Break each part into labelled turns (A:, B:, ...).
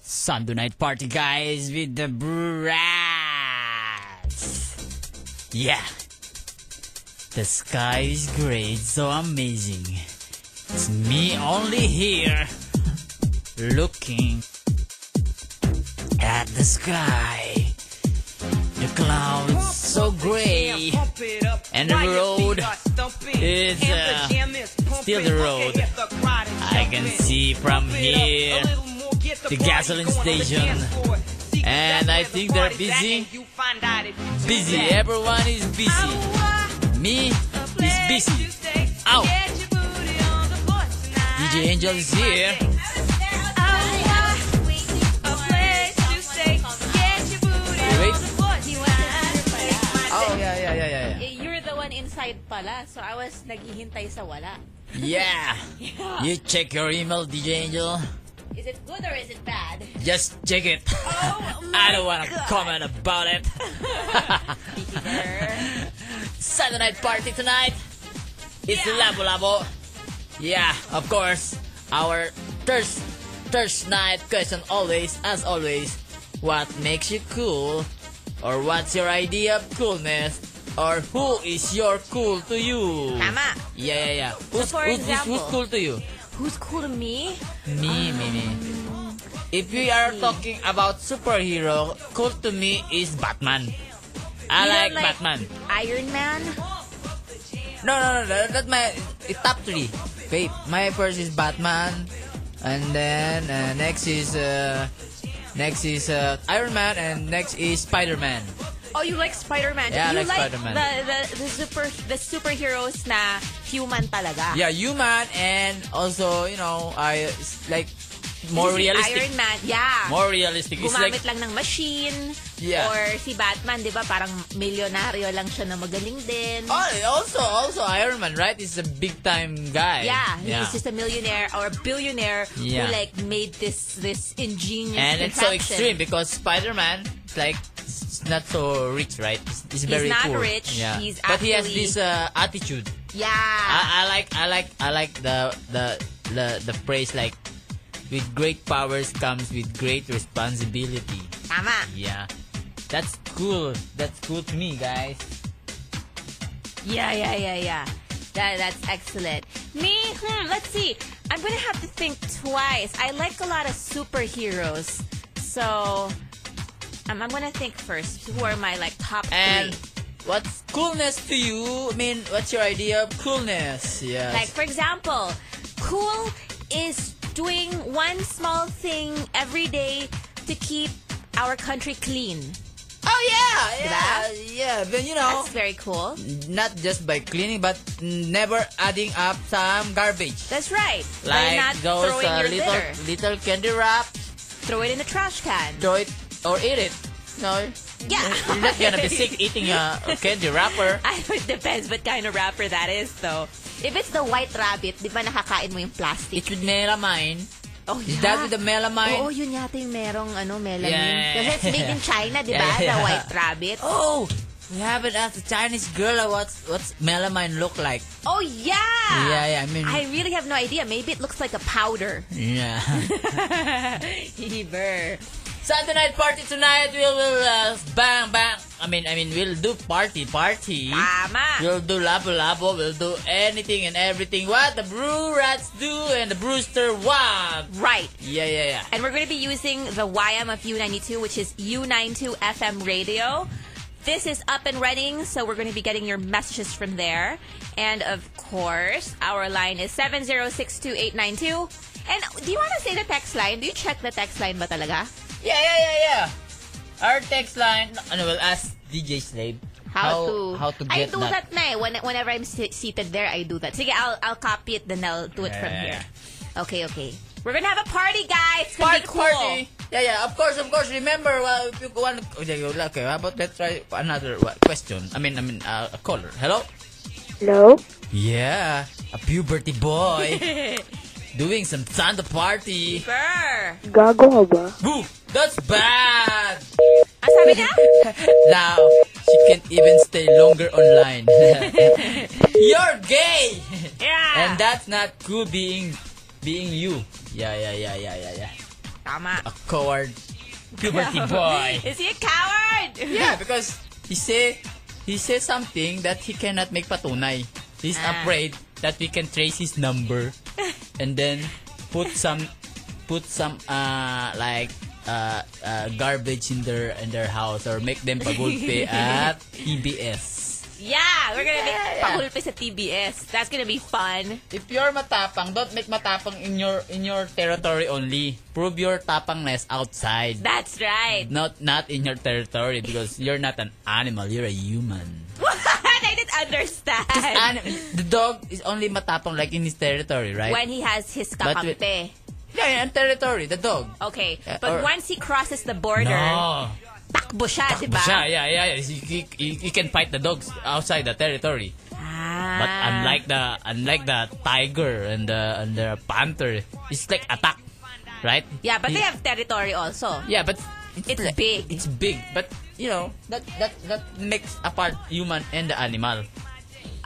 A: Sunday night party, guys, with the brats. Yeah. The sky is great, so amazing. It's me only here, looking at the sky. The clouds so gray,
B: and the road is uh, still the road. I can see from here the gasoline station, and I think they're busy.
A: busy.
B: Busy. eh?
A: Everyone is busy. Me is busy.
B: Ow!
A: DJ Angel is here. Wait. Oh, yeah, yeah, yeah, yeah, yeah.
C: Eh, You're the one inside pala. So I was naghihintay sa wala.
A: Yeah.
C: Yeah.
A: You check your email, DJ Angel.
C: Is it good or is it bad?
A: Just check it.
C: Oh
A: I don't want to comment about it. Sunday night party tonight. It's
C: Yeah.
A: Labo Labo. Yeah, of course. Our Thurs Thurs night question always, as always, what makes you cool? Or what's your idea of coolness? Or who is your cool to you?
C: Tama.
A: Yeah, yeah, yeah. Who's,
C: for
A: who's, who's,
C: example-
A: who's cool to you?
C: Who's cool to me?
A: Me, me, me. If we are talking about superhero, cool to me is Batman. I
C: You don't
A: like,
C: like-
A: Batman.
C: Iron Man?
A: No, no, no, no, that's my it's top three. Wait, my first is Batman, and then uh, next is uh, next is uh, Iron Man, and next is Spider Man.
C: Oh, you like Spider-Man.
A: Yeah, I
C: you
A: like Spider-Man.
C: The, the, the, super, the superheroes na human talaga.
A: Yeah, human, and also you know I it's like more
C: Kasi si
A: realistic.
C: Iron Man, yeah.
A: More realistic. It's like
C: Gumamit lang ng machine.
A: Yeah.
C: Or si Batman, di ba, parang milyonaryo lang siya na magaling din.
A: Oh, also, also Iron Man, right? Is a big time guy.
C: Yeah, he's just a millionaire or a billionaire
A: Yeah.
C: who like made this this ingenious
A: and it's so extreme
C: contraption.
A: because Spider Man, like, it's not so rich, right? It's, it's very
C: not
A: poor.
C: rich.
A: Yeah.
C: He's
A: but he has
C: actually-
A: this
C: Ah.
A: uh, attitude.
C: Yeah.
A: I, I like, I like, I like the the the the phrase like, with great powers comes with great responsibility.
C: Tama.
A: Yeah, that's cool. That's cool to me, guys.
C: Yeah, yeah, yeah, yeah. That, that's excellent. Me, hmm, let's see. I'm gonna have to think twice. I like a lot of superheroes, so um, I'm gonna think first. Who are my like top
A: And
C: three?
A: what's coolness to you? I mean, what's your idea of coolness? Yes.
C: Like for example, cool is doing one small thing every day to keep our country clean.
A: Oh yeah,
C: Diba?
A: yeah, yeah. But you know,
C: That's very cool.
A: not just by cleaning, but never adding up some garbage.
C: That's right. By
A: Like
C: not
A: those
C: throwing
A: uh,
C: your
A: little
C: litter.
A: little candy wrap,
C: Throw it in the trash can.
A: throw it or eat it. No,
C: Yeah.
A: you're not gonna be sick eating a candy wrapper.
C: I know it depends what kind of wrapper that is, though. If it's the white rabbit, di ba nakakain mo yung plastic?
A: It's with melamine.
C: oh,
A: Is
C: yeah.
A: that with the melamine?
C: Oo, yun yata yung merong ano, melanin.
A: Yeah.
C: Kasi it's made in China, di ba?
A: Yeah, yeah.
C: The white rabbit.
A: Oh, we haven't asked the Chinese girl what's what's melamine look like.
C: Oh, yeah!
A: Yeah, yeah, I mean-
C: I really have no idea. Maybe it looks like a powder.
A: Yeah.
C: Heber.
A: Sunday night party tonight. We will uh, bang bang. I mean, I mean, we'll do party party.
C: Tama.
A: We'll do labo labo. We'll do anything and everything. What the brew rats do and the brewster wab.
C: Right.
A: Yeah, yeah, yeah.
C: And we're going to be using the YM of U92, which is U92 FM radio. This is up and running, so we're going to be getting your messages from there. And of course, our line is 7062892. And do you want to say the text line? Do you check the text line ba talaga?
A: Yeah, yeah, yeah, yeah. Our text line. Ano, we'll ask DJ Slave
C: How, to
A: how to
C: I
A: get
C: do that, na eh. When, whenever I'm si- seated there, I do that. Sige, I'll, I'll copy it, then I'll do it from
A: Yeah.
C: here. Okay, okay. We're gonna have a party, guys! It's
A: Party,
C: gonna be cool.
A: party. Yeah, yeah. Of course, of course. Remember, well, if you want, okay, okay. How about let's try another what, question. I mean, I mean, uh, a caller. Hello.
D: Hello?
A: Yeah, a puberty boy doing some Santa party.
C: Sure.
D: Gago ka ba?
A: Boo! That's bad.
C: Ang Ah, sabi niya?
A: Now she can't even stay longer online. You're gay,
C: Yeah!
A: and that's not cool being being you. Yeah, yeah, yeah, yeah, yeah, yeah.
C: Tama.
A: A coward. Puberty boy.
C: Is he a coward?
A: Yeah, because he say he says something that he cannot make patunay. He's
C: Ah.
A: afraid that we can trace his number and then put some put some uh like uh, uh garbage in their in thetheir house or make them pagulpe at E EBS.
C: Yeah, we're gonna
A: Yeah,
C: make
A: yeah.
C: pakulpe sa TBS. That's gonna be fun.
A: If you're matapang, don't make matapang in your in your territory only. Prove your tapangness outside.
C: That's right.
A: not not in your territory because you're not an animal, you're a human.
C: What? I didn't understand.
A: An- the dog is only matapang like in his territory, right?
C: when he has his
A: But we-
C: kakampe.
A: yeah, yeah, territory, the dog.
C: Okay,
A: Yeah, or-
C: but once he crosses the border,
A: No.
C: takbo siya, di ba?
A: Siya, yeah, yeah, yeah. You, you- you- you can fight the dogs outside the territory.
C: Ah.
A: But unlike the unlike the tiger and the and the panther, it's like attack, right?
C: Yeah, but
A: He-
C: they have territory also.
A: Yeah, but
C: It's
A: like-
C: big.
A: It's big, but you know that that that makes apart human and the animal.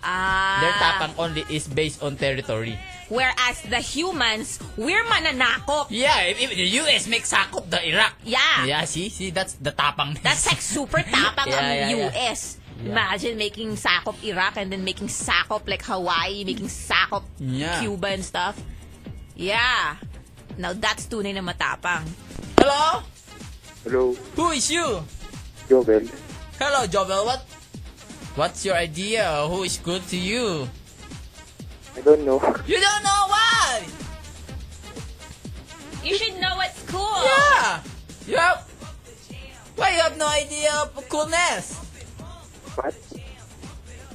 C: Ah.
A: Their tapang only is based on territory.
C: Whereas the humans, we're mananakop.
A: Yeah, if, if the US makes sakop the Iraq.
C: Yeah.
A: Yeah, see? See, that's the tapang.
C: Ah. That's like super tapang
A: Yeah,
C: ang
A: yeah, yeah.
C: US.
A: Yeah.
C: Imagine making sakop Iraq and then making sakop like Hawaii, making sakop
A: Yeah.
C: Cuba and stuff. Yeah. Now that's tunay na matapang.
A: Hello?
E: Hello,
A: Who is you?
E: Jovel.
A: Hello, Jovel. What? What's your idea? Who is good to you?
E: I don't know.
A: You don't know why!
C: You should know what's cool.
A: Yeah! You have... Why you have no idea of coolness?
E: What?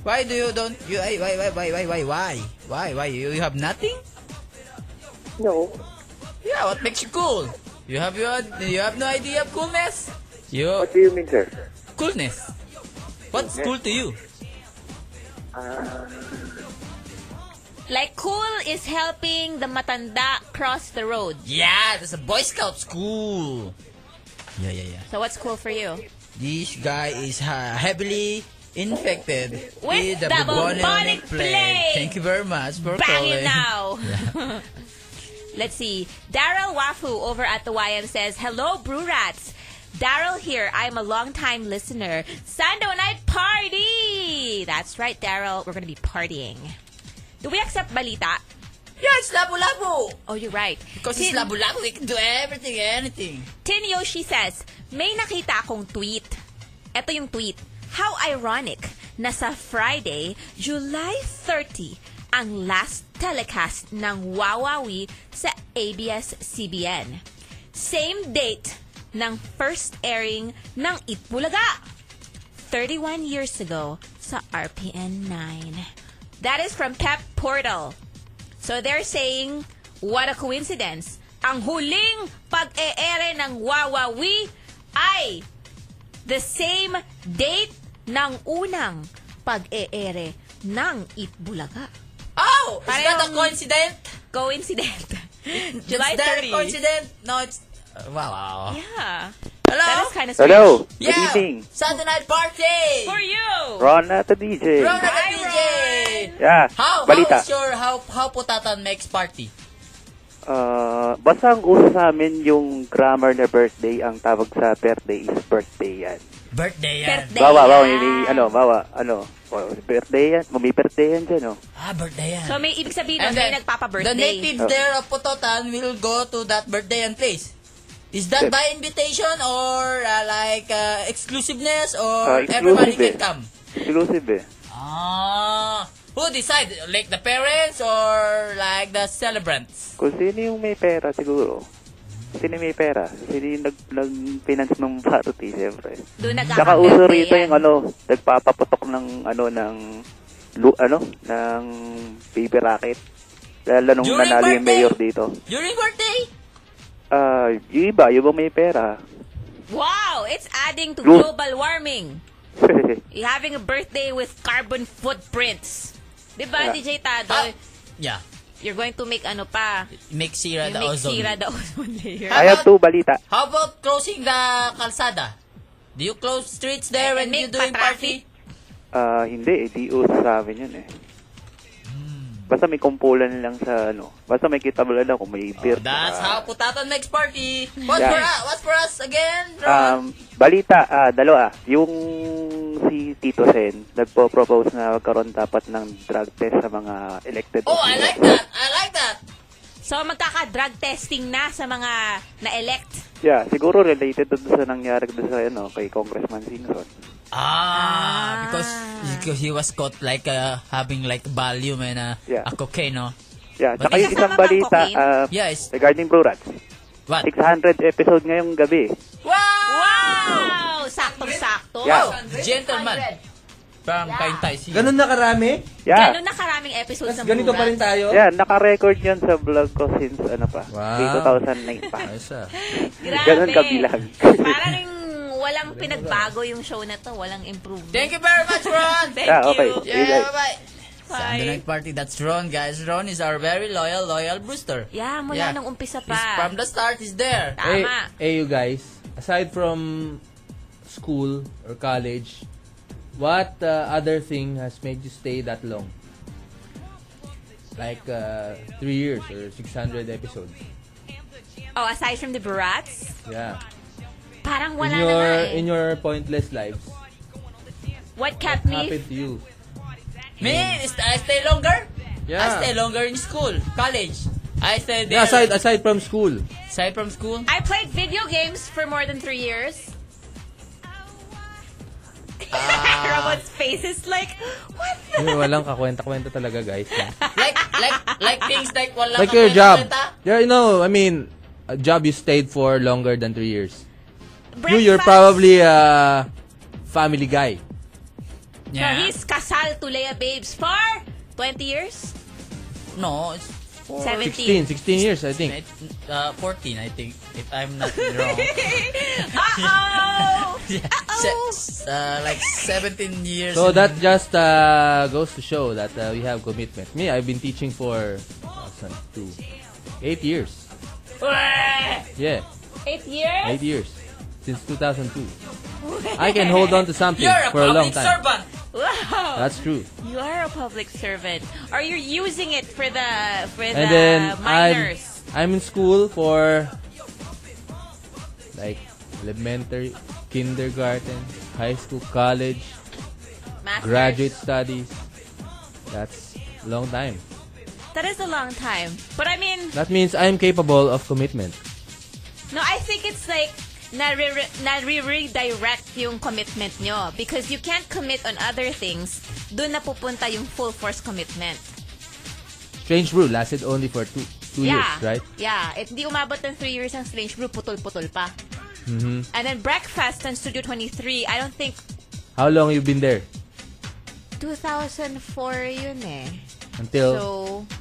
A: Why do you don't... You, why, why, why, why, why, why? Why, why? You, you have nothing?
E: No.
A: Yeah, what makes you cool? You have your, you have no idea of coolness? You
E: What do you mean, sir?
A: coolness. What's cool to you?
C: Like cool is helping the matanda cross the road.
A: Yeah, there's a Boy Scout school. Yeah, yeah, yeah.
C: So what's cool for you?
A: This guy is uh, heavily infected
C: With the bubonic plague.
A: Thank you very much for
C: Bang
A: calling.
C: it now. Let's see. Daryl Wafu over at the YM says, Hello, Brew Rats. Daryl here. I'm a longtime listener. Sunday night party! That's right, Daryl. We're going to be partying. Do we accept balita?
A: Yeah, it's labu-labu.
C: Oh, you're right.
A: Because it's
C: Tin-
A: labu-labu, we can do everything, anything.
C: Tin Yoshi says, may nakita akong tweet. Ito yung tweet. How ironic na sa Friday, July 30, ang last telecast ng Wawawi sa ABS-CBN. Same date ng first airing ng Itbulaga. 31 years ago sa RPN 9. That is from Pep Portal. So they're saying, what a coincidence. Ang huling pag-eere ng Wawawi ay the same date ng unang pag-eere ng Itbulaga.
A: Oh, is that
C: Parehong-
A: a coincidence?
C: Coincident.
A: is
C: July
A: that a
C: 30.
A: coincidence? No, it's... Uh, wow, wow.
C: Yeah.
A: Hello?
C: That is kind of
E: Hello.
A: yeah.
E: Good evening.
A: Saturday night party!
C: For you.
E: Ron at the DJ.
A: Rona
C: Hi,
A: DJ!
C: Ron.
E: Yeah.
A: How, how
E: Balita.
A: is your... How, how Putatan makes party?
E: Ah, basta ang uso sa amin yung grammar na birthday, ang tawag sa birthday is birthday yan.
A: Birthday yan.
C: Birthday.
E: Bawa, bawa,
C: yan.
E: may, may- ano, bawa, ano, oh, birthday yan, may birthday yan dyan, oh.
A: Ah, birthday yan.
C: So may ibig sabihin nun, may
A: the
C: nagpapa-birthday.
A: natives there of Pototan will go to that birthday and place. Is that by invitation or uh, like uh, exclusiveness
E: Ah,
A: or everybody
E: exclusive eh.
A: can come?
E: Exclusive eh.
A: Ah, who decide? Like the parents or like the celebrants?
E: Kung sino yung may pera siguro. Sino may pera? Sino yung nag, nag-finance ng party, siyempre.
C: Doon
E: Saka uso
C: nagkaka-birthday
E: rito
C: yan.
E: yung ano, nagpapaputok ng ano ng lu, ano ng baby racket. Lalo nung
A: During
E: nanalo yung
A: birthday?
E: mayor dito.
A: During birthday?
E: Ah, yung iba, yung iba may pera.
C: Wow, it's adding to
E: True.
C: global warming. You're having a birthday with carbon footprints. Diba,
E: Yeah.
C: DJ Tado?
A: Ah, yeah,
C: You're going to make ano pa?
A: make sira the
C: You make
A: ozone.
C: sira the ozone layer.
A: Ah,
E: I have two balita.
A: How about closing the calzada? Do you close streets there when
C: And
A: you
C: Eh, make
A: doing
C: pa-traffic?
A: party? Hmm.
E: Ah, hindi, eh, di uso sa amin yun eh. Basta may kumpulan lang sa ano. Basta may kitablan ako, may
A: Oh,
E: beer.
A: That's how
E: Ah,
A: Putatan makes party. What
E: Yeah.
A: for us? What for us again? Ron?
E: Um, balita, ah, dalawa. Yung si Tito Sen, nagpo-propose na karon dapat ng drug test sa mga elected
A: oh, I like that. I like that.
C: So, magkaka-drug testing na sa mga na-elect.
E: Yeah, siguro related to sa nangyari doon sa ano, kay Congressman Singson.
A: Ah, because because he was caught like uh, having like volume and uh,
E: Yeah.
A: a cocaine, no?
E: Yeah,
A: But-
E: tsaka yung
C: Kasama
E: isang
C: ba ang
E: balita
C: cocaine?
E: ah,
A: Yes. Ah.
E: regarding Blue Rats.
A: What?
E: 600 episode ngayong gabi.
A: Wow!
C: Wow! Saktong-sakto.
E: Yeah.
A: Gentleman. From Kaintay. City.
F: Ganun na karami?
E: Yeah.
C: Ganun na karaming episodes ng
F: Tapos ganito pa
C: Murat.
F: rin tayo?
E: Yeah, naka-record yun sa vlog ko since ano pa,
F: Wow.
E: 2009 pa.
F: Ayos ah.
C: Grabe.
E: Ganun kabilang.
C: Parang walang pinagbago yung show na to. Walang improvement.
A: Thank you very much, Ron.
C: Thank
E: Yeah, okay.
C: you.
A: yeah, bye-bye. Sunday
C: Bye.
A: night party. That's Ron, guys. Ron is our very loyal, loyal Brewster.
C: Yeah, mula
A: Yeah.
C: nung umpisa
A: He's
C: pa.
A: from the start. He's there.
F: Hey,
C: Tama.
F: hey, you guys, aside from school or college, what uh, other thing has made you stay that long? Like uh, three years or 600 episodes.
C: Oh, aside from the Barats,
F: Yeah.
C: parang
F: In
C: wala
F: your
C: na nga eh.
F: in your pointless lives,
C: What kept me?
F: happened to you?
C: Ah,
A: Me, is- I stay longer.
F: Yeah.
A: I stay longer in school, college. I stay there.
F: Yeah, aside aside from school.
A: Aside from school.
C: I played video games for more than three years.
F: Ah.
C: Robot's face is like, what the?
F: Yung walang kakwenta-kwenta talaga, guys.
A: like, like, like things like wala
F: like
A: kang
F: your job.
A: kwenta-kwenta.
F: Yeah, you know, I mean, a job you stayed for longer than three years. You,
C: Breakfast.
F: you're probably a family guy.
C: So he's kasal to Leia Babes for 20 years?
A: No, it's four,
C: 17.
F: 16, 16 years, I think.
A: uh, 14, I think, if I'm not wrong.
C: Uh-oh!
A: Yeah,
C: Uh-oh!
A: se- uh, like 17 years.
F: So
A: in-
F: that just uh, goes to show that uh, we have commitment. Me, I've been teaching for awesome, two, eight years. Yeah,
C: Eight years?
F: eight years. Since 2002. I can hold on to something
A: You're a
F: for a long
A: public
F: time.
A: servant.
C: Wow!
F: That's true.
C: You are a public servant. Or you're using it for the, for the
F: And then I'm,
C: minors.
F: I'm in school for like elementary, kindergarten, high school, college,
C: Masters.
F: graduate studies. That's long time.
C: That is a long time. But I mean,
F: That means I'm capable of commitment.
C: No, I think it's like nare-redirect yung commitment nyo. Because you can't commit on other things, doon na pupunta yung full force commitment.
F: Strange Brew lasted only for two two
C: yeah.
F: years, right?
C: Yeah. It di umabot ng three years ang Strange Brew, putol-putol pa.
F: Mhm.
C: And then Breakfast and Studio 23, I don't think
F: How long you been there?
C: 2004 yun eh.
F: Until
C: So,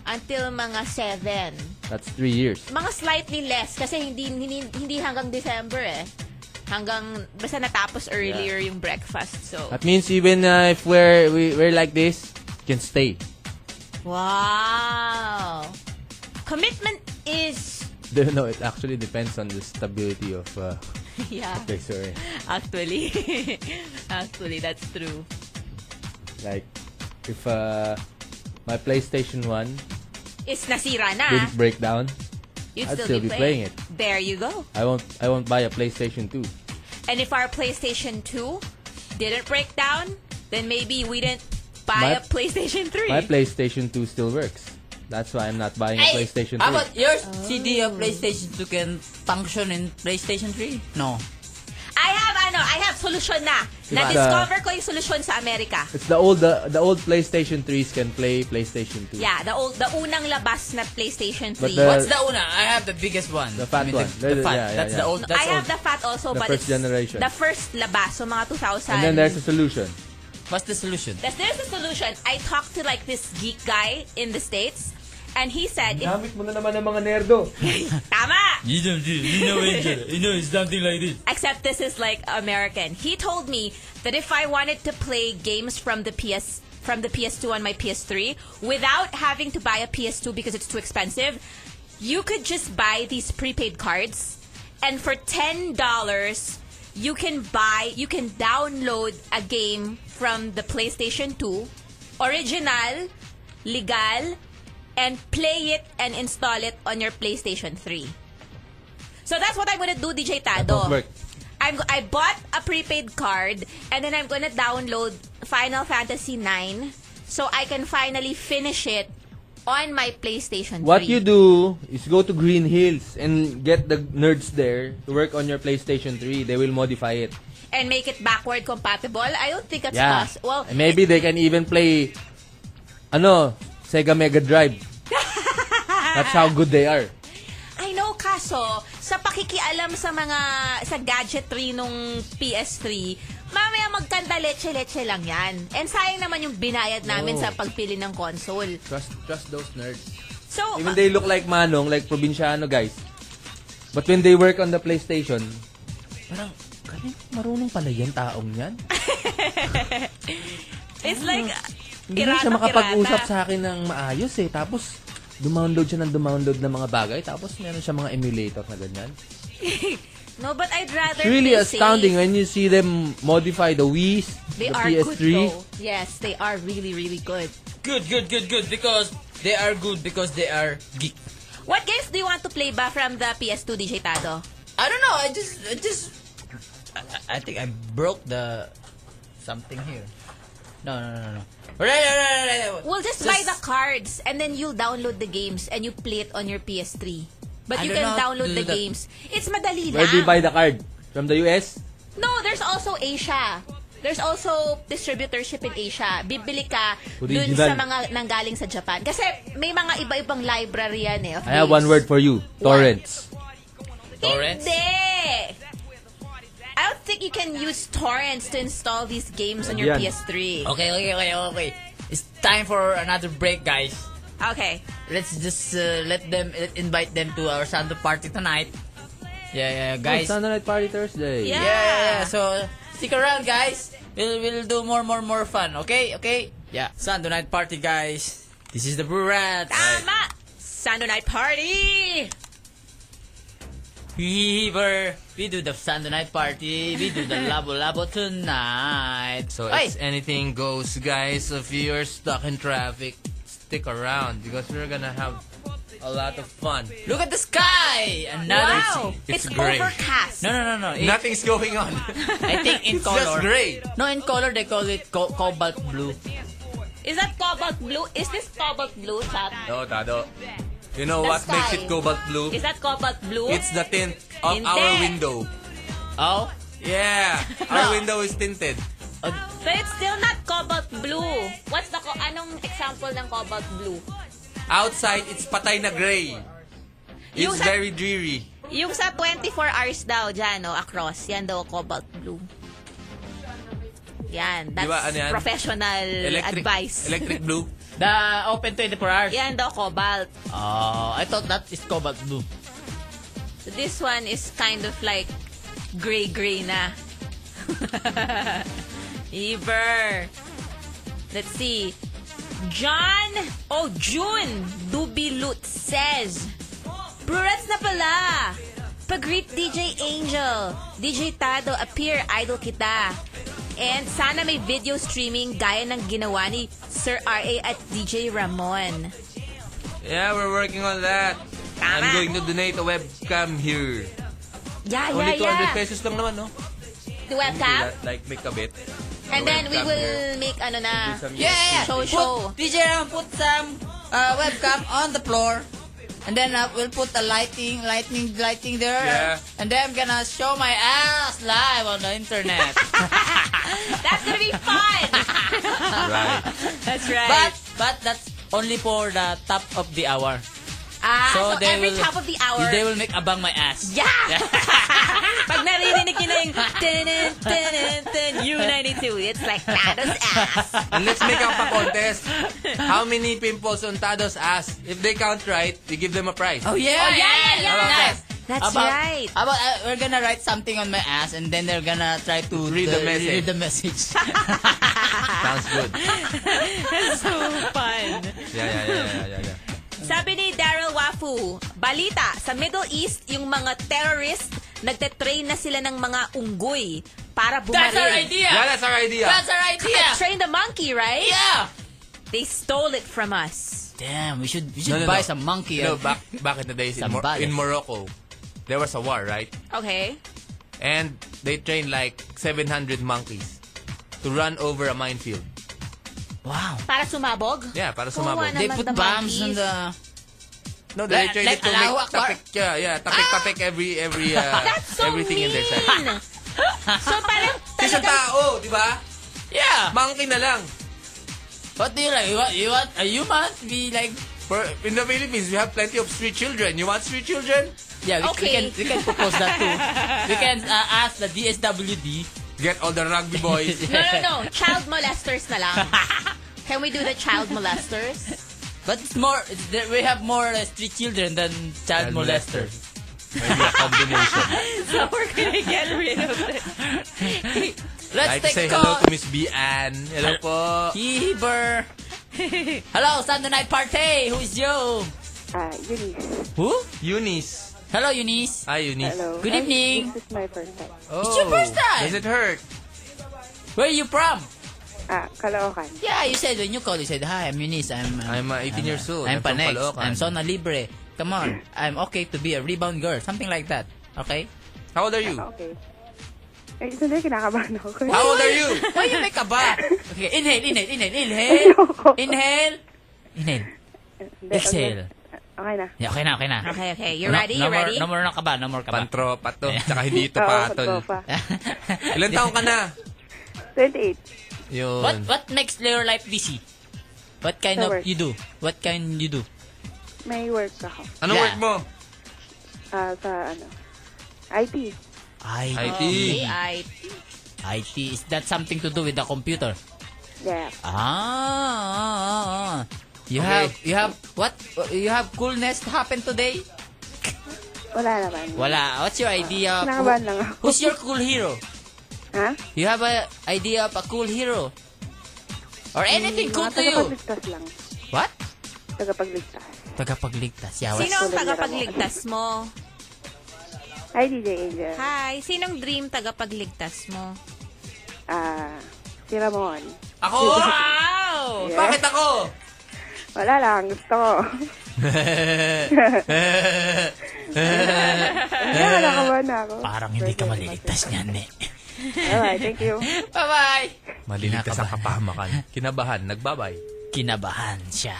C: until mga 7.
F: that's three years.
C: Mga slightly less kasi hindi hindi, hindi hanggang December eh. Hanggang basta natapos earlier yung breakfast. So,
F: That means even uh, if we're we, we're like this, we can stay.
C: Wow. Commitment is
F: Don't know. It actually depends on the stability of uh,
C: yeah,
F: place we're in.
C: actually. actually, that's true.
F: Like if uh, my PlayStation One
C: It's nasira na.
F: didn't break down,
C: You'd
F: I'd
C: still,
F: still
C: be,
F: be
C: playing.
F: playing
C: it. There you go.
F: I won't I won't buy a PlayStation Two.
C: And if our PlayStation 2 didn't break down, then maybe we didn't buy a
F: My-
C: PlayStation 3.
F: My PlayStation Two still works. That's why I'm not buying a
A: Hey,
F: PlayStation
A: How
F: Three.
A: about your
C: Oh.
A: CD of PlayStation 2 can function in PlayStation 3? No.
C: I have ano, I have solusyon na.
F: Diba?
C: Na-discover ko yung solusyon sa Amerika.
F: It's the old the, the old PlayStation 3s can play PlayStation 2.
C: Yeah, the old, the unang labas na PlayStation 3.
F: But the-
A: What's the una? I have the biggest one.
F: The
A: I
F: fat
A: mean,
F: one.
A: The, the
F: Yeah,
A: fat.
F: yeah,
A: that's the
F: yeah.
A: old. That's
C: I have
A: old.
C: the fat also,
F: The
C: but it's
F: first generation.
C: the first labas, so mga 2000.
F: And then there's a solution.
A: What's the solution?
C: There's, there's a solution. I talked to like this geek guy in the States, and he said, if,
F: Gamit mo na naman ng mga nerdo.
C: tama!
A: You don't do. You know, Angel. You know, it's something like this.
C: Except this is like American. He told me that if I wanted to play games from the PS from the PS2 on my PS3 without having to buy a PS2 because it's too expensive, you could just buy these prepaid cards, and for ten dollars. You can buy, you can download a game from the PlayStation 2, original, legal, and play it and install it on your PlayStation 3. So that's what I'm gonna do, DJ Tado.
G: won't work.
C: I'm go- I bought a prepaid card and then I'm gonna download Final Fantasy 9 so I can finally finish it on my PlayStation 3.
G: What you do is go to Green Hills and get the nerds there to work on your PlayStation 3. They will modify it.
C: and make it backward compatible? I don't think that's
G: yeah.
C: possible. Well,
G: And maybe they can even play ano, Sega Mega Drive. That's how good they are.
C: I know kaso sa pakikialam sa mga sa gadgetry nung PS3, mamaya magkanta leche-leche lang 'yan. And sayang naman yung binayad namin
G: Oh.
C: sa pagpili ng console.
G: Trust trust those nerds.
C: So,
G: Even they look like manong, like probinsyano guys. But when they work on the PlayStation, parang, kaling marunong pala yan taong yan.
C: it's like
G: Hindi na siya
C: pirata-pirata.
G: makapag-usap sa akin ng maayos eh. Tapos, dumownload siya ng dumownload ng mga bagay. Tapos, meron siya mga emulator na ganyan.
C: No, but I'd rather
G: It's really
C: play
G: astounding
C: safe.
G: when you see them modify the Wii's, the
C: They are
G: PS3.
C: good though. Yes, they are really really good.
A: Good, good, good, good. Because they are good because they are geek.
C: What games do you want to play ba from the PS2 DJ Tado?
A: I don't know. I just, I just, I, I- I think I broke the something here. No, no, no, no, no. Right, right, right, right, right.
C: We'll just, buy the cards and then you'll download the games and you play it on your PS3.
A: I
C: But you
A: don't know
C: can
A: how to
C: download
A: do
C: the
A: that.
C: games. It's madali
G: Where do you
C: lang.
G: buy the card? From the US?
C: No, there's also Asia. There's also distributorship in Asia. Bibili ka dun
G: Original.
C: sa mga nanggaling sa Japan. Kasi may mga iba-ibang library yan eh. of
G: I have
C: games.
G: one word for you. Torrents.
A: Torrents?
C: Hindi! I don't think you can use torrents to install these games on your
G: Yan.
C: PS3.
A: Okay, okay, okay, okay. It's time for another break, guys.
C: okay.
A: Let's just uh, let them uh, invite them to our Santo party tonight. Yeah, yeah, guys.
F: Oh,
G: Sunday Night Party Thursday.
C: Yeah.
A: Yeah, yeah, yeah. So stick around, guys. We'll we'll do more, more, more fun. Okay, okay. Yeah, Sunday night party, guys. This is the Brew Rats.
C: Tama! Sunday night party!
A: We were we do the Sunday night party. We do the labo labo tonight.
F: So
A: Ay!
F: it's anything goes, guys. If you're stuck in traffic, stick around because we're gonna have a lot of fun.
A: look at the sky. Another.
C: Wow!
F: It's
C: It's,
F: gray.
C: overcast.
A: No, no, no, no. It-
F: Nothing's going on.
A: I think in
F: it's
A: color.
F: just great.
A: No, in color they call it co- cobalt blue.
C: Is that cobalt blue? Is this cobalt blue, chat?
F: No, Tado. You know
C: The
F: what
C: sky.
F: makes it cobalt blue?
C: Is that cobalt blue?
F: It's the tint of
C: Hindi.
F: our window.
A: Oh,
F: Yeah, our window is tinted.
C: But it's still not cobalt blue. What's the co- anong example ng cobalt blue?
F: Outside, it's patay na gray.
C: Yung
F: It's
C: sa-
F: very dreary.
C: Yung sa 24 hours daw dyan, no, across, yan daw cobalt blue. Yan, that's
F: Di ba, ano yan?
C: professional
F: Electric,
C: advice.
F: electric blue.
A: the open 24 hours.
C: yan daw cobalt.
A: Oh, I thought that is cobalt blue.
C: This one is kind of like gray-gray na. Ever. Let's see. John, oh June, Dubilut says, Brurats na pala! Pag-greet DJ Angel, DJ Tado, appear, idol kita. And sana may video streaming gaya ng ginawa ni Sir R.A. at DJ Ramon.
F: Yeah, we're working on that. I'm
C: Tama.
F: going to donate a webcam here.
C: Yeah,
F: Only
C: yeah, yeah.
F: 200 pesos lang naman, no?
C: The webcam.
F: Like, like make a bit.
C: And then we will make ano na.
A: Yeah,
C: Show, show.
A: Put, DJ Ram put some uh, webcam on the floor. And then uh, we'll put the lighting, lighting, lighting there.
F: Yeah.
A: And then I'm gonna show my ass live on the internet.
C: That's gonna be fun.
F: Right.
C: That's right.
A: but but that's only for the top of the hour.
C: ah,
A: so
C: so,
A: they
C: every
A: will-
C: top of the hour.
A: They will make abang my ass.
C: yeah! Pag naririnig nyo na yung tinin, tinin, tin, U92, it's like Thanos ass.
F: And let's make up a contest. How many pimples on Tado's ass? If they count right, we give them a prize.
A: Oh yeah!
C: Oh, yeah, yeah, yeah.
A: About that.
C: That's
A: about,
C: right.
A: About uh, we're gonna write something on my ass, and then they're gonna try to
F: Read the message.
A: Read the message.
F: Sounds good.
C: so fun.
F: Yeah, yeah, yeah, yeah, yeah, yeah.
C: Sabi ni Daryl Wafu, balita, sa Middle East, yung mga terrorist, nagte-train na sila ng mga unggoy para bumaril.
A: That's our idea.
F: Yeah, that's our idea.
A: That's our idea.
C: Train the monkey, right?
A: Yeah.
C: They stole it from us.
A: Damn, we should we should buy some monkey.
F: No,
A: and-
F: back, back in the days in, Mor-
A: Sambales.
F: in Morocco, there was a war, right?
C: Okay.
F: And they trained like 700 monkeys to run over a minefield.
A: Wow.
C: Para sumabog?
F: Yeah, para
C: Kuha
F: sumabog.
C: naman
A: They put
C: the
A: bombs on
C: monkeys.
A: the
F: No, they
A: Like-
F: trained
A: like
F: it to
A: Allahu
F: make
A: Akbar.
F: tapik, yeah, yeah, tapik, tapik every, every, uh,
C: Ah! That's so
F: everything
C: mean!
F: in their side.
C: so parang
F: Kasi
C: talagang
F: tao, di ba?
A: Yeah.
F: Monkey na lang.
A: What do you like? You want, you want a human to be like
F: For, in the Philippines, we have plenty of street children. You want street children?
A: Yeah, we,
C: Okay.
A: we can we can propose that too. we can uh, ask the DSWD.
F: Get all the rugby boys.
C: No, no, no. Child molesters na lang. Can we do the child molesters?
A: But it's more it's, there- we have more uh, street children than child
F: Child
A: molesters.
F: Maybe a combination.
C: so we're gonna get rid of it.
A: Let's
F: I'd say
A: take
F: hello
A: call.
F: to Miss B. Ann. Hello po.
A: Heber. Hello, Sunday night party. Who's you?
D: Uh, Eunice.
A: Who?
F: Eunice.
A: Hello, Eunice.
F: Hi, Eunice.
D: Hello.
A: Good
D: I-
A: evening.
D: This is my first time.
F: Oh,
A: It's your first time.
F: Does it hurt?
A: Where you from?
D: Ah, Caloocan.
A: Yeah, you said when you called, you said, "Hi, I'm Eunice. I'm uh,
F: I'm uh, 18 years old.
A: I'm
F: from
A: Panex.
F: Caloocan.
A: I'm Sona Libre. Come on, I'm okay to be a rebound girl, something like that. Okay?
F: How old are you?
D: Okay. Eh, sandali, kinakabahan ako.
F: How old are you?
A: Why you make a ba? Okay, inhale, inhale, inhale, inhale,
D: Ayoko.
A: inhale, inhale.
D: Hindi,
A: Exhale.
D: Okay na.
A: Yeah, okay na, okay na.
C: Okay, okay. You
A: No-
C: ready?
A: No,
C: You ready?
A: More, no more na kaba, no more kaba.
F: Pantropa to. Tsaka hindi ito
D: Oo,
F: patol.
D: tropa.
C: Eh.
F: Ilan taong ka na?
D: 28.
F: Yun.
A: What what makes your life busy? What kind
D: Sa
A: of
D: work.
A: you do? What kind you do?
D: May work ako.
F: Anong
A: Yeah.
F: work mo?
D: Ah, sa ano. IT.
A: I
F: IT.
C: Okay, I-
A: IT is that something to do with the computer?
D: Yeah.
A: Ah, ah, ah. you
F: Okay.
A: have you have what you have coolness happen today?
D: Wala naman.
A: Wala. What's your idea? of-
D: Kinakabahan lang ako.
A: who's your cool hero?
D: Ha?
A: You have a idea of a cool hero? Or anything cool
D: Mga
A: to you?
D: tagapagligtas lang.
A: What?
D: Tagapagligtas.
A: Tagapagligtas. Yeah,
C: Sino
A: what?
C: ang tagapagligtas mo?
D: Hi, DJ Angel.
C: Hi. Sinong dream tagapagligtas mo?
D: Ah, si Ramon.
F: Ako?
C: Wow!
D: Yeah.
F: Bakit ako?
D: Wala lang. Gusto ko. Kaya nakabahan na ako.
A: Parang hindi ka maliligtas niyan, eh.
D: Alright, thank you.
A: Bye-bye!
F: Maliligtas ang kapahamakan. Kinabahan. Nagbabay.
A: Kinabahan siya.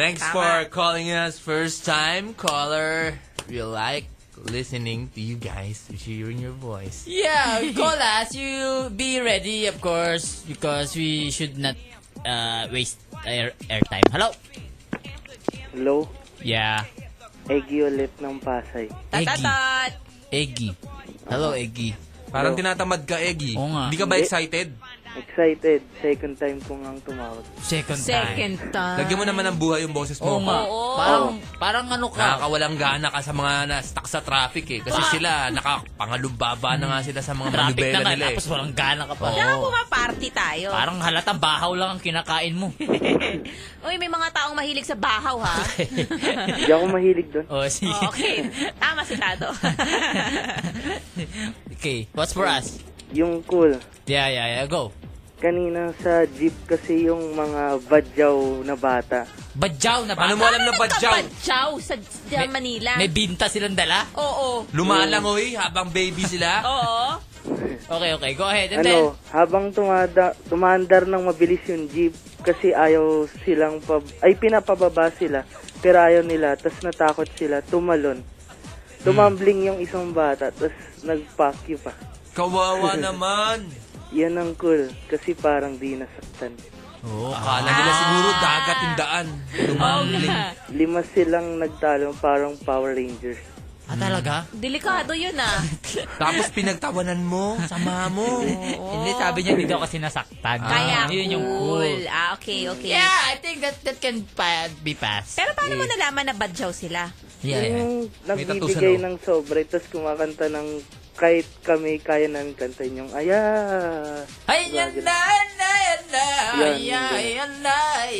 F: Thanks for calling us first time caller. We like listening to you guys, hearing your voice.
A: Yeah, call us. You be ready, of course, because we should not uh, waste air airtime. Hello?
E: Hello,
A: Yeah.
E: Eggy ulit ng Pasay.
A: Eggy.
C: Tatatat!
A: Eggy. Hello, Eggy.
F: Parang tinatamad ka, Eggy.
A: Oh. Oo nga.
F: Hindi ka ba
E: Hindi.
F: excited?
E: Excited. Second time ko ngang tumawag.
A: Second time.
C: Second time.
F: Lagyan mo naman ng buhay yung boses mo.
A: Oo nga.
C: Oo.
A: Oh, Parang, parang ano ka.
F: Nakakawalang gana ka sa mga na-stuck sa traffic eh. Kasi sila, nakapangalumbaba na nga sila sa mga
A: Ah. Traffic na
F: manubela
A: nga,
F: nila eh.
A: tapos walang gana ka pa.
F: Oo.
C: Kailangan pumaparty tayo.
A: Parang halata bahaw lang ang kinakain mo.
C: Uy, may mga taong mahilig sa bahaw, ha?
E: Hindi ako mahilig doon.
A: oh, sige.
C: Oh, okay. Tama si Tado.
A: okay, what's for us?
E: Yung cool.
A: Yeah, yeah, yeah, go.
E: Kanina sa jeep kasi yung mga badyaw na bata.
A: Badyaw na ba?
C: Ano
F: Paano mo alam na badyaw?
C: Badyaw sa, sa Manila.
A: May binta silang dala?
C: Oo.
F: Lumalangoy habang baby
A: Oh.
F: sila.
C: Oo.
A: Okay, okay, go ahead. And then,
E: Ano, habang tumada, tumaandar ng mabilis yung jeep kasi ayaw silang, pab ay pinapababa sila, pero ayaw nila, tas natakot sila, tumalon. Tumambling
A: Hmm.
E: yung isang bata, tas nag-fuck you pa.
F: Kawawa naman.
E: Yan ang cool, kasi parang di nasaktan.
F: Oo,
A: Ah,
F: akala nila siguro dagat yung daan. Lumambling.
E: Lima silang nagtalo, parang Power Rangers.
A: ah, talaga?
C: Delikado yun, ah.
F: Tapos pinagtawanan mo, sama mo.
A: Hindi, sabi niya, hindi daw kasi nasaktan. Ah,
C: Kaya
A: Yun yung
C: cool.
A: cool.
C: Ah, okay, okay.
A: Yeah, I think that that can pa- be passed.
C: Pero paano mo nalaman na badyaw sila?
A: Yeah, yeah.
E: Yung
F: May tattoo
E: nagbibigay
F: sa
E: ng sobre, tas kumakanta ng kahit kami kaya nang kantahin yung aya.
A: Ay, yan na, yan na, yan na,
E: Yan,
A: ay, ay, yan na, ay.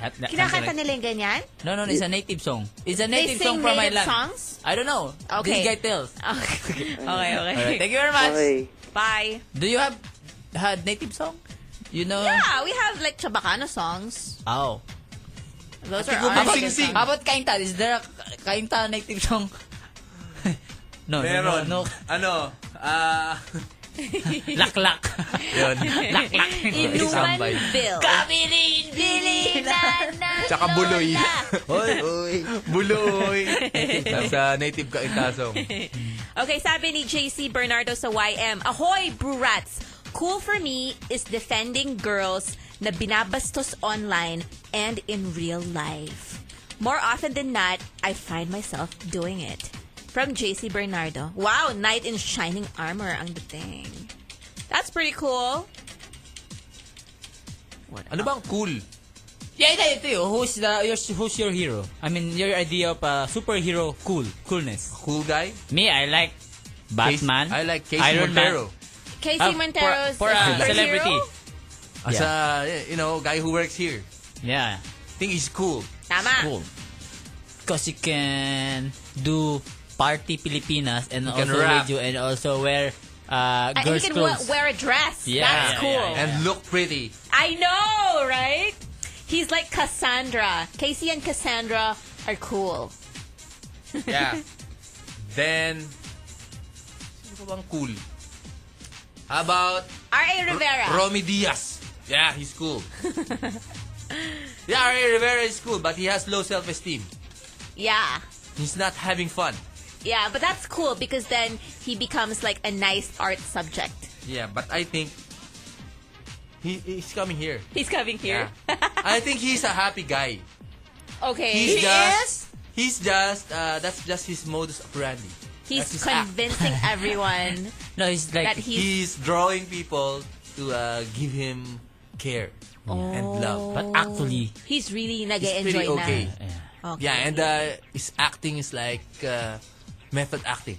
A: That- that-
C: Kinakanta nila yung ganyan?
A: No, no, no, it's a native song. It's a native
C: They
A: song
C: sing
A: from my
C: native
A: land.
C: songs?
A: I don't know.
C: Okay.
A: This guy tells.
C: Okay, okay.
A: Alright, thank you very much.
E: Okay.
C: Bye.
A: Do you have had native song? You know?
C: Yeah, we have like Chabacano songs.
A: Oh.
C: Those
A: Ate
C: are
A: Guming
C: our
A: Sing-Sing. How about Kainta? Is there a Kainta native song? no,
F: Meron.
A: no, no,
F: Ano? Ah...
A: Laklak.
F: Yun.
A: Laklak.
C: Inumanville.
A: Kabilin, bilin.
F: Tsaka buloy.
G: Hoy, hoy.
F: Buloy. Sa native ka eh, itasong.
C: Okay, sabi ni JC Bernardo sa YM, Ahoy, Brurats! Cool for me is defending girls na binabastos online and in real life. More often than not, I find myself doing it. From JC Bernardo. Wow, knight in shining armor ang dating. That's pretty cool.
F: Ano bang cool?
A: Yeah, ito, ito. yun. Who's, the, your, who's your hero? I mean, your idea of uh, superhero cool, coolness.
F: Cool guy?
A: Me, I like Batman.
F: Case- I like Casey
A: Iron
F: Montero.
A: Man.
C: Casey
A: Uh,
C: Montero's
A: for, for a
C: superhero?
A: celebrity.
F: As a, you know, guy who works here.
A: Yeah.
F: Think he's cool.
C: Tama.
A: Cool. Because you can do party Pilipinas and
F: can
A: also
F: rap.
A: radio and also wear uh,
C: Ah, And he
A: girls'
C: can we-
A: clothes.
C: wear a dress.
A: Yeah,
C: That's
A: yeah,
C: cool.
A: yeah, yeah.
F: And look pretty.
C: I know, right? He's like Cassandra. Casey and Cassandra are cool.
F: Yeah. Then, sino pa bang cool? How about
C: R.A. Rivera.
F: Romy Diaz? Yeah, he's cool. yeah, Ray Rivera is cool, but he has low self-esteem.
C: yeah.
F: He's not having fun.
C: Yeah, but that's cool because then he becomes like a nice art subject.
F: Yeah, but I think he, he's coming here.
C: He's coming here.
F: I think he's a happy guy.
C: okay.
F: He's just, He's just, uh, that's just his modus operandi.
C: He's
F: that's his act.
C: convincing everyone
A: no, it's like
C: that he's
F: He's drawing people to uh, give him care and love.
A: but actually
C: he's really
F: He's
C: nag-enjoy
F: pretty
C: Oh. na.
F: okay.
C: Okay.
F: Yeah, and uh, his acting is like uh, method acting.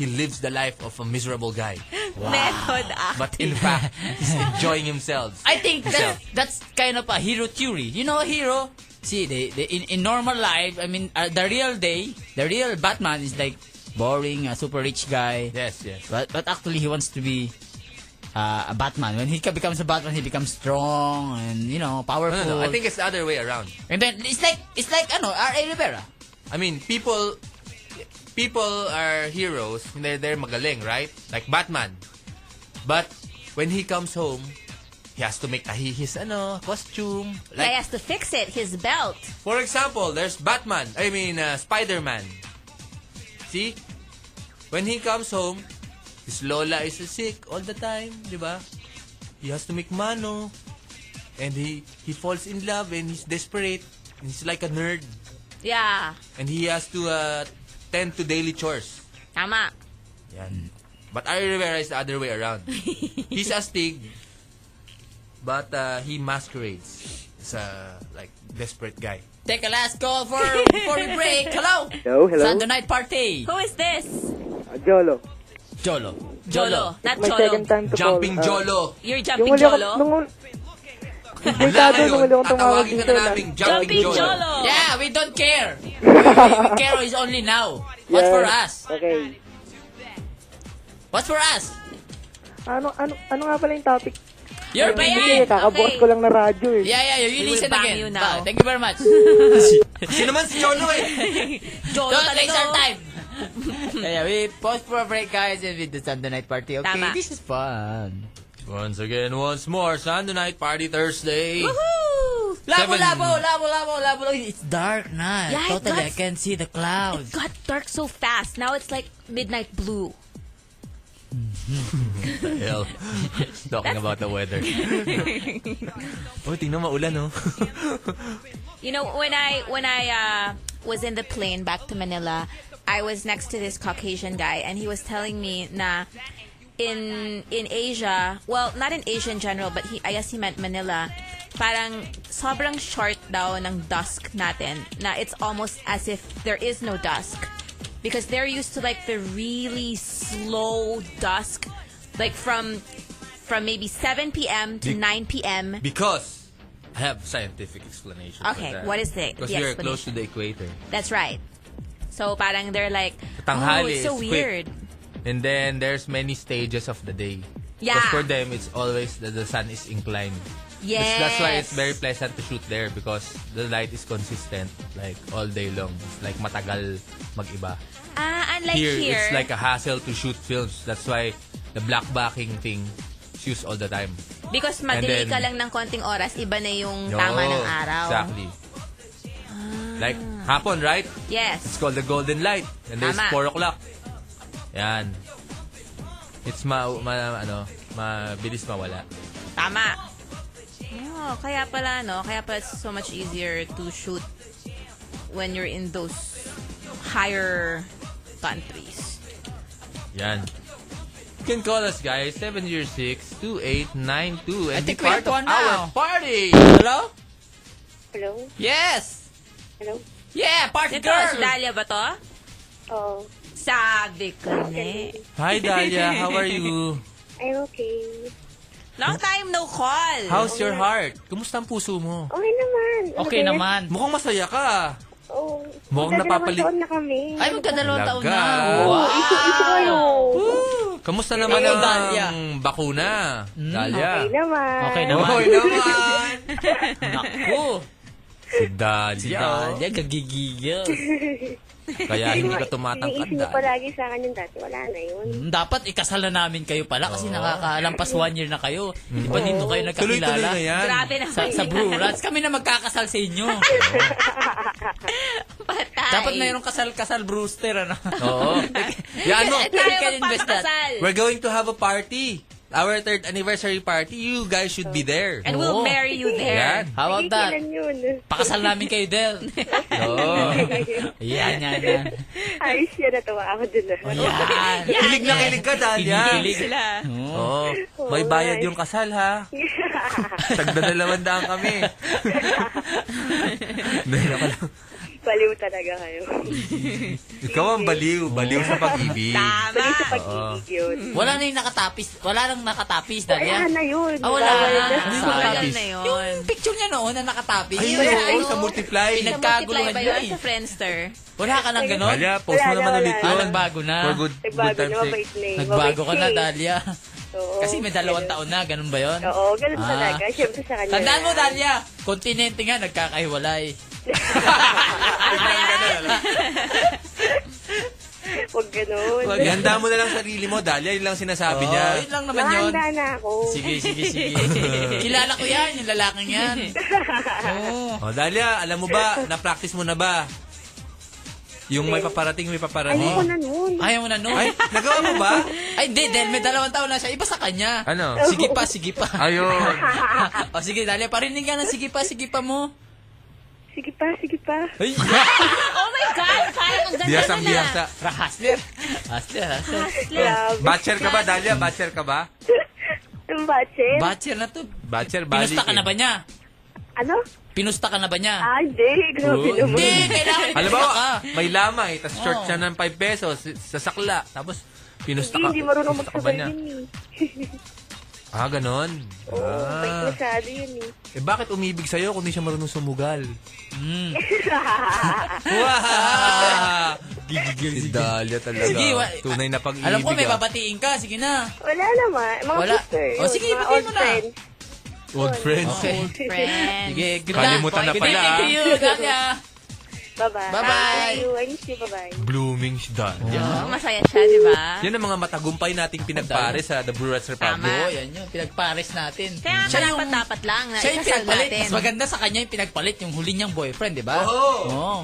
F: He lives the life of a miserable guy,
C: Method act.
F: but in fact, he's enjoying himself.
A: I think that's, that's kind of a hero theory. You know, a hero. See, they, they, in, in normal life, I mean, uh, the real day, the real Batman is like boring, a super rich guy.
F: Yes, yes.
A: But but actually, he wants to be uh, a Batman. When he becomes a Batman, he becomes strong and you know
F: No,
A: powerful.
F: no,
C: Oh.
F: no. I think it's the other way around.
A: and then it's like it's like ano, R.A. Rivera.
F: I mean, people people are heroes. They're, they're magaling, right? Like Batman. But when he comes home, he has to make tahi his ano, costume.
C: Guy
F: Like,
C: has to fix it. His belt.
F: for example, there's Batman. I mean, uh, Spider-Man. See? When he comes home, his lola is sick all the time, di ba? He has to make mano. And he, he falls in love and he's desperate. He's like a nerd.
C: Yeah.
F: And he has to uh, tend to daily chores.
C: Tama.
F: Yan. But Ari Rivera is the other way around. He's astig, but uh, he masquerades as a like desperate guy.
A: Take a last call for before we break. Hello.
E: Hello, hello.
A: Sunday night party.
C: Who is this?
E: Jolo.
A: Jolo.
C: Jolo. Not
D: My second
C: Jolo.
D: time to call.
F: Jumping
H: Uh,
D: Ah,
F: Jolo.
C: You're
D: Yung
C: jumping
D: huli ako,
C: Jolo.
D: nung, delikado nung huli akong tumawag
F: tatawagin ka
D: dito
F: na
D: na.
F: namin Jumping
C: Jumping
F: Jolo.
C: Jolo.
A: Yeah, we don't care. we care is only now. What's
D: Yes.
A: for us?
D: Okay.
A: What's for us?
D: Ano, ano, ano nga pala yung topic?
A: You're
D: Hindi,
A: paying.
D: kakabukas
C: Okay.
D: ko lang na radyo eh.
A: Yeah, yeah, you
C: will
A: listen
C: bang
A: again.
C: you now.
A: Bye. Thank you very much.
F: Sino man si Jolo eh?
C: Jolo
A: Don't waste
C: talaga.
A: our
C: oh.
A: time. yeah, yeah, we pause for a break, guys, and we do Sunday night party. Okay,
C: Tama.
A: this is fun.
F: Once again, once more, Sunday night party Thursday.
C: Woohoo!
A: Labo,
F: Seven.
A: labo, labo, labo, labo. It's dark na.
C: Yeah, it
A: totally, I
C: got-
A: can see the
C: It
A: clouds.
C: got dark so fast. Now it's like midnight blue.
F: Hell, talking about the weather. oh, tingnan maulan oh.
C: You know, when I when I uh, was in the plane back to Manila, I was next to this Caucasian guy, and he was telling me na in in Asia, well, not in Asia in general, but he I guess he meant Manila. Parang sobrang short daw ng dusk natin. Na it's almost as if there is no dusk because they're used to like the really slow dusk, like from from maybe 7 p.m. to
F: Be-
C: 9 p.m.
F: Because I have scientific explanation. for
C: Okay,
F: that.
C: what is the-
F: Because
C: the
F: we are close
C: explanation?
F: to the equator.
C: That's right. So parang they're like, oh,
F: Tanghali
C: it's so
F: is quick.
C: weird.
F: And then there's many stages of the day.
C: Yeah.
F: Because for them, it's always that the sun is inclined.
C: Yes.
F: That's- That's why it's very pleasant to shoot there because the light is consistent like all day long. It's like matagal mag-iba.
C: Ah, unlike here.
F: it's like a hassle to shoot films. That's why the black backing thing is used all the time.
C: Because
F: And
C: madelay
F: then-
C: ka lang ng konting oras, iba na yung
F: No,
C: tama ng araw. Ah.
F: Exactly. Like, hapon, right? It's
C: Yes.
F: called the golden light. And there's
C: Tama.
F: 4 o'clock. Yan. It's ma, ma ano, mabilis mawala.
C: Tama. Oh, kaya pala, no? Kaya pala it's so much easier to shoot when you're in those higher countries.
F: Yan. You can call us, guys. 706-2892 and
A: I think
F: be
A: we have
F: part of
A: one
F: our
A: now.
F: party. Hello?
I: Hello?
A: Yes!
I: Hello?
A: Yeah, party
C: Ito,
A: girl!
C: si Dahlia ba to?
I: Oh,
C: Sabi ko na eh.
F: Hi, Dahlia. How are you?
I: I'm okay.
C: Long time no call.
F: How's your heart? Kumusta ang puso mo?
I: Okay naman. Ano ba
A: Okay
I: yan?
A: naman.
F: Mukhang masaya ka.
I: Oo. Magdadalawang
F: Mukhang napapalit-
I: taon na kami.
A: Ay, Ah! magkadalawang taon na.
F: Laga.
A: Wow.
I: Ito, ito kayo.
F: Kamusta naman
A: Hello,
F: ang
A: Dahlia.
F: bakuna? Dahlia.
I: Okay naman.
A: Okay naman.
F: Okay naman.
A: Naku!
F: si Dahlia.
A: Si Dahlia, gagigigil.
F: Kaya hindi ka tumatangkad,
I: Iniisip niyo
F: Dahlia.
I: palagi sa akin yung dati. Wala na yun.
A: Mm, Dapat ikasal na namin kayo pala kasi
F: Oo. Mm.
A: nakakalampas one year na kayo. Di ba dito kayo
F: Tuloy-tuloy
A: nagkakilala?
F: na yan.
C: Grabe na
A: Sa, sa Brew Rats, kami na magkakasal sa inyo.
C: Patay.
A: Dapat mayroong kasal-kasal Brewster, ano?
F: Oo. Yan mo.
C: Kasi tayo
A: Can you invest that?
C: magpapakasal.
F: We're going to have a party. Our third anniversary party. You guys should be there.
C: And we'll
A: Oo.
C: marry you there.
F: Yan.
A: How about
I: Hindi,
A: that?
I: kailan yun?
A: Pakasal namin kayo, Del.
F: Oo.
A: Yan, yan, yan.
I: Ayos yun. Natuwa ako dun. ah.
A: Yan.
F: Kilig na kilig ka, Dahlia.
A: Kinikilig.
C: Sila.
F: Oo. May bayad yung kasal, ha? Tagda dalawang daan kami. Hindi, joke lang.
I: Baliw talaga kayo.
A: Ah.
F: Ikaw ang baliw. Baliw sa pag-ibig.
C: Tama.
I: Baliw sa pag-ibig yun.
A: Wala na yung nakatapis. Wala nang
I: Ay,
A: nakatapis, Dahlia.
I: na yun.
A: Ah, wala
I: Bawal
A: na.
C: Hindi ko
F: Sorry.
C: alam na yun.
A: Yung picture niya noon na nakatapis.
F: Ay,
A: Yung
F: oo,
A: ano,
F: sa multiply.
A: Pinagkaguluhan
C: Multiply ba
A: niya
C: yun
A: eh.
C: sa Friendster?
A: Wala ka lang ganun?
F: Dahlia, post mo
I: Wala na,
F: naman
I: wala
F: ulit
I: na.
A: Ah,
F: yun.
A: nagbago na.
F: For good, good
I: Nagbago
F: time's
I: na,
F: sake.
I: mabait na eh.
A: Nagbago ka
I: Mabait
A: na,
I: siya eh.
A: Dahlia.
I: Oo.
A: Kasi may dalawang
I: Ganun.
A: taon na, ganun ba yun?
I: Oo, ganun
A: Ah.
I: talaga. Siyempre sa kanya.
A: Tandaan mo,
I: yan.
A: Dahlia, kontinente nga, nagkakahiwalay.
I: Huwag ganun.
F: Ganda mo na lang sarili mo, Dahlia. Yun lang sinasabi
A: Oh,
F: niya.
A: yun lang naman yun.
I: Mahanda na ako.
A: Sige, sige, sige. Kilala ko yan, yung lalaking yan. Oo.
F: Oh, Dahlia, alam mo ba, na-practice mo na ba? Yung may paparating, may
I: Ayoko
F: paparating.
I: na nun.
A: Ayaw mo na nun.
F: Ay, nagawa mo ba?
A: Ay, hindi, dahil may dalawang taon na siya. Iba sa kanya.
F: Ano?
A: Sige pa, sige pa.
F: Ayun.
A: o sige, Dahlia, parinig ka na. Sige pa, sige pa mo.
I: Sige pa, sige pa.
F: Ay,
C: Oh my God! Parang ang ganda
F: biyasa,
C: na na.
F: biyasa.
A: Hasler. Hasler, hasler.
I: Love.
F: Batcher ka ba, Dahlia? Batcher ka ba?
I: Yung bachelor.
A: Batcher na to.
F: Batcher, balik.
A: Pinusta ka na ba niya?
I: ano?
A: Pinusta ka na ba niya?
I: Ah, hindi. Grabe naman.
A: Hindi, kailangan
F: Alam mo,
A: pinusta ka.
F: may lamay, tapos short
A: Oo.
F: siya ng 5 pesos, sa sakla, tapos pinusta
I: Hindi,
F: ka.
I: hindi marunong
F: pinusta ka ba
I: magsabay
F: niya?
I: yun eh.
F: Ah, ganon.
I: Oo, bait
F: Ah.
I: masyado yun eh.
F: Eh, bakit umibig sa'yo kung di siya marunong sumugal?
A: Mm.
F: Wow! Gigigil si Dahlia talaga.
A: Sige, wa-
F: Tunay na pag-ibig.
A: Alam ko may
F: ah.
A: babatiin ka. Sige na.
I: Wala naman.
C: Oh,
I: Mga
A: Wala.
I: sister.
A: O,
I: yun,
A: sige,
I: mga
A: ibigay
I: old
A: mo na.
I: friends.
F: Old friends.
A: Okay.
C: Friends.
A: Sige, good
F: Kalimutan na
A: luck. Good
F: pala,
A: evening to
F: ah.
A: you, Dahlia.
I: Bye-bye.
A: Bye-bye.
I: Thank you. I miss you. Bye-bye.
F: Blooming si Dahlia.
C: Oh, masaya siya, di ba?
F: Yan ang mga matagumpay nating pinagpare sa The Brewers Republic.
A: Oo, yan yun. Pinagpares natin.
C: Kaya nga
A: Siya yung-
C: dapat-dapat lang na
A: Siya yung
C: ikasal
A: pinagpalit.
C: natin.
A: Mas maganda sa kanya yung pinagpalit yung huli niyang boyfriend, di ba?
F: Oo.
A: Oo.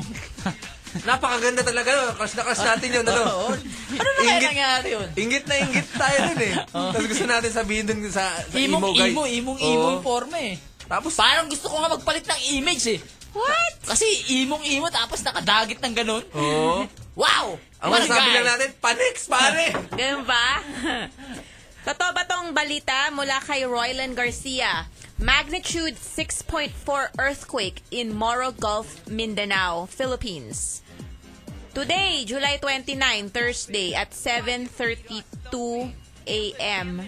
F: Napakaganda talaga. no? Crush na crush natin yun.
A: Oo.
F: Ano?
A: Ano na kaya
F: Ingit-
A: nangyari yun?
F: Ingit na ingit tayo nun eh. Tapos gusto natin sabihin dun sa, sa emo
A: Imong,
F: guy.
A: imo, imong,
F: Oo.
A: imong forma eh.
F: Tapos,
A: Parang gusto ko nga magpalit ng image eh. What? Kasi imong imo tapos nakadagit ng ganun.
F: oo.
A: Wow!
F: Ang
A: What a
F: masasabi
A: guy!
F: lang natin, paniks pare!
C: Ganun ba? Totoo ba tong balita mula kay Roylan Garcia? Magnitude 6.4 earthquake in Moro Gulf, Mindanao, Philippines. Today, July 29, Thursday at 7.32 a.m.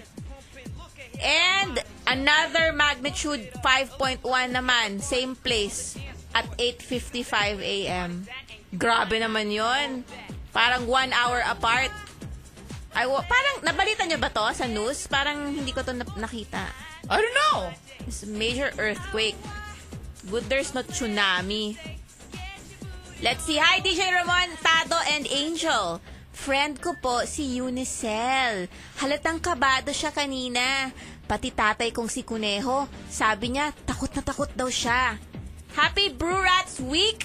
C: And another magnitude 5.1 naman, same place at 8.55 a.m. Grabe naman yon. Parang one hour apart. I wa- parang, nabalita niyo ba to sa news? Parang hindi ko to nap- nakita.
A: I don't know.
C: It's a major earthquake. Good there's no tsunami. Let's see. Hi, DJ Ramon, Tado, and Angel. Friend ko po si Unicel. Halatang kabado siya kanina. Pati tatay kong si Kuneho. Sabi niya, takot na takot daw siya. Happy Brew Rats Week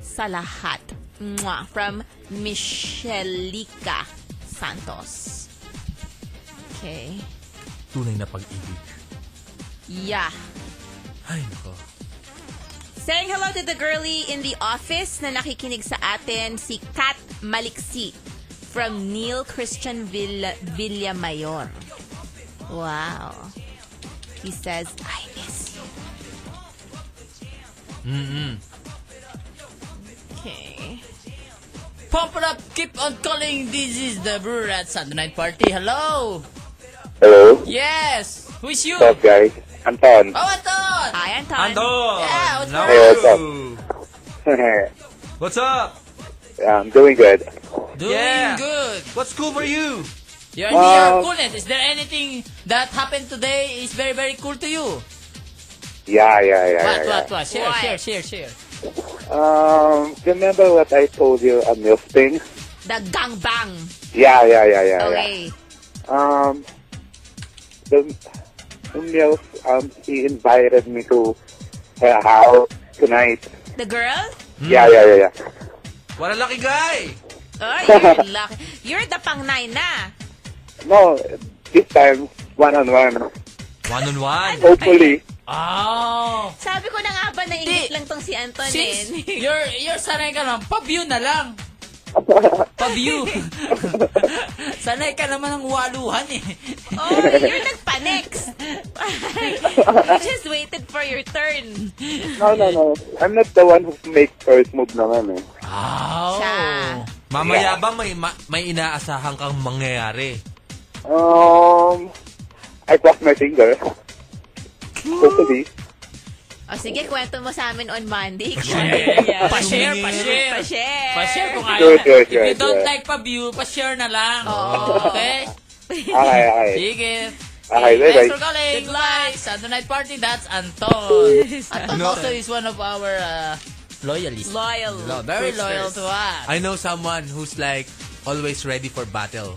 C: sa lahat. Mwah. From Michelica Santos. Okay.
F: Tunay na pag-ibig.
C: Yeah.
F: Ay, nako.
C: Saying hello to the girlie in the office na nakikinig sa atin, si Kat Maliksi from Neil Christian Villa, Villamayor. Wow. He says, I miss you.
A: Mm-mm.
C: Okay.
A: Pump it up, keep on calling. This is the Brew Rat Sunday Night Party. Hello.
J: Hello?
A: Yes. Who is you?
J: What's up, guys? Anton.
A: Oh, Anton.
C: Hi, Anton.
F: Anton!
A: Yeah, what's
F: Hello!
J: Hey, what's up?
F: What's up?
J: yeah, I'm doing good.
A: Doing
F: Yeah.
A: good.
F: What's cool for you?
A: You're near
J: Wow.
A: coolness. Is there anything that happened today is very, very cool to you?
J: Yeah, yeah, yeah, Eh,
A: What,
J: yeah.
A: what, what? Share,
C: Why?
A: share, share, share.
J: Um, remember what I told you on milf thing?
C: The gangbang.
J: Yeah, yeah, yeah, yeah, yeah.
C: Okay.
J: Um, the, the milf, um, she invited me to her house tonight.
C: The girl?
J: Yeah, yeah, yeah, yeah.
F: What a lucky guy!
C: Oh, you're lucky. You're the pang nine na.
J: No, this time, one-on-one.
F: One-on-one.
J: Hopefully.
A: Oh.
C: Sabi ko na nga ba na ingit lang tong si Anton
A: Since
C: eh.
A: you're, you're sanay ka lang, pa-view na lang. Pa-view. sanay ka naman ng waluhan eh.
C: Oh, you're nagpa-next. you just waited for your turn.
J: No, no, no. I'm not the one who makes first move naman eh.
A: Oh.
C: Siya.
F: Mamaya ba may, ma- may inaasahan kang mangyayari?
J: Um, I crossed my finger. Hopefully.
C: O Oh, sige, kwento mo sa amin on Monday.
A: Pa-share,
C: Yeah.
A: pa-share, pa-share.
C: Pa-share.
A: Pa-share kung
J: Sure,
A: ayaw.
J: sure,
A: If you
J: sure,
A: don't
J: sure.
A: like pa-view, pa-share na lang.
C: Oo.
A: Okay?
J: Okay, okay.
A: Sige.
J: Okay,
A: Thanks
J: bye-bye.
A: for calling. Live Saturday Night Party, that's Anton. Anton also is one of our uh, loyalists.
C: Loyal.
A: Lo- very loyal to us.
F: I know someone who's like always ready for battle.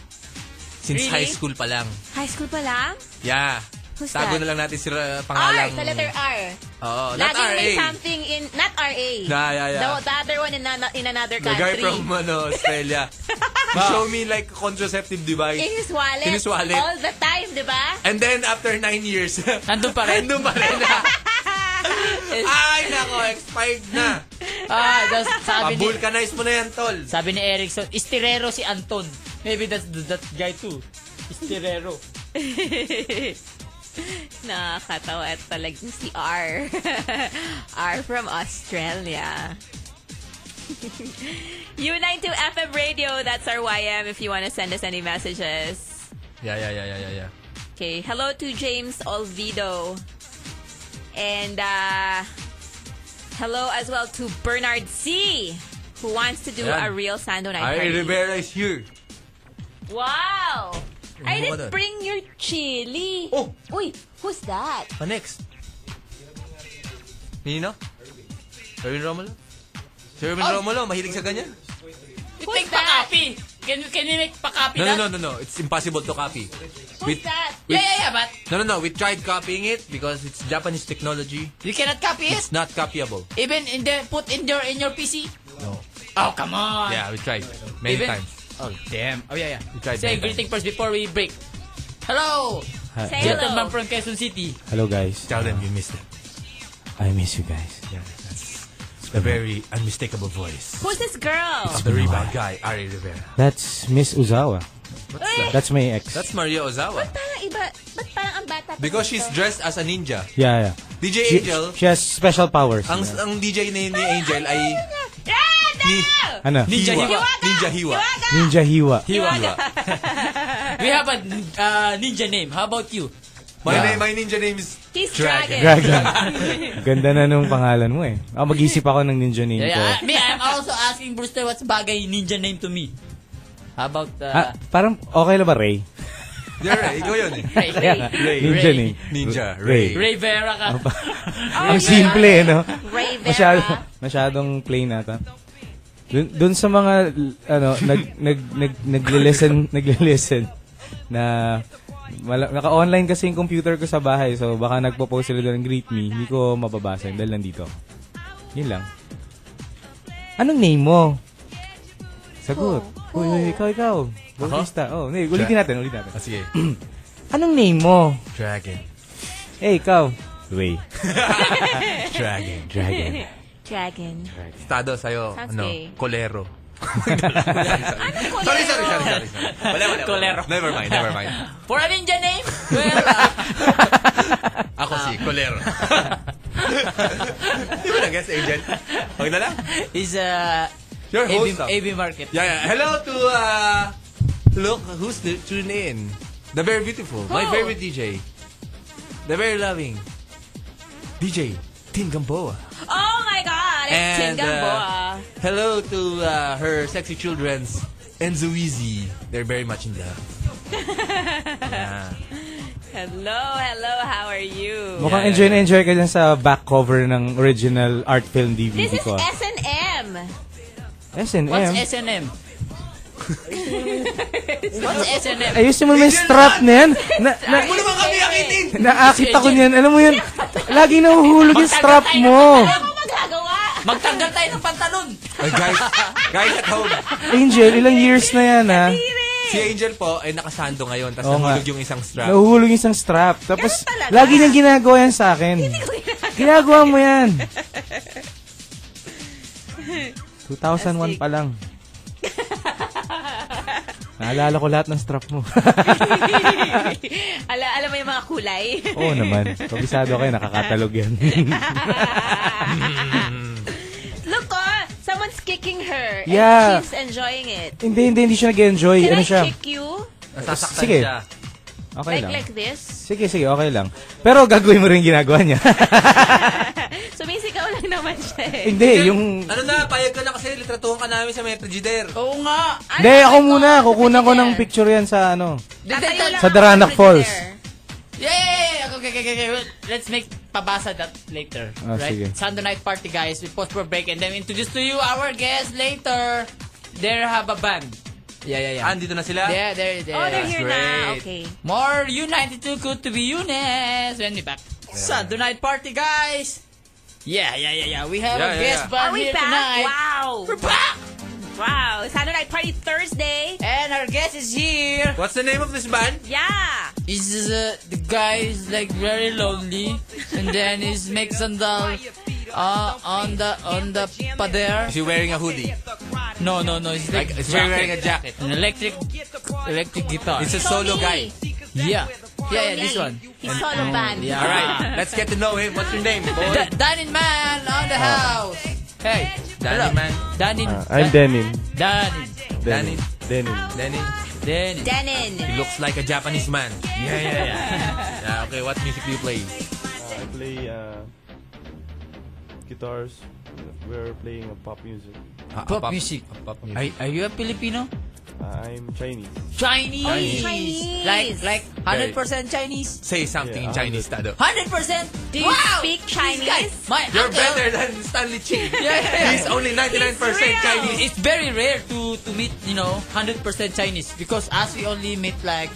F: Since
A: Really?
F: high school pa lang.
C: High school pa lang?
F: Yeah.
C: Who's that?
F: Tago na lang natin si uh,
C: R,
F: pangalang.
C: sa letter R.
F: Oo, not
C: Laging
F: RA.
C: may something in, not RA.
F: Yeah, yeah, yeah.
C: The, the other one in, ano- in another
F: The guy
C: country.
F: from ano, Australia. He show me like contraceptive device.
C: in his wallet.
F: In his wallet.
C: All the time, di ba?
F: And then after nine years,
A: Nandun pa rin.
F: nandun pa rin na. Ay, nako, expired na.
A: Ah, that's, sabi ni,
F: Pabulkanize mo na yan, tol.
A: sabi ni Erickson, istirero si Anton. Maybe that's th- that guy too. Istirero.
C: Nakakatawa at talagang si R. R from Australia. U92 FM Radio, that's our YM if you want to send us any messages.
F: Yeah, yeah, yeah, yeah, yeah, yeah.
C: Okay, hello to James Olvido. And uh, hello as well to Bernard C., who wants to do
F: Ayan.
C: a real Sando Night
F: Ay,
C: Party.
F: Rivera is here.
C: Wow! I
F: Ano ba
C: didn't
F: dun?
C: bring your chili.
F: Oh.
C: Uy, who's that?
F: Pa next. Nino? Erwin Romulo? Si Erwin Romulo, mahilig sa ganyan?
A: You take pa-copy. Can, can you make pa-copy
F: No, no,
A: that?
F: no, no, no. It's impossible to copy.
C: Who's that?
A: Yeah, yeah, yeah, but
F: No, no, no. We tried copying it because it's Japanese technology.
A: you cannot copy it.
F: It's not copyable.
A: Even in the, put in your, in your PC.
F: No.
A: Oh, come on.
F: Yeah, we tried. Many
A: Even-
F: times.
A: Oh, damn. Oh, yeah, yeah.
F: We tried
A: Say
F: many
A: greeting first before we break. Hello!
C: Say
A: Gentleman
C: hello.
A: from Quezon City.
H: Hello guys.
F: Tell them you missed it.
H: I miss you guys.
F: Yeah, that's a very unmistakable voice.
C: Who's this girl?
F: The rebound guy, Ari Rivera.
H: That's Miss Uzawa. That's my ex.
F: That's Maria Ozawa.
C: Eh, Parang iba, ba't parang ang bata pa
F: Because
C: dito?
F: she's dressed as a ninja.
H: yeah, yeah.
F: DJ
H: She,
F: Angel,
H: she has special powers.
F: ang, ang DJ na yun ni Angel ay
C: Ah, no!
F: Ni-
H: ano?
F: Ninja
A: Hiwa.
F: Hiwa. Ninja Hiwa.
C: Hiwaga!
H: Ninja Hiwa.
F: Hiwa.
A: We have a uh, ninja name. How about you?
F: My, name, my ninja name is
C: He's
F: Dragon.
C: dragon.
H: Dragon. Ganda na nung pangalan mo eh. Ah, mag-isip ako ng ninja name
A: Yeah,
H: ko.
A: yeah. Me, I'm also asking Brewster what's bagay ninja name to me. How about, uh,
H: Ah, parang okay na ba, Ray?
F: Yeah, Ray. Ikaw yun eh.
A: Ray, Ray,
H: Kaya, Ninja Ano ni.
F: Ninja,
A: Ray. Ray Vera ka.
H: Ang pa-
A: Oh,
H: Ang
A: yeah.
H: simple eh, no?
A: Ray Vera.
H: Masyado,
C: ah.
H: masyadong plain nata. Dun, dun sa mga ano nag nag nag nagle-listen nagle-listen na mala- naka-online kasi yung computer ko sa bahay so baka nagpo-post sila doon ng greet me hindi ko mababasa yun dahil nandito ako. yun lang anong name mo sagot uy, uy ikaw ikaw Bautista oh hindi, ulitin natin ulitin natin
F: Ah, sige
H: anong name mo
F: Dragon.
H: eh ikaw Ray
F: Dragon.
H: Dragon.
C: Dragon.
F: Estado sa'yo,
C: Sounds
F: ano,
C: gay.
F: kolero.
C: Anong
F: Sorry,
C: kolero?
F: sorry, sorry, sorry. sorry. Wala, wala. Kolero. Never mind, never mind.
A: For a ninja name? Well,
F: Ako si kolero. Di ba nag-guess, Angel? Huwag na lang.
A: Is, uh,
F: Your
A: AB,
F: host ah. now.
A: AB Market.
F: Yeah, yeah. Hello to, uh, look who's the, tuned in. The very beautiful. My
A: Who?
F: favorite DJ. The very loving. DJ Tin Gamboa.
C: Oh my God! It's
F: And, uh,
C: Tingamboa.
F: Hello to uh, her sexy children's Enzo Easy. They're very much in love. Yeah.
C: hello, hello, how are you?
H: Mukhang enjoy na enjoy ka dyan sa back cover ng original art film DVD
C: This is
H: ko. ah.
C: S&M.
A: S&M?
H: S&M?
A: What's S&M?
H: Ayusin mo naman yung strap na yan. Na, na,
A: Huwag mo naman kami akitin!
H: naakit ako niyan. Alam mo yun, laging nahuhulog yung strap mo.
A: Magtanggal tayo ng pantalon!
F: Ay, guys, guys at home.
H: Angel, ilang years na yan ha?
F: Si Angel po ay nakasando ngayon tapos
H: Oo nga.
F: nahulog yung isang strap.
H: Nahuhulog yung isang strap. Tapos, lagi niyang ginagawa yan sa akin. Ginagawa mo yan. 2001 pa lang. Naalala ko lahat ng strap mo.
C: Ala, alam mo yung mga kulay?
H: Oo naman. Kabisado kayo, nakakatalog yan.
C: Look, oh, someone's kicking her. And
H: Yeah.
C: she's enjoying it.
H: hindi, hindi, hindi siya nag-enjoy.
C: Can
H: ano
C: I
H: siya?
C: kick you?
F: Nasasaktan
H: Sige.
F: siya.
H: Okay
C: like,
H: lang.
C: like this?
H: Sige, sige, okay lang. Pero gagawin mo rin yung ginagawa niya.
C: Sumisigaw lang naman siya eh.
H: hindi, yung...
F: Ano na, payag ka na kasi litratuhan ka namin sa Metro Jider.
A: Oo nga.
H: Hindi, ako muna. Kukunan ko ng picture yan sa ano.
A: Detective.
H: Sa Daranac Falls.
A: Yay! Okay, okay, okay, okay. Well, Let's make pabasa that later.
H: Ah,
A: right?
H: sige.
A: Sunday night party, guys. We post for break and then introduce to you our guests later. They have a band. Yeah, yeah, yeah.
F: Ah, andito na sila?
A: Yeah, they're there.
F: Oh, they're That's here na.
C: Okay.
F: great.
A: More U92 good to be Unes. When we back. Sunday night party, guys. Yeah, yeah, yeah, yeah. We have
F: Yeah,
A: a
F: yeah,
A: guest
F: yeah.
A: band
C: Are we
A: here
C: back?
A: tonight.
C: Wow. We're
A: back.
C: Wow. Saturday Night Party Thursday.
A: And our guest is here.
F: What's the name of this band?
C: Yeah.
A: Is uh, the guy is like very lonely, and then he's makes on the uh, on the on the pader.
F: Is he wearing a hoodie?
A: No, no, no. He's like
F: Like, he's wearing a jacket.
A: An electric electric guitar.
F: It's a solo guy.
A: Yeah, yeah, yeah. This one.
C: He's solo band.
A: Yeah.
F: All right, let's get to know him. What's your name, Ah. boy?
A: D- Danin man on the house. Hey,
F: Danny, man.
A: Danin.
H: I'm Denin.
A: Danin.
F: Danny.
H: Denin.
F: Danny.
A: Danin.
F: He
C: Denon.
F: looks like a Japanese man. Yeah, yeah, yeah. yeah okay, what music do you play?
K: I play uh, guitars. Uh, We're playing a pop music.
F: Ah,
A: Pop music.
F: Pop
A: Are,
F: music.
A: are you a Filipino?
K: Uh, I'm Chinese.
A: Chinese.
C: Oh, he's Chinese.
A: Like like 100% Chinese.
F: Say something in
K: Yeah,
F: Chinese, Tado.
A: 100%.
C: Do you
A: wow.
C: speak
A: These guys,
C: Chinese?
A: My
F: You're
A: uncle-
F: better than Stanley Chi.
A: Yeah, yeah, yeah.
F: He's only 99%
C: He's real.
F: Chinese.
A: It's very rare to to meet, you know, 100% Chinese because as we only meet like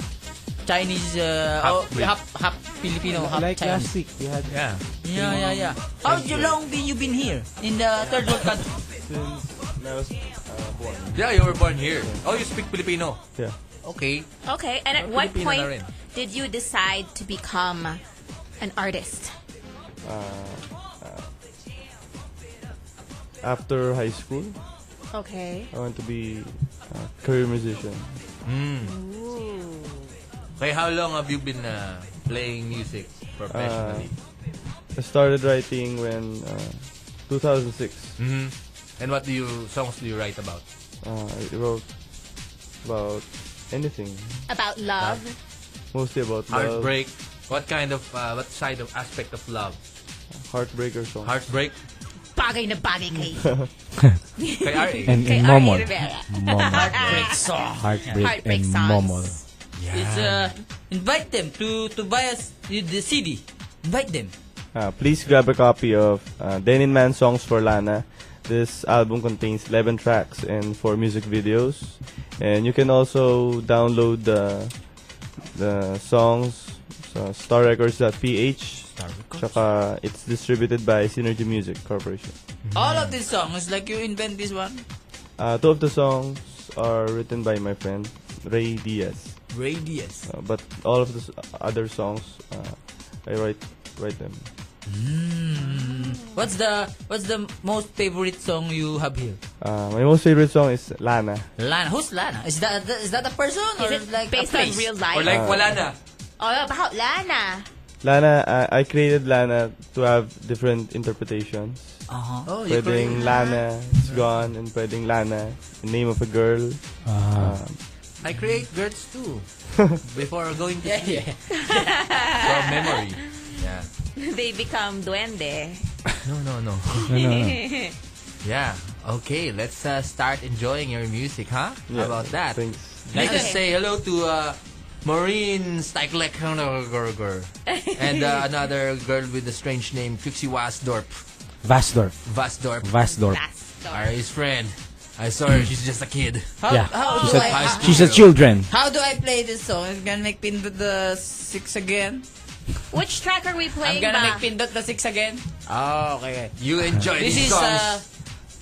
A: Chinese uh,
F: oh,
A: half,
F: Half breed.
A: half, half Filipino, half
H: Like
A: Chinese.
H: last week, we had
F: Yeah.
A: Yeah, yeah, yeah. How long been you been here in the third world country?
K: Since when I was uh, born.
F: Yeah, you were born here. Oh, you speak Filipino.
K: Yeah.
F: Okay.
C: Okay. And at
F: Or
C: what
F: Filipino na
C: point
F: rin.
C: did you decide to become an artist?
K: Uh, uh, after high school,
C: Okay.
K: I want to be uh, a career musician.
F: Hmm. Okay, how long have you been uh, playing music professionally?
K: I started writing when uh, 2006.
F: mm-hmm. And what do you songs do you write about?
K: Uh, I wrote about anything,
C: About love.
K: mostly about love,
F: Heartbreak. What kind of uh, what side of aspect of love?
K: heartbreaker songs.
F: Heartbreak.
C: bagay na bagay kay.
F: Kay R.A.
L: And
C: Kay
L: in
C: R.A.
L: Momol.
C: Rivera.
L: Momol.
M: Heartbreak song.
L: Heartbreak,
M: Heartbreak
L: and
M: songs.
L: Momol.
F: It's, uh, invite them to, to buy us the CD. Invite them.
K: Uh, please grab a copy of uh, Denin Man Songs for Lana. This album contains 11 tracks and four music videos. And you can also download the the songs uh, sa starrecords.ph. Tsaka it's distributed by Synergy Music Corporation.
F: All of these songs, like you invent this one.
K: Uh, two of the songs are written by my friend Ray Diaz.
F: Ray Diaz.
K: Uh, but all of the s- other songs, uh, I write write them.
F: What's the what's the most favorite song you have here?
K: Uh, my most favorite song is Lana.
F: Lana. Who's Lana? Is that is that a person or
C: Is it
F: like
C: based on
F: a place?
C: real life?
K: Or like Uh, wala na.
C: Oh, about Lana.
K: Lana, uh, I created Lana to have different interpretations.
F: Uh-huh.
C: Oh,
F: you
K: pwedeng
F: created-
K: Lana is gone and pwedeng Lana, the name of a girl.
L: Ah.
K: Um,
F: I create girls too. Before going to yeah, yeah.
C: From
F: memory. Yeah.
C: They become duende.
F: No, no, no. Yeah. Okay, let's uh, start enjoying your music, huh? How
K: Yeah,
F: about that?
K: thanks.
F: Let us
C: Okay.
F: say hello to uh, Maureen Steiglek and uh, another girl with a strange name, Trixie Wasdorp.
L: Vasdorf.
F: Vasdorp.
L: Vasdorp.
F: Are his friend. I saw her. She's just a kid.
L: How- Yeah.
A: how
L: she's a,
A: do Oh, I- uh-huh. how-
L: she's a children.
A: How do I play this song? I'm gonna make pindot the six again.
C: Which track are we
A: I'm
C: playing
A: gonna
C: ba?
A: make pindot the six again.
F: Oh, okay. You
L: Uh-huh.
F: enjoy
A: this is
F: these songs.
A: uh,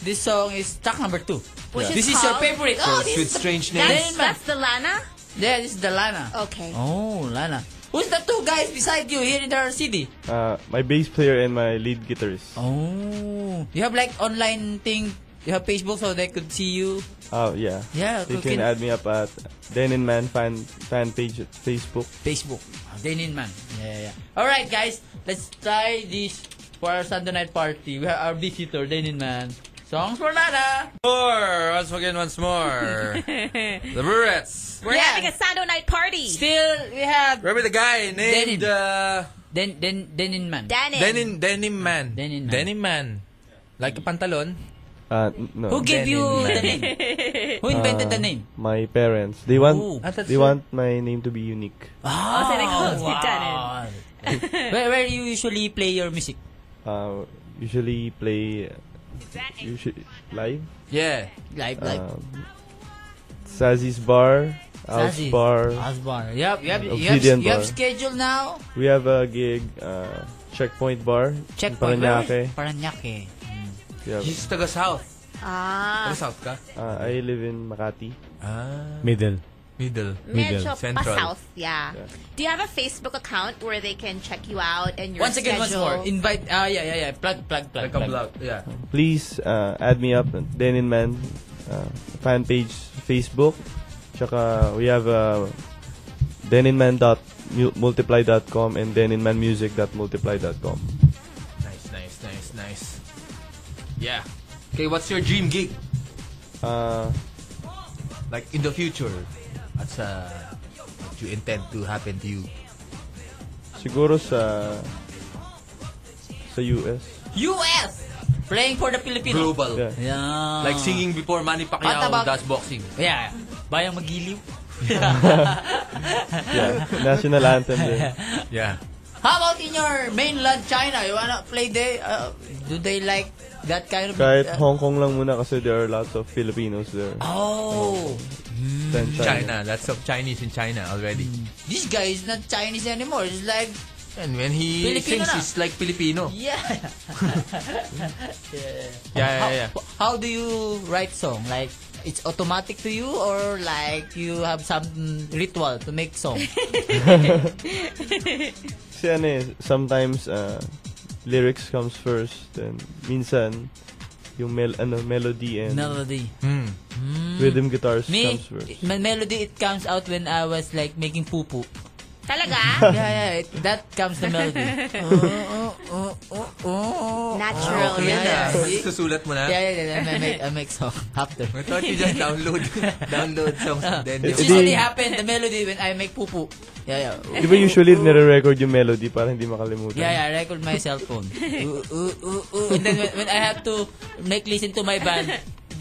A: this song is track number two.
C: Which
A: This is your
C: called-
A: favorite.
C: Oh, this
F: With
C: is the-
F: strange
C: That's,
F: names.
C: that's the Lana?
A: Yeah, this is the Lana.
C: Okay.
F: Oh, Lana.
A: Who's the two guys beside you here in the city?
K: uh, my bass player and my lead guitarist.
F: Oh.
A: You have like online thing. You have Facebook so they could see you.
K: Oh yeah.
A: Yeah,
K: You
A: okay.
K: can add me up at Denin Man fan fan page at Facebook.
F: Facebook. Denin Man. Yeah, yeah.
A: All right, guys, let's try this for our Sunday night party. We have our visitor, Denin Man. Songs for Lana.
F: More! Once again, once more. the Burettes.
C: We're having a Sando night party.
A: Still, we have
F: Remember the guy named... Uh,
A: Den Den Denin Man.
C: Denim.
F: Denim, denim man. Denim man. Like a pantalon.
K: Uh, n- no.
A: Who gave you the name? Who invented
K: Uh,
A: the name?
K: My parents. They want
A: Ooh. Ah, that's it.
K: they want my name to be unique.
A: Oh,
C: so they call it Denim.
A: where, where you usually play your music?
K: Uh, usually play uh, usually live.
F: Yeah. Live, live.
K: Um, Sazzy's Bar, Al's
A: Sazzy's,
K: Bar.
A: Al's Bar. Yep, yep, you have-
K: Obsidian
A: you have
K: Bar.
A: schedule now?
K: We have a gig, uh, Checkpoint Bar. in
A: Checkpoint.
K: Paranaque.
A: Paranaque.
K: We have-
F: He's taga South.
C: Ah.
F: Taga Ano, South ka?
K: uh, I live in Makati.
F: Ah.
L: Middle.
F: Middle.
C: Medyo pa
F: Central.
C: south, yeah. Do you have a Facebook account where they can check you out and your
A: Once again, once
C: schedule?
A: more. Invite. Ah, yeah, yeah, yeah. Plug, plug, plug.
F: Like a block. Yeah.
K: Please uh, add me up at Denin Man uh, fan page Facebook. Tsaka we have uh, deninman.multiply.com and deninmanmusic.multiply.com.
F: Nice, nice, nice, nice. Yeah. Okay, what's your dream gig?
K: Uh,
F: Like in the future? What's uh, what you intend to happen to you?
K: siguro sa sa US.
A: U.S. Playing for the Filipino.
F: Global.
K: Yeah.
A: Yeah.
F: Like singing before Manny Pacquiao
A: What about-
F: does boxing.
A: Yeah. Bayang magiliw.
K: Yeah. National anthem din.
F: Yeah.
A: How about in your mainland China? You wanna play they? Uh, do they like that kind of?
K: Kahit
A: uh,
K: Hong Kong lang muna kasi there are lots of Filipinos there.
A: Oh,
K: Then China.
F: China. That's of Chinese in China already.
A: this guy is not Chinese anymore. It's like
F: And when he
A: Filipino
F: sings,
A: na.
F: he's like Filipino.
A: yeah.
F: Yeah, yeah, yeah.
A: How do you write song? Like it's automatic to you, or like you have some ritual to make song?
K: Kasi ano eh, sometimes uh, lyrics comes first, then minsan yung mel ano melody and
A: Melody.
F: Hmm.
K: rhythm guitars
A: Me,
K: comes first.
A: my melody it comes out when I was like making poo poo.
C: Talaga?
A: yeah, yeah, it, that comes the melody. oh, oh, oh, oh, oh. Oh,
C: Natural.
A: yeah, yeah. See?
F: Susulat mo na?
A: Yeah, yeah, yeah. I make, I make song after. I
F: thought you just download, download songs and then
A: It
F: you-
A: usually happen, the melody when I make pupu. Yeah, yeah.
K: Di ba usually nire-record yung melody para hindi makalimutan?
A: Yeah, yeah, I record my cell phone. ooh, ooh, ooh, ooh. And then when, when I have to make listen to my band,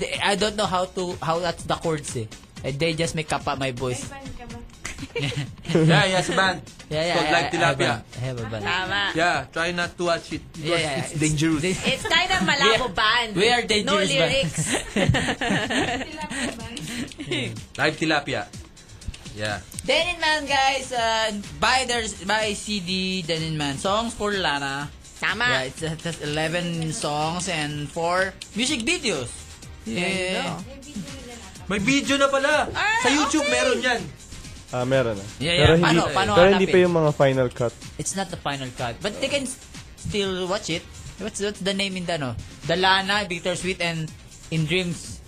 A: they, I don't know how to, how that's the chords eh. And they just make up my voice.
F: yeah, yeah, sa band.
A: Yeah, yeah.
F: It's called
A: I- I have
F: Live Tilapia.
A: a- I have a band.
C: Tama.
F: Yeah, try not to watch it because
A: Yeah, yeah,
F: it's, dangerous.
C: It's kind of malabo band.
A: we are
C: No
A: dangerous band.
C: lyrics.
F: Live Tilapia. Yeah.
A: Denin Man, guys. Uh, buy their buy CD, Denin Man. Songs for Lana.
C: Tama.
A: Yeah, it's, uh, that's 11 songs and 4 music videos. Yeah.
F: May video na pala.
A: Ah,
F: sa YouTube meron yan.
K: Ah, meron na.
A: Yeah,
K: Pero
A: yeah.
K: hindi,
A: Paano- paano
K: pero hindi pa
A: hanapin?
K: yung mga final cut.
A: It's not the final cut. But they can still watch it. What's, what's the name in the, no? The Lana, Bittersweet, and In Dreams,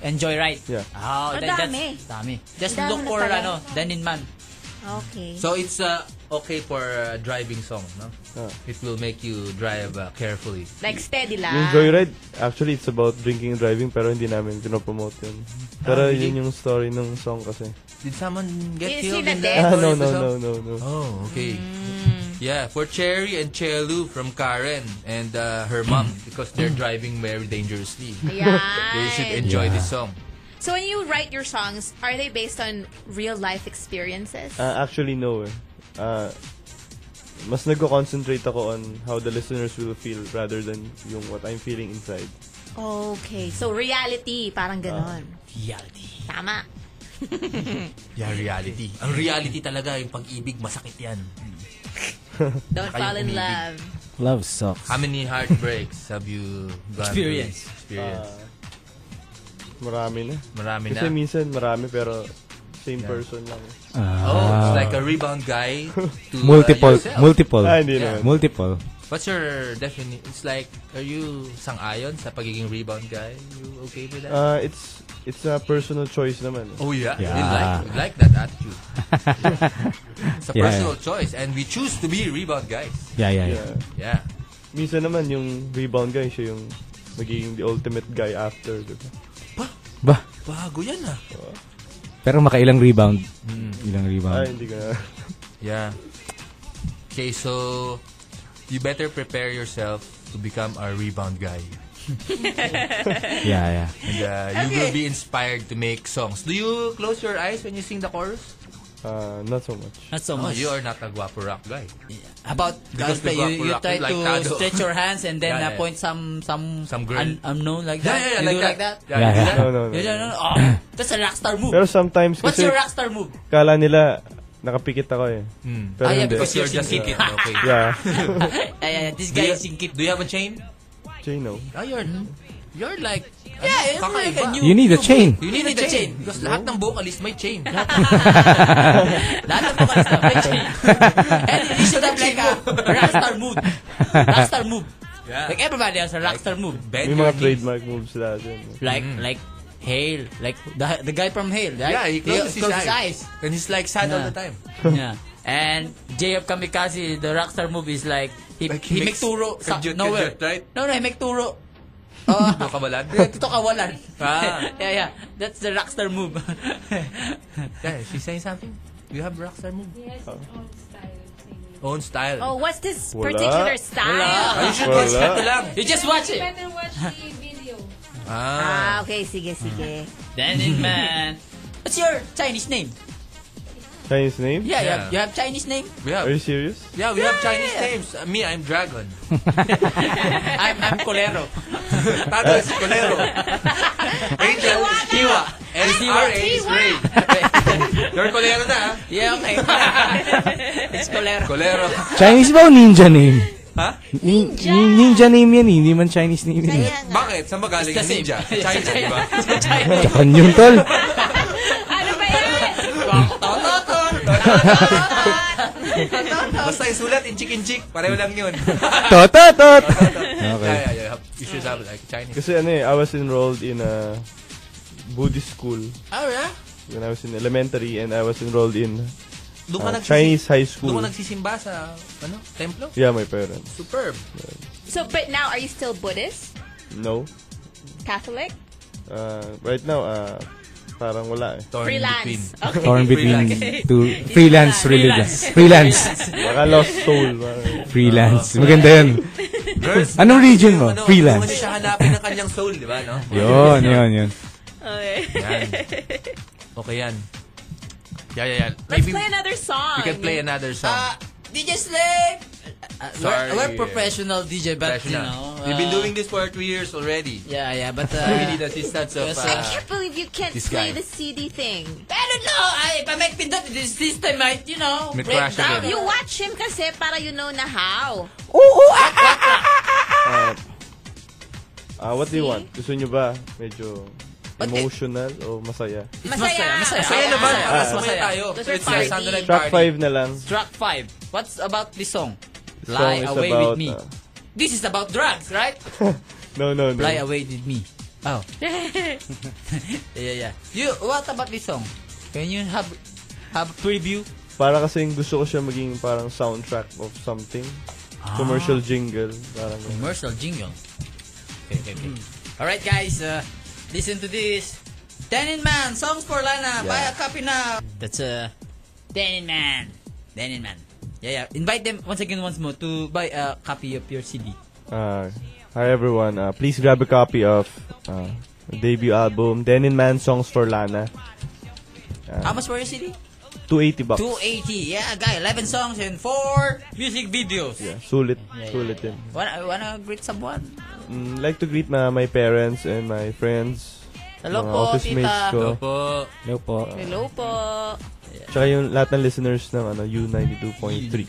A: and Joyride.
K: Yeah.
A: Oh,
C: Ang
A: that- that's-
C: dami.
A: Dami. Just
C: Ang dami
A: look
C: na
A: for,
C: pala.
A: ano, Denin Man.
C: Okay.
F: So it's uh, okay for uh, driving song, no?
K: Ah.
F: It will make you drive uh, carefully.
C: like steady lang.
K: Yung Joyride, actually, it's about drinking and driving, pero hindi namin pinopromote yun. Pero
F: Ah,
K: yun
F: really?
K: yung story ng song kasi.
F: Did someone
C: Is
F: get
C: he
F: killed
C: the
F: in
C: dead?
K: Ah,
F: that?
K: no,
F: story
K: no,
F: itself?
K: no, no, no.
F: Oh, okay.
A: Hmm.
F: Yeah, for Cherry and Chelu from Karen and uh, her mom because they're
A: Hmm.
F: driving very dangerously. They should
C: Ayan.
F: enjoy
K: Yeah.
F: this song.
C: So when you write your songs, are they based on real life experiences?
K: Ah, actually, no eh. Ah, mas nagko-concentrate ako on how the listeners will feel rather than yung what I'm feeling inside.
C: okay. So reality, parang ganon.
F: Reality.
C: Tama.
F: Yeah, reality. Ang reality talaga, yung pag-ibig, masakit yan.
C: Don't fall in love.
H: Love sucks.
F: How many heartbreaks have you gone through?
A: Experience.
F: Experience. Uh,
K: Marami na.
F: Marami
K: Kasi
F: na.
K: minsan marami pero same person lang.
F: oh, it's like a rebound guy to uh,
H: Ah. multiple,
F: yourself.
H: multiple,
K: Ah, hindi naman.
H: multiple.
F: What's your definition? It's like, are you sang-ayon sa pagiging rebound guy? You okay with that?
K: Ah, it's it's a personal choice naman. eh.
F: Uh, Oh yeah, we
H: Yeah.
F: like we like that attitude. it's a
H: Yeah.
F: personal choice, and we choose to be rebound guys.
H: Yeah, yeah, yeah.
K: Yeah.
F: Yeah,
K: Minsan naman yung rebound guy siya yung magiging the ultimate guy after, diba?
H: Bah,
F: bago yan ah.
H: pero makailang rebound. Ilang rebound.
K: Ah, hindi ko na.
F: Yeah. Okay, so you better prepare yourself to become a rebound guy,
H: Yeah, yeah.
F: and uh, you will be inspired to make songs. Do you close your eyes when you sing the chorus?
K: Ah, not so much.
A: Not so
F: Oh,
A: much.
F: you are not a guapo rock guy.
A: How About
F: Because
A: gospel,
F: the
A: you, you
F: guapo
A: try
F: like
A: to
F: Tado.
A: stretch your hands and then uh,
F: Yeah, yeah.
A: point some some
F: Some girl.
A: un- unknown like
F: Yeah,
A: that.
F: yeah, yeah,
A: You
F: like
A: do
F: that.
A: like that.
F: Yeah,
H: Yeah,
F: you do
H: yeah.
F: that?
K: No, no, no.
A: You don't know. Oh, that's a rockstar move.
K: Pero sometimes
A: What's
K: kasi
A: your rockstar move?
K: kala nila nakapikit ako eh. Pero
A: Ah, yeah,
K: hindi.
A: Because
F: Because Hmm. you're
A: you're
F: just
A: singkit.
F: singkit. Okay.
K: Yeah.
A: Ay, ay, this
F: Do
A: guy
F: you,
A: is singkit.
F: do you have a chain?
K: Jay, no.
F: Oh, you're, you're like,
A: Mm-hmm. Yeah,
F: ano,
A: you're like
F: kakaiba.
A: a new-
H: You need a chain.
F: You need, a chain. Because lahat ng vocalist may chain.
A: Lahat ng vocals na may chain. And you should have like a rockstar move. Rockstar move.
F: Yeah.
A: Like everybody has a rockstar move.
K: May mga trademark moves lahat yun. eh.
A: Like, like, Hale. Like, the, the guy from Hale, right?
F: mm-hmm. Yeah, he closes his eyes. And he's like sad all
A: Yeah.
F: the time.
A: yeah. And J of Kamikaze, the rockstar movie is like, he,
F: Like,
A: he,
F: he
A: make
F: makes
A: turo sa
F: kajut-kajut,
A: nowhere.
F: right?
A: No, no, he make turo. Oh,
F: No kabalan.
A: Tito kawalan.
F: Ah.
A: yeah, yeah. That's the rockstar move.
F: yeah, she's saying something. You have rockstar move. Yes, own style.
C: Oh, what's this
K: Wala.
C: particular style?
F: Ah, you should
K: Wala.
F: watch that lang.
A: you just watch it.
F: Ah.
C: Ah, okay, sige, sige.
A: Denim Man. What's your Chinese name?
K: Chinese
A: Yeah,
K: name?
A: You,
F: Yeah.
A: have, you have Chinese name?
F: We have,
K: Are you serious?
F: yeah, we have Chinese names. Uh, me, I'm Dragon.
A: I'm, I'm Colero.
F: Tato is Colero. Angel is Kiwa. And RA is Ray. You're Colero na, ha?
A: Yeah, okay. It's Colero.
F: Colero.
H: Chinese ba o ninja name?
F: Ha?
H: Nin- nin- Ninja name yan eh, hindi man Chinese name yan eh.
F: Bakit? Saan magaling yung ninja? China, di ba?
H: Japan yun, tol.
C: ano ba yan?
F: Basta isulat, inchik-inchik. Pareho lang yun.
H: Tot, tot.
F: Yeah, yeah, yeah. You should have like Chinese.
K: Kasi ano eh, I was enrolled in a Buddhist school
F: Ah,
A: Oh, yeah?
K: when I was in elementary and I was enrolled in
F: Doon ka
K: Ah,
F: nagsisim-
K: Chinese high school.
F: Doon ka nagsisimba sa, ano, templo?
K: Yeah, my parents.
F: Superb.
C: So, but now, are you still Buddhist?
K: No.
C: Catholic?
K: Uh, right now, uh, parang wala eh.
F: Torn
C: Freelance. between. Okay.
H: Torn between two freelance religions. Freelance.
K: Baka lost soul. parang- Uh,
H: Freelance. Maganda yun.
F: Girls,
H: Anong region mo?
F: Ano, Kung
H: freelance.
F: ano siya hanapin ng kanyang soul, di ba, no?
H: Yun, yun, yun.
C: Okay.
F: Yan. Okay yan. Yeah, yeah, yeah.
C: Let's play another song.
F: We can play another song.
A: Ah, DJ Slade! Uh,
F: Sorry.
A: We're, we're professional DJ, but you
F: Professional.
A: know.
F: We've been
A: uh,
F: doing this for two years already.
A: Yeah, yeah, but uh,
F: we need assistance
A: yes,
F: of... Uh,
A: I
C: I can't believe you can't
F: This
C: play
F: guy.
C: the CD thing.
A: I don't know. I, if I make pindot, the system might, you know,
F: May
A: break
F: crash
A: down.
F: again.
C: You watch him kasi para you know na how.
K: Ah, ah, what do you want? Gusto nyo ba medyo emotional o masaya?
A: Masaya, masaya.
F: Masaya naman,
A: Masaya.
F: para
A: Ah.
F: sumaya tayo.
A: Those
F: It's
A: are
F: a
A: party.
F: Sunday night
K: Track
F: party.
K: 5 na lang.
A: Track 5. What's about this song?
K: This song
A: Lie
K: is
A: away
K: about,
A: with me.
K: uh,
A: This is about drugs, right?
K: no, no, no.
A: Lie away with me. Oh. yeah, yeah. You, what about this song? Can you have have a preview?
K: Para kasing gusto ko siya maging parang soundtrack of something.
H: Ah.
K: Commercial jingle. Parang
A: Commercial jingle. Okay, okay, okay. Alright guys, uh, listen to this. Denin Man, songs for Lana. Buy a copy now. That's a Denin Man. Denin Man. Yeah, yeah. Invite them once again, once more to buy a copy of your CD.
K: Uh, hi everyone. Uh, please grab a copy of uh, debut album Denin Man Songs for Lana.
A: How
K: Uh,
A: much for your CD?
K: 280
H: oh.
K: bucks.
A: 280. Yeah, guy. 11 songs and 4 music videos.
K: Yeah, sulit,
A: Yeah, yeah,
K: sulit din.
A: Wanna, wanna greet someone?
K: Mm, like to greet my, my parents and my friends.
A: Hello
K: mga
A: po,
K: office
A: tita.
K: mates ko. Uh,
A: Hello po.
H: Hello po.
C: Hello po.
K: Tsaka yung lahat ng listeners ng ano, U92.3.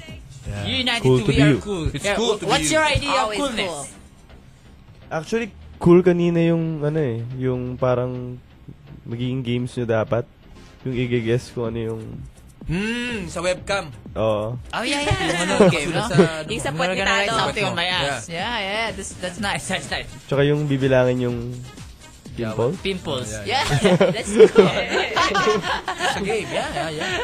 A: United
K: Cool to
A: we
K: be
A: are
K: you.
A: cool.
F: It's
A: Yeah,
F: cool to be
A: What's
F: you.
A: your idea
C: Always
A: of coolness?
C: cool.
K: Actually, cool kanina yung ano eh, yung parang magiging games nyo dapat. Yung i-guess kung ano yung...
F: Hmm, sa webcam.
K: Oo.
A: Oh yeah, yeah.
F: Yung ano,
A: game, no?
F: sa, ano,
C: Yung sa
A: We're
C: puwet ni
A: gonna write
C: Tado.
A: something on my ass. Yeah, yeah. that's, that's nice. That's nice.
K: Tsaka yung bibilangin yung pimple.
A: Pimples. Yeah.
C: Yeah, let's go.
F: sa game. Yeah, yeah, yeah.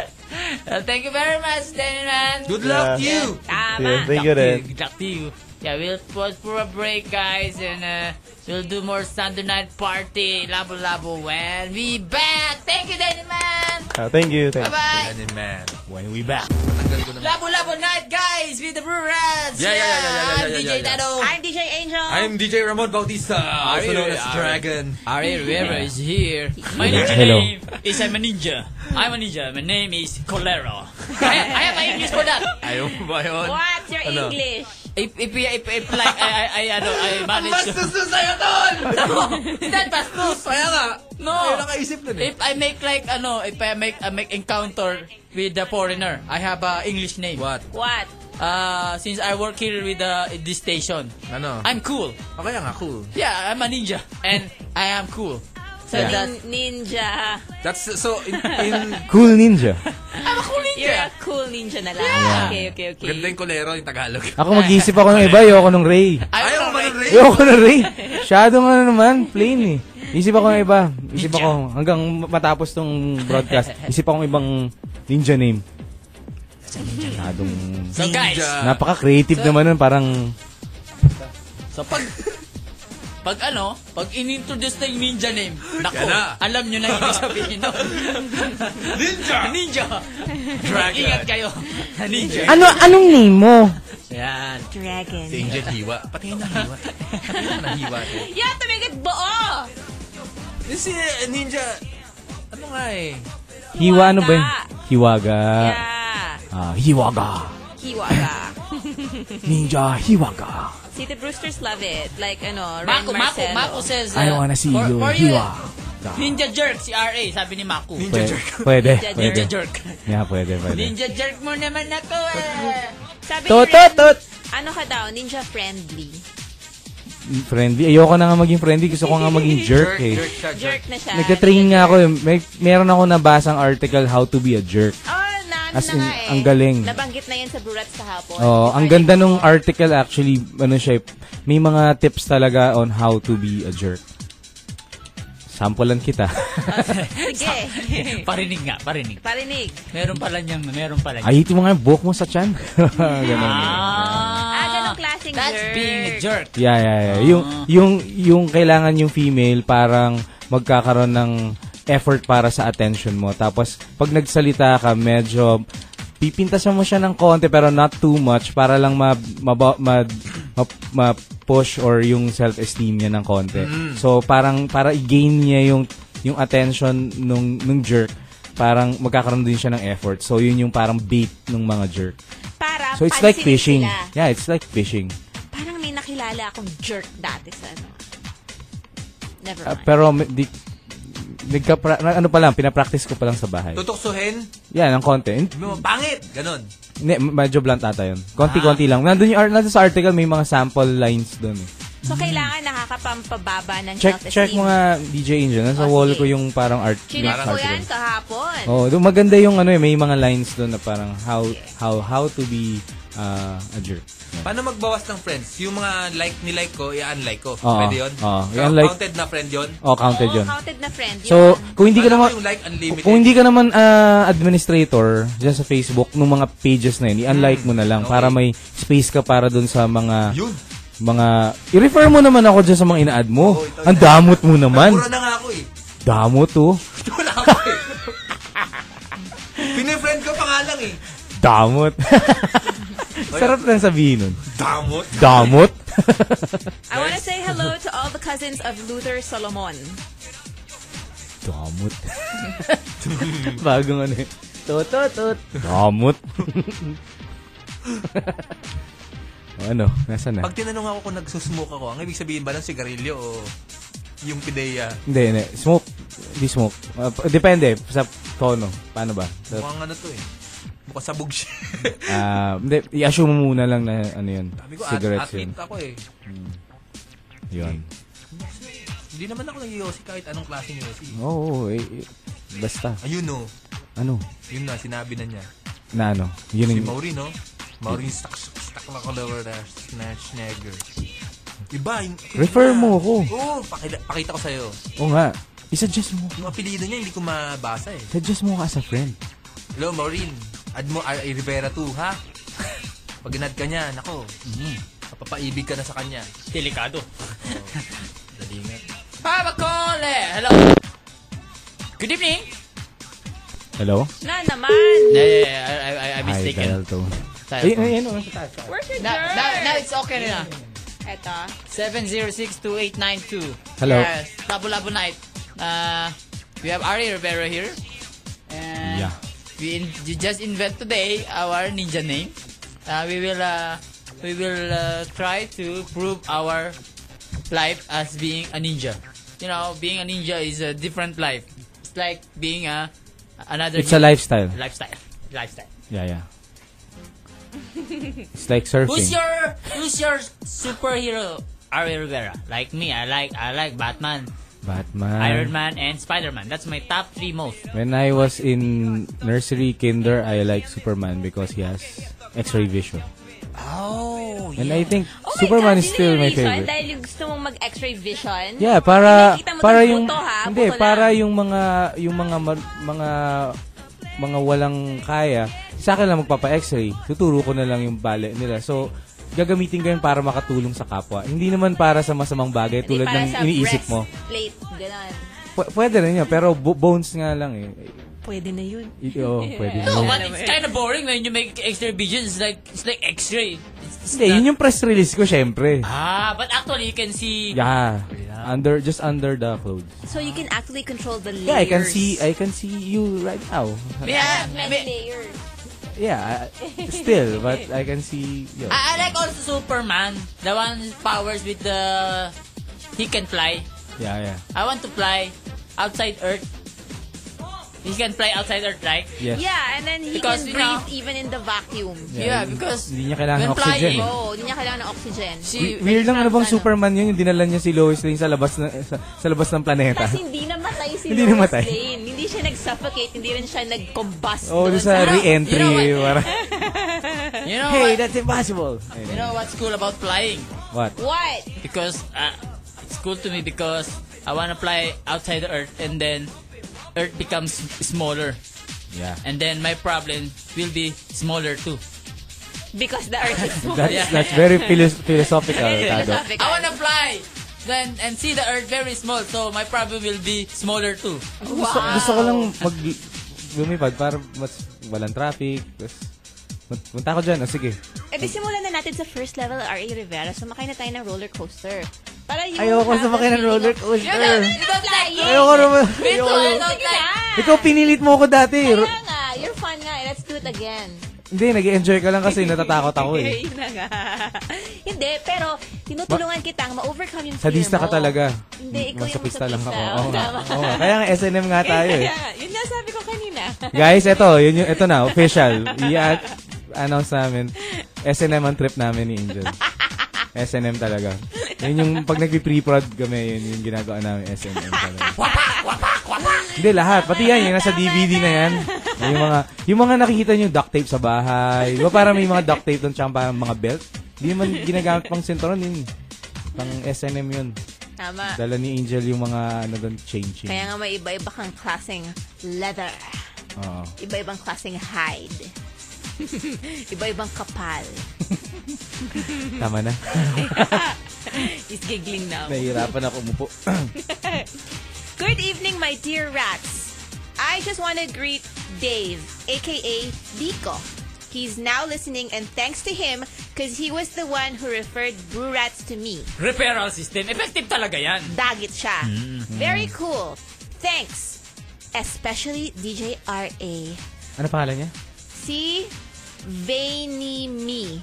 A: Uh, thank you very much, Danny Man.
F: Good luck
K: Yeah.
F: you!
K: Yeah,
C: Tama.
K: thank you rin.
A: Good luck to you. Yeah, we'll pause for a break, guys, and uh, we'll do more Sunday night party, labo labo, when we back. Thank you, Danny Man.
K: Ah, thank you, thank you.
A: Bye-bye.
F: Ganun, man.
A: When we back.
F: Tanggal ko na.
A: Labo labo night, guys, with the Brew Rats.
F: Yeah, yeah, yeah, yeah, yeah,
A: I'm
F: yeah,
A: DJ
F: yeah, yeah.
A: Dado.
C: I'm DJ Angel.
F: I'm DJ Ramon Bautista, also known as
A: Ari.
F: Dragon.
A: Ari Rivera is here. My ninja
H: Hello.
A: name is I'm a ninja. I'm a ninja. My name is Colero. I, have, I have my English for that.
F: Ayaw mo ba yun?
C: What's your
F: Ano?
C: English?
A: If if if, if like I I I ano I manage.
F: Bastos na sa'yo, tol!
A: No, that bastos.
F: Kaya nga,
A: No.
F: ayaw nakaisip nun eh.
A: If I make like ano, if I make I make encounter with the foreigner, I have a English name.
F: What?
C: What?
A: Uh, since I work here with the this station,
F: Ano?
A: I'm cool.
F: O kaya nga, cool.
A: Yeah, I'm a ninja and I am cool. So
F: Yeah.
A: that's
C: Nin- ninja.
F: That's, so, in, in
H: Cool ninja.
A: I'm a cool
C: You're
A: ninja.
C: a cool ninja na lang. Okay, okay, okay.
F: maganda yung kolero, yung Tagalog.
H: Ako mag-iisip ako ng iba, ayoko nung Ray.
F: Ayaw mo ba ng Ray?
H: Ayoko nung Ray. Shadow nga naman, plain eh. Isip ako ng iba. Isip ako, hanggang matapos tong broadcast, isip ako ng ibang ninja name. Shadong...
A: So guys,
H: Napaka-creative naman nun, parang...
A: so pag pag ano, pag inintroduce na yung ninja name, nako,
F: Yan na.
A: alam nyo na ibig sabihin nun.
F: Ninja!
A: ninja!
F: Dragon.
A: Ingat kayo. Ninja.
H: Ano, anong name mo?
A: Yan.
C: Dragon.
F: Si Angel Hiwa. Patayin ng Hiwa. Patayin ng Hiwa. to.
C: Yeah, tumigit buo.
F: This is uh, Ninja. Ano nga eh?
H: Hiwa ano ba yun? Hiwaga.
C: Yeah.
H: Ah, hiwaga.
C: Kiwaga.
H: Ninja Hiwaga.
C: See, the Brewsters love it. Like, ano, Ren
A: Mako, Mako,
C: Marcelo.
A: Mako says, uh,
H: I wanna see
A: for,
H: you,
A: for
H: Hiwaga.
A: Ninja jerk, si RA, sabi ni Mako. Ninja,
H: Pwede, pwede,
C: Ninja
H: pwede.
A: jerk.
H: Yeah, pwede, pwede.
A: Ninja jerk mo naman ako eh.
C: Sabi ni
H: Tot,
C: Ren,
H: tot, tot.
C: ano ka daw, ninja friendly.
H: Friendly. Ayoko na nga maging friendly. Gusto ko nga maging jerk eh.
F: Jerk siya, jerk.
C: Jerk na siya.
H: Nagka-train nga ako eh. May, meron ako nabasang article, How to be a jerk.
C: Oh, na,
H: As
C: na
H: in,
C: nga eh.
H: ang galing.
C: Nabanggit na yan sa Burats kahapon.
H: Oh, ang ganda nung article actually, ano siya, eh, may mga tips talaga on how to be a jerk. Sampulan kita.
C: Sige.
A: parinig nga, parinig.
C: Parinig.
A: Meron pala niyang, meron pala niyang.
H: Ay, ano? ito mga yung buhok mo sa chan. Ganun.
C: Ah, ganong klaseng That's jerk.
A: being a jerk.
H: Yeah, yeah, yeah. Yung, yung, yung kailangan yung female parang magkakaroon ng effort para sa attention mo. Tapos, pag nagsalita ka, medyo pipintasan mo siya ng konti pero not too much para lang ma, maba- ma, ma, ma-push or yung self-esteem niya ng konti.
N: Mm.
H: So, parang para i-gain niya yung yung attention nung nung jerk, parang magkakaroon din siya ng effort. So, yun yung parang bait ng mga jerk.
C: Para
H: So, it's like
C: pansinin
H: fishing.
C: sila.
H: Yeah, it's like fishing.
C: Parang may nakilala akong jerk dati sa ano. Never
H: Ah,
C: mind.
H: pero may- di, nagka ano pa lang, pinapractice ko pa lang sa bahay.
F: Tutuksuhin?
H: Yan, ang konti. Hin-
F: Mm. Pangit! Ganon.
H: Hindi, m- medyo blunt ata yun. Konti-konti lang. Nandun, yung, ar- nandun sa article, may mga sample lines dun. eh.
C: So, kailangan nakakapampababa ng
H: Check,
C: self-esteem.
H: check mga DJ Angel. Nasa
C: Oh,
H: wall
C: sige.
H: ko yung parang art.
C: Chinek ko
H: article.
C: yan kahapon.
H: Oh, dun, maganda yung ano eh, may mga lines doon na parang how how how to be uh, a jerk.
F: Paano magbawas ng friends? Yung mga like nilike ko, i-unlike ko.
H: Oo.
F: Pwede yun?
H: Oo.
F: So,
H: Ah, I-unlike-
F: Counted na friend yun?
H: Oh, counted yun.
C: counted na friend.
H: So, kung hindi ka
F: Alam mo
H: naman
F: Ano yung like unlimited?
H: kung hindi ka naman ah, administrator diyan sa Facebook ng mga pages na yun, i-unlike
F: Hmm.
H: mo na lang para may space ka para dun sa mga mga i-refer mo naman ako diyan sa mga ina-add mo. Ang damot mo naman.
F: Mura na nga ako eh.
H: Damot oh. to.
F: Wala ako eh. Pinifriend ko pa nga lang eh.
H: Damot. Sarap lang sabihin nun.
F: Damot?
H: Damot.
C: I want to say hello to all the cousins of Luther Solomon.
H: Damot. Bagong ano eh. Tututut. Damot. O ano, nasa na?
F: Pag tinanong ako kung nagsusmoke ako, ang ibig sabihin ba ng sigarilyo o yung pideya?
H: Hindi, hindi. Smoke. Di smoke. Uh, p- depende sa tono. Paano ba? Sa-
F: Mukhang ano to eh. Mukhang sabog siya.
H: Ah, hindi, i-assume mo muna lang na ano yun.
F: Sabi ko, at
H: Cigarettes yun.
F: athlete ako eh.
H: Yun.
F: Hindi naman ako nag-yosi kahit anong klase ng yosi.
H: Oo, oh, eh, eh, basta.
F: Ayun no.
H: Ano?
F: Yun na, sinabi na niya.
H: Na ano? Yun
F: si
H: yung-
F: Mauri, no? Mauri yung stuck, stuck na kalawa na, na Schneider. Iba, yung...
H: Refer mo ako.
F: Oo, pakita, pakita ko sa'yo.
H: Oo nga. I-suggest mo.
F: Yung apelido niya, hindi ko mabasa eh.
H: Suggest mo ka as a friend.
F: Hello, Maureen. Add mo R.A. Rivera 2, ha? Pag inad ka niya, nako. Papapaibig ka na sa kanya.
A: Delikado.
F: Dalingat.
A: Papa Cole! Hello! Good evening!
H: Hello?
C: Na naman.
A: Yeah, yeah, yeah. I, I, I, I mistaken.
H: Ay, dial tone.
A: Dial
H: Ay,
A: tone.
H: ay, ano? Sa taas.
C: Where's your
A: Na-
C: jerk?
A: na- na- it's okay na.
C: Eto.
A: 7062892.
H: Hello.
A: Yes, Labo Labo Uh, Night. Uh, we have Ari Rivera here. And
H: Yeah.
A: we, in, you just invent today our ninja name. Uh, we will uh, we will uh, try to prove our life as being a ninja. You know, being a ninja is a different life. It's like being a another.
H: It's a lifestyle.
A: Lifestyle. Lifestyle.
H: Yeah, yeah. It's like surfing.
A: Who's your Who's your superhero? Ari Rivera. Like me, I like I like Batman,
H: Batman.
A: Iron Man, and Spider Man. That's my top three most.
H: When I was in nursery, kinder, I like Superman because he has X-ray vision.
A: Oh,
H: And I think Superman is still my
C: Reason,
H: favorite.
C: dahil yung gusto mong mag-x-ray vision.
H: Yeah, para
C: Nakikita mo
H: para
C: tong
H: yung
C: buto, ha?
H: hindi
C: Buto
H: para
C: lang.
H: yung mga yung mga mar- mga mga walang kaya sa akin lang magpapa-x-ray. Tuturo ko na lang yung bale nila. So gagamitin ko yun para makatulong sa kapwa. Hindi naman para sa masamang bagay
C: Hindi,
H: tulad
C: para
H: ng
C: sa
H: iniisip mo.
C: breastplate, Ganun.
H: Pw- pwede rin yun, pero bo- bones nga lang eh.
C: Pwede na yun.
H: I- oo, pwede na
A: No,
H: yun.
A: but it's kind of boring when you make X-ray visions. It's like it's like X-ray. It's- it's
H: Hindi, yun yung press release ko, syempre.
A: Ah, but actually you can see.
H: Yeah. Under, just under the clothes.
C: So you can actually control the layers.
H: Yeah, I can see, I can see you right now.
A: Yeah,
C: many layers.
H: Yeah, I- still, but I can see, yo.
A: I, I like also Superman, the one with powers with the he can fly.
H: Yeah, yeah.
A: I want to fly outside Earth. He can fly outside Earth, right?
H: Yes.
C: Yeah, and then he
A: Because,
C: can
A: you know-
C: breathe even in the vacuum.
A: Yeah, because
H: Hindi niya kailangan
A: when
H: oxygen,
A: flying-
H: eh.
C: Oh, hindi niya kailangan ng oxygen.
H: We- Weird lang ano bang Superman yun, yung dinala niya si Lois Lane sa labas ng sa, sa labas ng planeta.
C: Tapos hindi namatay si
H: Hindi
C: Lois
H: namatay.
C: Lane. Hindi siya nag-suffocate, hindi rin siya nag-combust.
H: Oh,
C: doon
H: doon sa
A: you
H: re-entry.
A: know what?
H: parang-
A: You know
H: hey,
A: what?
H: that's impossible.
A: You know what's cool about flying?
H: What?
C: What?
A: Because uh, it's cool to me because
O: I want to fly outside the Earth, and then Earth becomes smaller,
G: Yeah.
O: and then my problem will be smaller too.
C: Because the Earth is smaller.
H: That's, that's very philos- philosophical, Tado.
O: I wanna fly then and see the earth very small, so my problem will be smaller too.
H: Gusto, gusto ko lang mag lumipad para mas walang traffic. Tapos, mun- punta ko dyan. O sige.
C: Eh, di simulan na natin sa first level, R.A. Rivera. Sumakay na tayo ng roller coaster. Para you
H: Ayoko
C: have
H: sumakay
C: a
H: ng roller
C: feeling
H: coaster.
C: You don't- you don't like it.
H: Ayoko naman.
C: Me too,
H: Ayoko
C: I
H: naman.
C: don't like it.
H: Ikaw pinilit mo ako dati. Ro-
C: Kaya nga, you're fun nga. eh. Let's do it again.
H: Hindi, nag-enjoy ka lang kasi natatakot ako eh.
C: Yun na nga. Hindi, pero tinutulungan kitang ma-overcome yung fear
H: Sadista ka
C: mo.
H: talaga.
C: Hindi, ikaw yung
H: Masokista lang ako.
C: masokista.
H: Oo nga.
C: Tama.
H: Oo nga. Kaya nga SNM nga tayo eh.
C: Kaya nga, yun na sabi ko kanina.
H: Guys, eto, yun yung, eto na, official. ano I-announce namin. SNM ang trip namin ni Angel. SNM talaga. Yun yung, pag nag-pre-prod kami, yun yung ginagawa namin, SNM talaga. Hindi, lahat. Pati yan, yung nasa DVD na yan. Yung mga, yung mga nakikita nyo, duct tape sa bahay. Diba para may mga duct tape doon, tsaka parang mga belt. Hindi man ginagamit pang sinturon yun. Pang SNM yun.
C: Tama.
H: Dala ni Angel yung mga, ano doon, chain-chain.
C: Kaya nga may iba-iba kang klaseng leather.
H: Oo.
C: Iba-ibang klaseng hide. Iba-ibang kapal.
H: Tama na.
C: He's giggling now.
H: Nahihirapan ako umupo.
C: Good evening, my dear rats. I just want to greet Dave, aka Dico. He's now listening, and thanks to him, because he was the one who referred Brew Rats to me.
O: Referral system, effective talaga yan.
C: Dagit siya.
O: Mm.
C: Very cool. Thanks. Especially DJ RA.
H: Ano pangalan niya?
C: Si Veiny Me.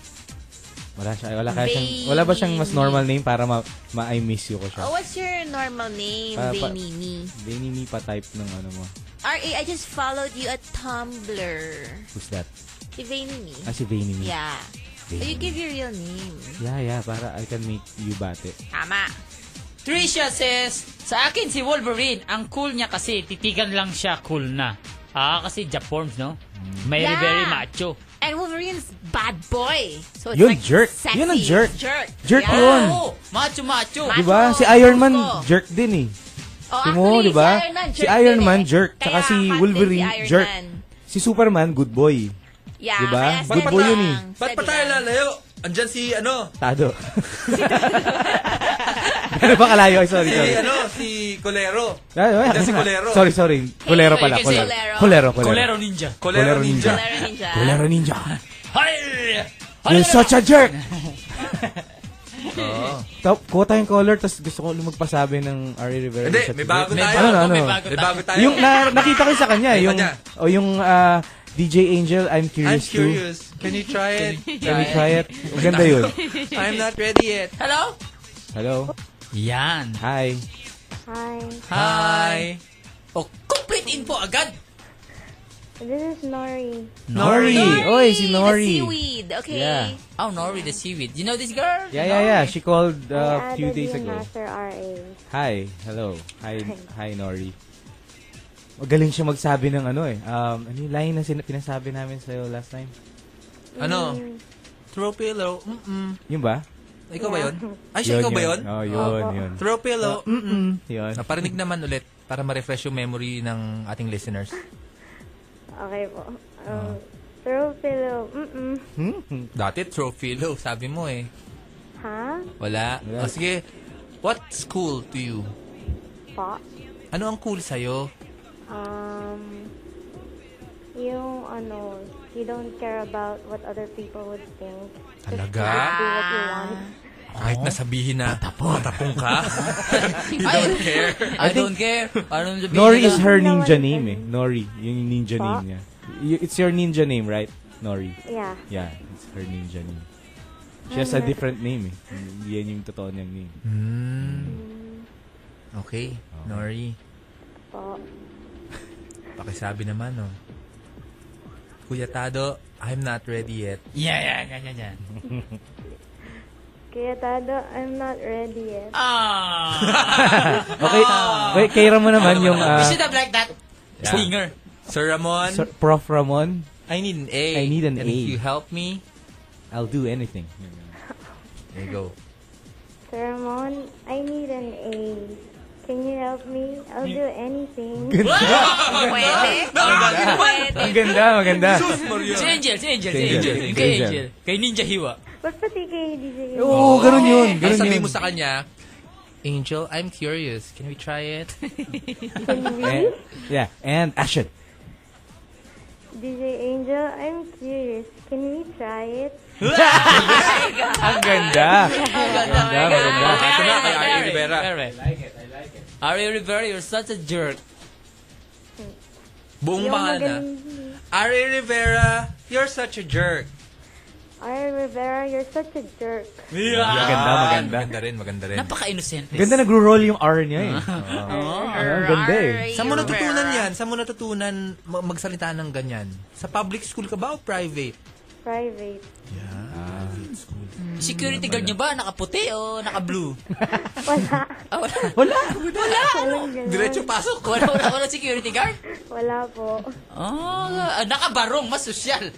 H: Wala siya. Wala, kaya siyang,
C: Baby.
H: wala ba siyang mas normal name para ma, ma I miss you ko siya?
C: Oh, what's your normal name,
H: Pa- pa-
C: Veiny Me?
H: Benny Me pa type ng ano mo.
C: RA, I just followed you at Tumblr.
H: Who's that?
C: Si Veiny Me.
H: Ah, si Veiny Me.
C: Yeah.
H: Veiny
C: So you
H: Me.
C: give your real name.
H: Yeah, yeah. Para I can make you bate.
C: Tama.
O: Trisha says, sa akin si Wolverine, ang cool niya kasi titigan lang siya, cool na. Ah, kasi Japorms, no? Very,
C: Yeah.
O: very macho.
C: And Wolverine's bad boy. So it's
H: Yun,
C: like
H: jerk.
C: Sexy.
H: Yun ang jerk.
C: Jerk.
H: Jerk
C: yeah.
H: yun.
O: Oh, macho, macho.
H: Di ba? Si Iron Man, jerk din eh.
C: Oh,
H: Di mo,
C: actually,
H: di ba?
C: si Iron Man,
H: Si
C: jerk
H: Iron
C: din
H: Man,
C: eh.
H: jerk. Tsaka
C: Kaya
H: si
C: hot din
H: Wolverine,
C: si Iron
H: jerk.
C: Man.
H: Si Superman, good boy.
C: Yeah,
H: Di ba?
C: kaya
H: Good
C: sexy
H: boy yun eh.
C: lang.
F: Ba't pa tayo lalayo? Andyan si ano?
H: Tado. Pero ba kalayo? Ay, sorry,
F: Si
H: sorry.
F: ano? Si Colero.
H: Ah, ah,
F: Andyan si
H: ah,
F: Colero.
H: Sorry, sorry. Colero pala.
F: kasi-
H: Colero. Colero, Colero.
F: Colero Ninja.
H: Colero
F: Colero
H: Ninja.
F: Ninja.
H: Colero Ninja.
O: Hay!
H: You're such a jerk!
F: Oo.
H: Top, kuha tayong color, tapos gusto ko lumagpasabi ng Ari Rivera.
F: Hindi,
H: Sa
F: may
H: ticket.
F: bago tayo.
H: Ano, ano,
F: May
H: ano?
F: bago May bago tayo. tayo.
H: Yung na, nakita ko sa kanya,
F: Iba
H: yung,
F: niya.
H: o yung ah, DJ Angel,
F: I'm
H: I'm curious too.
F: curious. Can you try it?
H: Can we try it? Maganda yun.
F: I'm not ready yet.
O: Hello?
H: Hello?
O: Yan.
H: Hi.
I: Hi.
O: Hi. Oh, complete info agad.
I: This is Nori.
H: Nori. Oy, si Nori. Yeah.
O: Oh, Nori the seaweed. You know this girl?
H: Yeah, yeah, yeah. She called uh, a
I: I added
H: few days
I: you
H: ago.
I: na, Sir RA.
H: Hi. Hello. Hi, hi Nori. Magaling siya magsabi ng ano eh. Um, ano yung line na sin- pinasabi namin sa'yo last time?
F: Ano?
I: Mm.
F: Throw pillow. Mm-mm.
H: Yun ba?
F: Ikaw ba yun? Ay, siya ikaw ba yun?
H: Oh, yun, yun.
F: Throw pillow.
I: Oh,
F: Mm-mm.
H: Yun.
F: Naparinig naman ulit para ma-refresh yung memory ng ating listeners. Ah.
I: Okay po. Um, throw pillow. Mm-mm.
F: Hmm. Dati, throw pillow. Sabi mo eh.
I: Ha?
F: Wala. O sige, what's cool to you?
I: Po?
F: Ano ang cool sa'yo?
I: Um, yung ano, you don't care about what other people would think.
F: Talaga?
I: Just do what you
F: Ah.
I: want.
F: Kahit
O: Oh.
F: nasabihin na, patapong ka. you don't care.
O: I don't care. Ano sabihin
H: Nori
O: nila?
H: is her ninja name eh. Nori. Yun yung ninja
I: Pa?
H: name niya. Y- It's your ninja name, right? Nori.
I: Yeah.
H: Yeah, it's her ninja name. She has a
I: Ah.
H: different name eh. Yan yung totoo niyang name.
F: Okay, Nori.
I: Po.
F: Pakisabi naman, no? Kuya Tado, I'm not ready yet.
O: Yeah, yeah, ganyan, yan.
I: Kaya Tado, I'm not ready yet.
H: okay, wait, kay Ramon naman yung... ah,
O: We should have like that. Stinger.
F: Sir Ramon,
H: Sir Prof. Ramon,
F: I need an A.
H: I need an
F: And
H: A.
F: if you help me,
H: I'll do anything.
F: there you go.
I: Sir Ramon, I need an A.
K: Can you help me? I'll do anything.
H: Ganda. Ang ganda, maganda.
A: Si Angel, si Angel, si Angel.
H: Si Angel,
A: Yung
H: si
A: Kay
H: Angel.
A: Angel. Kay Ninja Hiwa.
K: Ba't pati kayo hindi sa'yo?
H: Oo, ganun yun,
F: Ang
H: ganun
F: sabihin
H: yun.
F: mo sa kanya, Angel, I'm curious. Can we try it?
H: Eh, yeah, and action.
K: DJ Angel, I'm curious. Can we try it?
H: Ang ganda.
A: Maganda, maganda.
F: Ito na kay Ari
A: Very,
F: Rivera.
A: very. Ari Rivera, you're such a jerk.
F: Buong mahal na. Ari Rivera, you're such a jerk.
K: Ari Rivera, you're such a jerk.
F: Yeah.
H: Maganda, maganda.
F: Ah, Maganda rin, maganda rin.
A: Napaka-innocent.
H: Ganda nagro-roll yung R niya eh. Ayan, ang ganda eh.
F: Saan mo natutunan yan? Saan mo natutunan ma- magsalita ng ganyan? Sa public school ka ba o private?
K: Private.
F: Private school.
A: Security guard niyo ba? Nakaputi o naka-blue? Ah,
H: Wala.
A: Wala. Ano?
F: Diretso pasok.
A: Wala, wala, wala security guard?
K: Wala po.
A: Oh, ah, nakabarong, mas sosyal.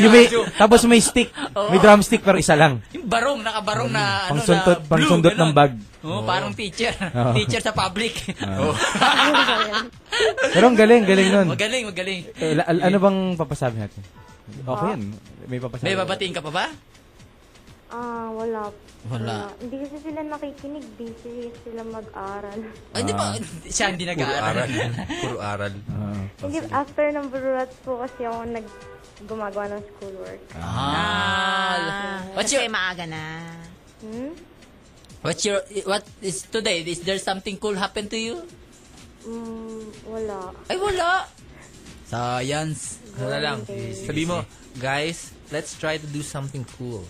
H: Yung may, tapos may stick.
A: Oo.
H: May drumstick pero isa lang.
A: Yung barong, nakabarong na, ano,
H: Pangsundot,
A: na blue.
H: pangsundot ng bag.
A: Oh, parang teacher.
H: Oo. Ah.
A: Teacher sa public.
H: Oo. Pero ang galing, galing nun.
A: Magaling, magaling.
H: Eh, la- al- ano bang papasabi natin? Okay
A: Ah.
H: yan. May papasabi.
A: May babatiin ka pa ba?
K: Ah, wala.
A: Wala.
K: Hindi kasi sila nakikinig. Busy sila mag-aral.
A: Ay, di
H: Ah.
A: ba? Siya hindi nag-aaral.
F: Puro aral.
K: Hindi, after ng bururat po kasi ako nag gumagawa ng schoolwork.
A: Ah. What's your,
C: maaga na.
K: Hmm?
A: what's your, what is today? Is there something cool happen to you?
K: Mm, wala.
A: Ay, wala. Science.
F: Wala lang. Sabi mo, guys, let's try to do something cool.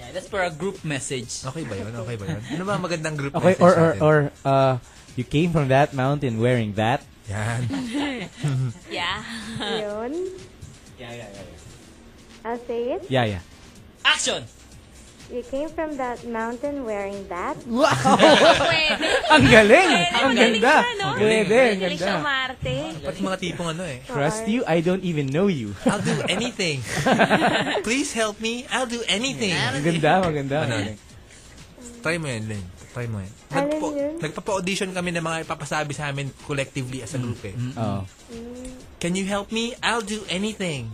A: Yeah, that's for a group message.
F: Okay ba yun? Okay ba yun? Ano ba ang magandang group
H: Okay,
F: message
H: or, or,
F: natin?
H: or, uh, you came from that mountain wearing that.
F: Yan.
C: yeah.
K: Yun.
A: Yeah, yeah, yeah.
K: I'll say it.
H: Yeah, yeah.
A: Action!
K: You came from that mountain wearing that.
H: Wow! ang galing! ang ganda! Pwede, ang
C: Galing
H: Eh, ganda.
C: siya umarte.
F: Pati mga tipong ano eh.
H: Trust you? I don't even know you.
F: I'll do anything. Please help me. I'll do anything.
H: Maganda, maganda.
F: Ano? Try mo yun, Len. Try mo yun.
K: Alin
F: Nagpo,
K: yun?
F: nagpapa-audition kami ng mga ipapasabi sa amin collectively as a group eh.
H: Oo.
F: Can you help me? I'll do anything.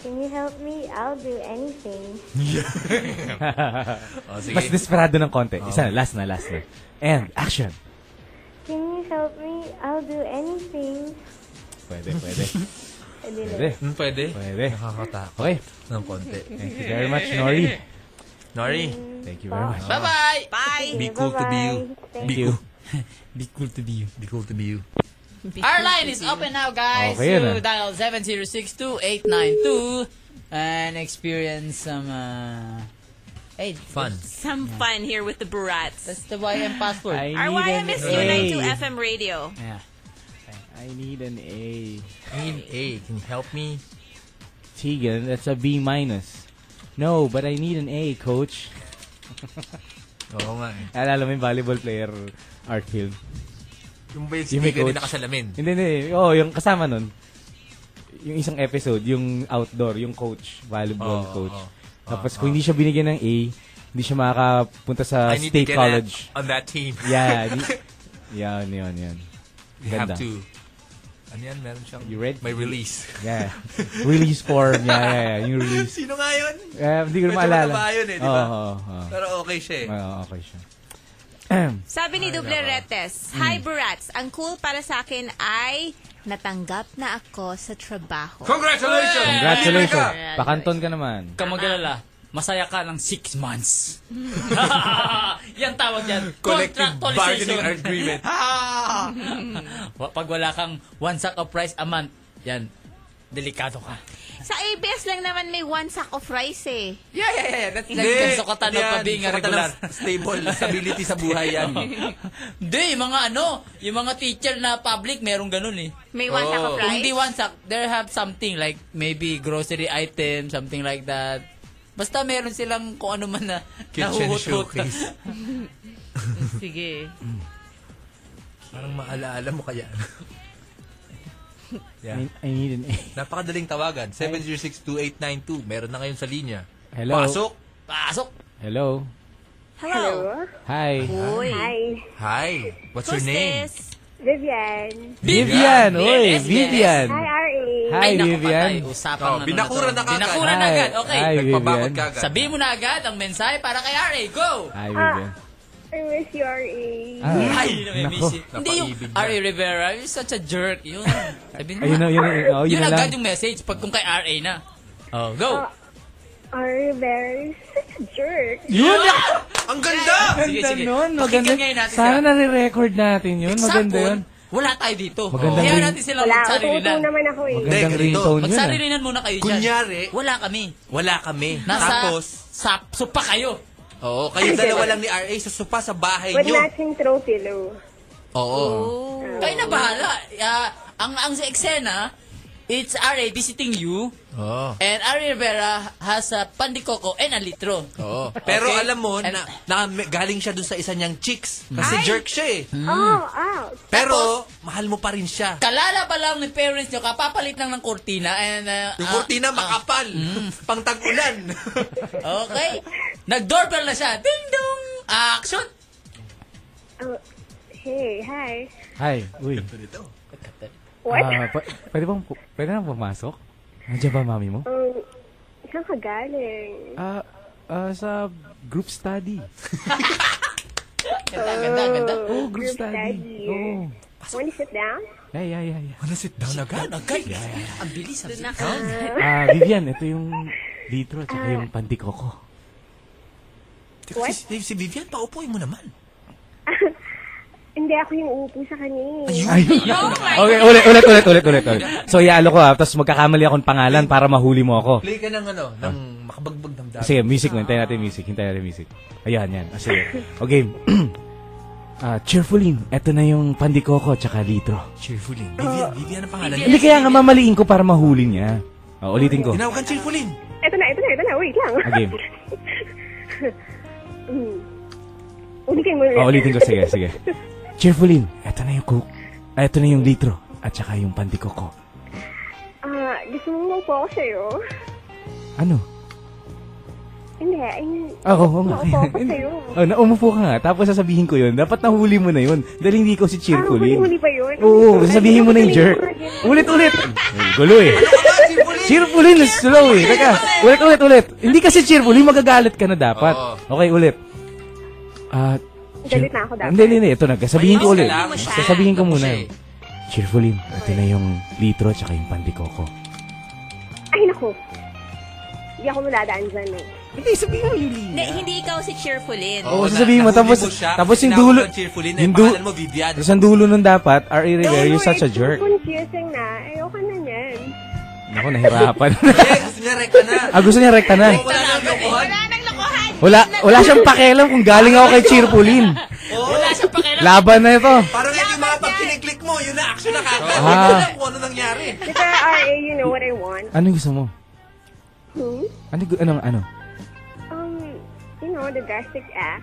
K: Can you help me? I'll do anything.
F: Oh, sige.
H: Mas desperado ng konti. Isa na, last na, last na. And, action!
K: Can you help me? I'll do anything.
H: Pwede, pwede.
K: Pwede na.
H: Pwede.
F: Hmm, pwede?
H: Pwede.
F: Nakakatakot
H: Okay.
F: ng konti.
H: Thank you very much, Nori.
F: Nori,
H: Thank you very much.
A: Bye-bye!
C: Bye.
F: be cool to be you.
K: Thank
F: Be
H: you.
F: cool.
A: Be cool to be you.
F: Be cool to be you.
A: Our line is open now, guys.
H: Okay
A: you
H: na.
A: dial 7062892 and experience some uh, hey,
F: Fun.
C: Some fun here with the Burats.
A: That's the YM password.
H: I
C: Our
H: need an
C: YM is
H: A.
C: U92 FM radio.
A: yeah.
H: I need an A.
F: Mean A, can you help me?
H: Tegan, that's a B minus. No, but I need an A, coach.
F: Oo nga eh.
H: Alala mo yung volleyball player art film?
F: Yung ba yung
H: Yung may
F: sticker din
H: coach.
F: nakasalamin?
H: Hindi, hindi. Oo, yung kasama nun. Yung isang episode, yung outdoor, yung coach, volleyball
F: Oo,
H: coach.
F: oo,
H: Tapos kung hindi siya binigyan ng A, hindi siya makakapunta sa
F: I need to get
H: state college.
F: at- on that team.
H: Yeah, di, yan, yan, yan.
F: You have
H: Ganda.
F: to. Ano yan? Meron siyang
H: You read?
F: may release.
H: Yeah. Release form. Yeah, yeah, yeah. Yung release.
F: Sino nga yun?
H: Eh, hindi ko
F: Medyo
H: na maalala.
F: mataba yun eh, di ba?
H: Oo, oo, oo.
F: Pero okay siya eh.
H: Oo, okay siya.
C: Sabi ni
H: Hmm.
C: Dubleretes, Hi Burats, ang cool para sa akin ay natanggap na ako sa trabaho.
F: Congratulations!
H: Congratulations.
F: Libre ka!
H: Pakanton ka naman.
A: Huwag kang magalala. Masaya ka ng six months. yan tawag yan.
F: Collective
A: Contractualization.
F: bargaining agreement.
A: Ah! Wa- Pag wala kang one sack of rice a month, yan, delikado ka.
C: Sa ABS lang naman may one sack of rice eh.
A: Yeah, yeah, yeah. That's
F: Hindi,
A: like sukatan ng
F: Eh, yan.
A: pabinga
F: Sukatan ng
A: regular.
F: Stable, stability sa buhay yan.
A: Hindi, yung mga ano, yung mga teacher na public, merong ganun eh.
C: May one
F: Oh.
C: sack of
A: Kung
C: rice.
A: hindi one sack, there have something like maybe grocery item, something like that. Basta meron silang kung ano man na
F: Kitchen
A: nahuhut-hut.
F: showcase.
C: Sige.
F: Parang maalaala mo kaya.
H: I,
F: yeah.
H: I need an A.
F: Napakadaling tawagan. 706-2892. Meron na ngayon sa linya.
H: Hello.
F: Pasok.
A: Pasok!
H: Hello.
C: Hello.
H: Hi.
C: Uy.
F: Hi. What's
C: Who's
F: your name?
C: this?
P: Vivian.
H: Vivian! Oy, Vivian!
P: Hi, RA.
H: Hi,
A: naku,
H: Vivian.
A: patay. Usapan
F: Oh,
A: na
F: binakura na
A: naman to.
F: kagad.
A: Binakura na
H: Hi.
A: agad. Okay.
H: Hi,
F: Nagpabakod
H: Vivian.
F: ka agad.
A: Sabihin mo na agad ang mensahe para kay RA. Go!
H: Hi, Vivian.
P: Ah, I miss you, RA.
H: Hmm. Ah,
A: Ay, hindi naman
H: Nako.
A: miss it. Hindi yung RA Rivera, you're such a jerk. Yun. Sabihin mo
H: Ayun na, yun na, oh, yun
A: Yun
H: na lang. Ah,
A: agad yung message pag kung kay RA na. Oh, go!
P: RA Bear is such a jerk.
H: Yun na!
F: Ang ganda!
A: Sige,
H: Ganda
A: sige.
H: nun, maganda.
A: Pakinggan ngayon natin
H: Sana
A: sila.
H: nare-record natin yun. Maganda
A: Sapon,
H: yun.
A: Wala tayo dito.
H: Maganda
A: Kaya
H: rin.
A: natin sila
P: Wala,
A: magsarilinan.
P: ututong naman ako eh.
H: Magandang ringtone yun. ah.
A: Magsarilinan muna kayo dyan. Kunyari. Wala kami.
F: Wala kami.
A: Nasa
F: Tapos,
A: sap, supa kayo.
F: oo, kayo dalawa lang ni RA susupa sa bahay
P: With
F: nyo.
P: matching throw pillow.
F: Oo.
A: Kayo na bahala. Ah, ang ang sa eksena, it's RA visiting you
F: Oo.
A: and RA Rivera has a pandikoko and a litro.
F: Oo. Pero
A: Okay?
F: alam mo,
A: And-
F: na, na, galing siya dun sa isa niyang chicks. Kasi
A: Ay!
F: jerk siya eh.
P: Oh, ouch.
F: Pero, mahal mo pa rin siya.
A: Kalala pa lang ng parents nyo, kapapalit lang ng kortina and... ah,
F: Yung
A: ah,
F: kurtina makapal. Pang tag-ulan.
A: ah, okay. Nag-doorbell na siya. Ding dong! Ah, Action!
P: Oh, hey, hi.
H: Hi. Uy.
P: What?
H: Ah, pa- pwede bang, pu- pwede nang pumasok? Nandiyan ba mami mo?
P: Um, saan ka galing?
H: Ah, ah, sa group study.
A: Ganda, ganda, ganda.
P: Oh,
H: group study. Oh.
P: Wanna sit down?
H: Ay, ay, ay.
F: Wanna sit down
A: Agad?
F: agad?
A: Ang bilis, ang bilis.
H: Ah, Vivian, ito yung litro at saka
P: Ah.
H: yung pandikoko.
P: What?
F: Si, si Vivian, paupuin mo naman.
P: Hindi ako yung uupo sa kanya. eh.
H: Ayun. Okay, ulit, ulit, ulit, ulit, ulit, ulit. So, ialo ko ha, tapos magkakamali akong pangalan para mahuli mo ako.
F: Play ka ng ano, ng makabagbag ng dami.
H: Sige, music mo. Hintayin natin yung music. Hintayin natin yung music. Ayan, yan. Ah, sige. O game. Ah, cheerfuling. Eto na yung pandikoko tsaka litro.
F: Cheerfuling. Vivian, Vivian ang pangalan
H: Hindi kaya nga mamaliin ko para mahuli niya. O, ulitin ko.
F: Tinawag kang cheerfuling.
P: Ito na, ito na, ito na. Wait lang.
H: Ah, game.
P: Hmm. Ulitin mo
H: O, Ah, ulitin ko. Sige, sige. Cheerfuling. Eto na yung cook. Ah, Eto na yung litro. At tsaka yung pandikoko.
P: Ah, gusto mo maupo ako sa'yo?
H: Ano?
P: Hindi, I mean,
H: Ako, oo nga.
P: maupo ako sa'yo.
H: Oh, naumupo ka nga. Tapos sasabihin ko yun. Dapat nahuli mo na yun. Dahil hindi ko si Cheerfuling.
P: Ah, huli-huli pa yun?
H: Oo,
P: Ay,
H: sabihin mo na yung
P: huli-huli
H: jerk.
P: pa yun.
H: Ulit-ulit. Ay, Gulo eh. Cheerfulin is slow eh. Teka, ulit, ulit, ulit. Hindi kasi cheerful, yung magagalit ka na dapat. Okay, ulit. Ah,
P: Galit na ako dapat.
H: hindi, hindi, hindi. Ito na. Sabihin ko
P: Ayos
H: ulit.
P: na lang.
H: Sasabihin ko muna. Cheerfulin, ito na yung litro tsaka yung pandikoko.
P: Ay, naku. Hindi ako madadaan dyan eh.
H: Hindi, sabihin mo yung
C: Ne, hindi ikaw si Cheerfulin.
H: Oo, sasabihin mo.
F: na-
H: Tapos,
F: nahuli mo siya,
H: tapos yung
F: tinawag
H: dulo.
F: kang cheerfulin eh,
H: Yung du-
F: pangalan mo Vivian.
H: Tapos ang dulo nun dapat, R.A. Rivera, you're such a jerk.
P: confusing na. Ayoko na yan.
H: Ako, nahirapan.
F: Gusto niya rekta na.
H: ah, gusto niya rekta na.
F: Wala nang lokohan.
H: Wala, wala siyang pakialam kung galing ako kay Cheerfulin. Oh.
F: Wala siyang pakialam.
H: Laban na ito.
F: Parang ito yung mga pag kiniklik mo, yun na action na kagad. Hindi
H: Ah.
F: mo alam kung ano nangyari.
P: If I RA, you know what I want.
H: Ano yung gusto mo?
P: Hmm?
H: Ano, gu- ano, ano?
P: Um, you know, the drastic act.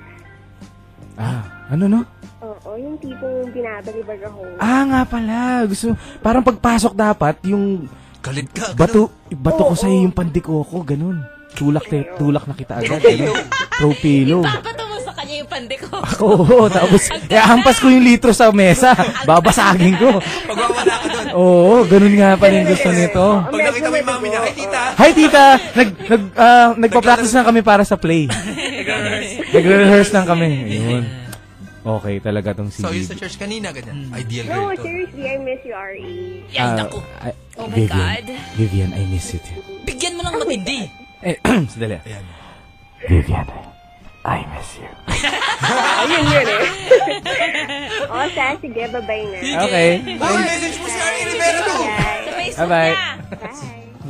H: Ah, ano no?
P: Oo, yung tipong binabalibag ako.
H: Ah, nga pala. Gusto, parang pagpasok dapat, yung...
F: Galit ka.
H: Bato, bato ko sa'yo yung pandikoko, ganun. Tulak, te, tulak na kita agad. Ganun. Throw pillow.
C: Patungo sa kanya yung pande ko.
H: Ako, oo, tapos, eh, hampas ko yung litro sa mesa. Babasagin ko.
F: Pagwawala ka doon.
H: Oo, ganun nga pala yung gusto nito.
F: Pag nakita mo yung mami niya, ay tita.
H: Hi, tita! Nag, nag, ah, nagpa-practice na kami para sa play. Nagre-rehearse lang kami. Ayun. Okay talaga tong si
F: So, yun sa
H: Bibi.
F: church kanina, ganyan. Ideal
P: No,
F: girl to.
P: seriously, I miss you, RA.
H: Ah, I- Vivian, Vivian, I miss you too.
A: Bigyan mo lang matindi.
H: Eh, sandali. Vivian, I miss you.
P: Ayun yun eh. Oo, sa, Oh, sige, bye-bye na.
H: Okay.
F: Bye! Message mo si Ari Rivera to.
H: Bye-bye.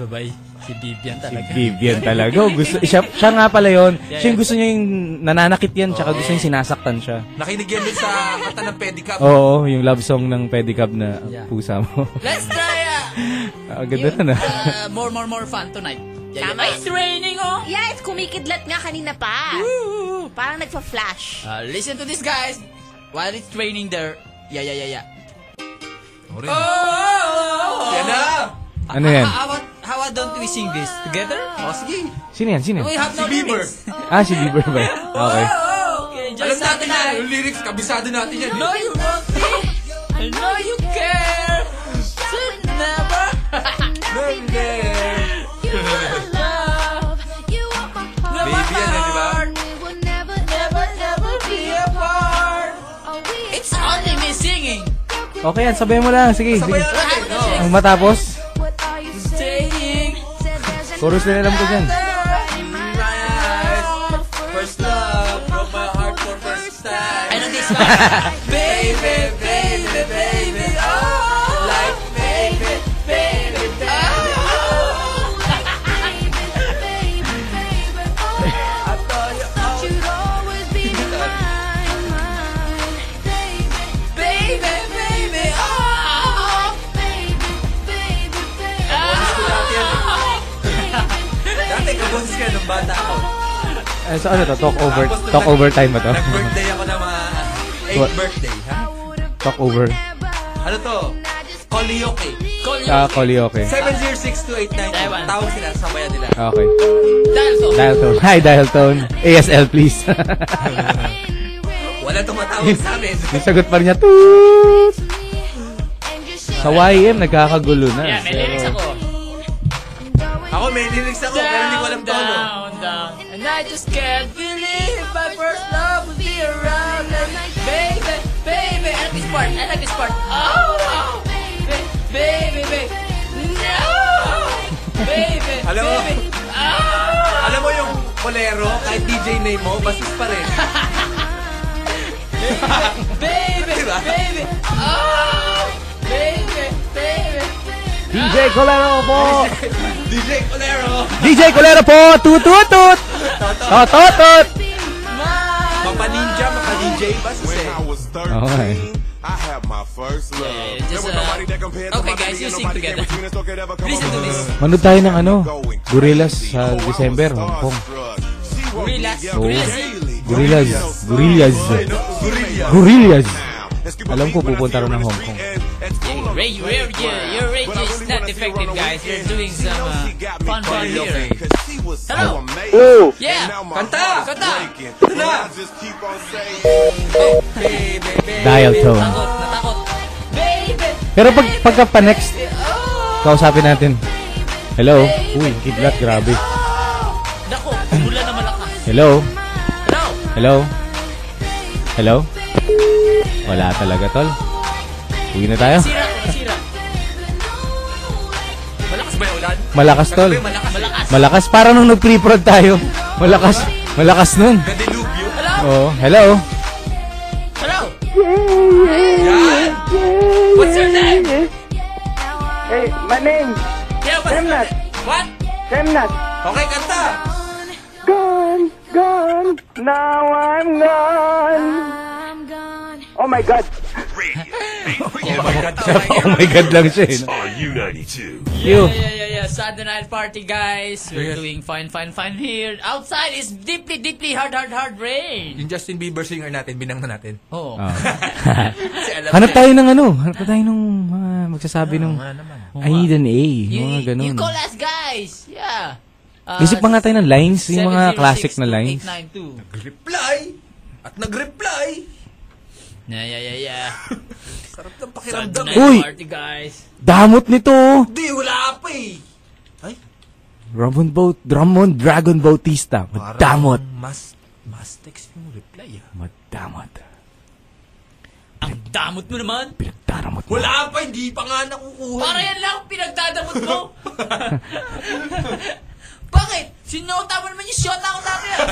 A: Bye-bye. Si Vivian talaga.
H: Vivian talaga. oh, Gusto, siya, siya nga pala yun.
A: Yeah,
H: Siya yung
A: yeah.
H: gusto niya yung nananakit yan, tsaka gusto niya yung sinasaktan siya.
F: Nakinig yan dun sa kata ng pedicab.
H: Oo, yung love song ng pedicab na pusa mo.
A: Let's try ah,
H: Ah, ganda na na.
A: ah, more, more, more fun tonight. Yeah, yeah. It's raining oh!
C: Yeah, it's kumikidlat nga kanina pa. Parang nagpa-flash.
A: Uh, listen to this, guys. While it's raining there. Yeah, yeah, yeah, yeah.
F: Orin.
A: Oh!
F: Yan na.
H: Ano yan?
A: How, about- how about don't we sing this together?
F: Oh, sige.
H: Sino yan? Sino
A: We
H: yan?
A: have no
F: Bieber.
A: lyrics.
H: Ah, si Bieber ba? yan? Okay.
A: Oh!
F: Alam natin yan. Yung lyrics, kabisado natin yan.
C: No, you want me. I know you care. So never. Never there. You are love. You are my heart.
F: Baby yan, eh, di ba?
C: We will never, ano, never, never be apart. It's only me singing.
H: Okay yan, sabay mo lang. Sige, sige. Ang matapos.
C: Saying.
H: Chorus na alam ko dyan.
F: First love broke my heart for first time.
C: I know this one. baby, baby, baby, oh. Like baby, baby, baby, oh. Like baby, baby, baby, oh. I thought you would always be mine, mine. Baby, baby, baby, oh. Baby, baby, baby, oh.
F: Dati kaboses ka nung bata ako.
H: Eh, so ano to? Talk over, talk over time ba to?
F: Nag-birthday ako ng mga 8th
H: What?
F: birthday, ha?
H: talk over.
F: Ano to? Kolioke.
H: Ah, Kolioke.
F: 706-289. Tawag sila, sabayan nila.
H: Okay.
F: Dial tone.
H: Dial tone. Hi, dial tone. ASL, please.
F: Wala tumatawag sa amin.
H: Yung sagot pa rin niya, toot! Sa YM, nagkakagulo na.
F: Yeah, may lyrics
H: Pero-
F: ako. Ako may lyrics ako, pero hindi ko alam ano. tono.
C: And I just can't believe my first love will be around and baby, baby, I like this part, I like this part. Oh, baby, baby, baby, no, baby,
F: Alam mo,
C: baby, oh,
F: alam mo yung bolero, kahit DJ name mo, basis pa rin.
C: baby, baby, oh, baby, baby.
H: DJ Colero po!
F: DJ Colero.
H: DJ Colero po! Tututut! Oh, Tototut!
F: Mapaninja, mapa-DJ, basis eh.
H: Okay.
K: I have my first love.
C: uh,
K: there
F: just,
K: was nobody that compared to
F: okay,
K: my baby
F: guys, you
K: and
F: sing
K: nobody
F: together.
K: came between us, no could ever come Listen to this.
H: Manood tayo ng ano? Gorillas sa December, Hong Kong.
F: Gorillas.
H: Oh.
F: Gorillas.
H: Gorillas. Gorillas. Gorillas. Alam ko pupunta rin ng Hong Kong.
A: Ray, your, your, your rate is not defective, guys. We're doing some uh, fun fun here. Hello!
C: Ooh.
A: Yeah! Kanta! Kanta!
H: Dial tone. Pero pag pagka pa next, kausapin natin. Hello? Uy, kidlat, grabe.
A: Nako, mula na malakas.
H: Hello? Hello? Hello? Wala talaga, tol. Uwi na tayo.
A: Sira, sira.
F: Malakas ba yung ulan?
H: Malakas, tol.
F: Grabe, Malakas. Malakas.
H: Malakas. Para nung nag-pre-prod tayo. Malakas. Malakas nun. Oo. Hello?
C: Hello. What's your name?
E: Hey, my name.
F: Yeah, what's
E: Semnat.
F: What?
E: Semnat.
F: Okay, kanta.
E: Gone, gone, now I'm gone. Oh my God.
H: oh my God lang siya. eh.
A: Yeah, yeah, yeah, yeah. Saturday night party, guys. We're doing fine, fine, fine here. Outside is deeply, deeply hard, hard, hard rain.
F: Yung Justin Bieber singer natin, binang na natin.
A: Oo.
H: Oh.
F: Kasi alam
H: Hanap
F: niya.
H: tayo ng ano. Hanap tayo ng mga magsasabi ng I need an A. Mga ganun.
A: You call us, guys. Yeah. Uh,
H: Isip pa nga tayo ng lines. Yung mga classic na lines.
A: 892.
F: Nag-reply. At nag-reply.
A: Yeah, yeah, yeah, yeah.
F: Sarap ng pakiramdam.
H: Saturday night Uy!
A: party, guys.
H: Damot nito. oh.
F: Di, wala pa eh.
H: Ramon Boat, Ramon Dragon Bautista. Madamot.
F: Mas, mas text yung reply ah.
H: Madamot.
A: Ang damot mo naman.
H: Pinagdaramot
A: mo.
F: Wala pa, hindi pa nga nakukuha.
A: Para yan lang ang pinagdadamot mo. Bakit? Sinota mo naman yung shot ako dati. ah.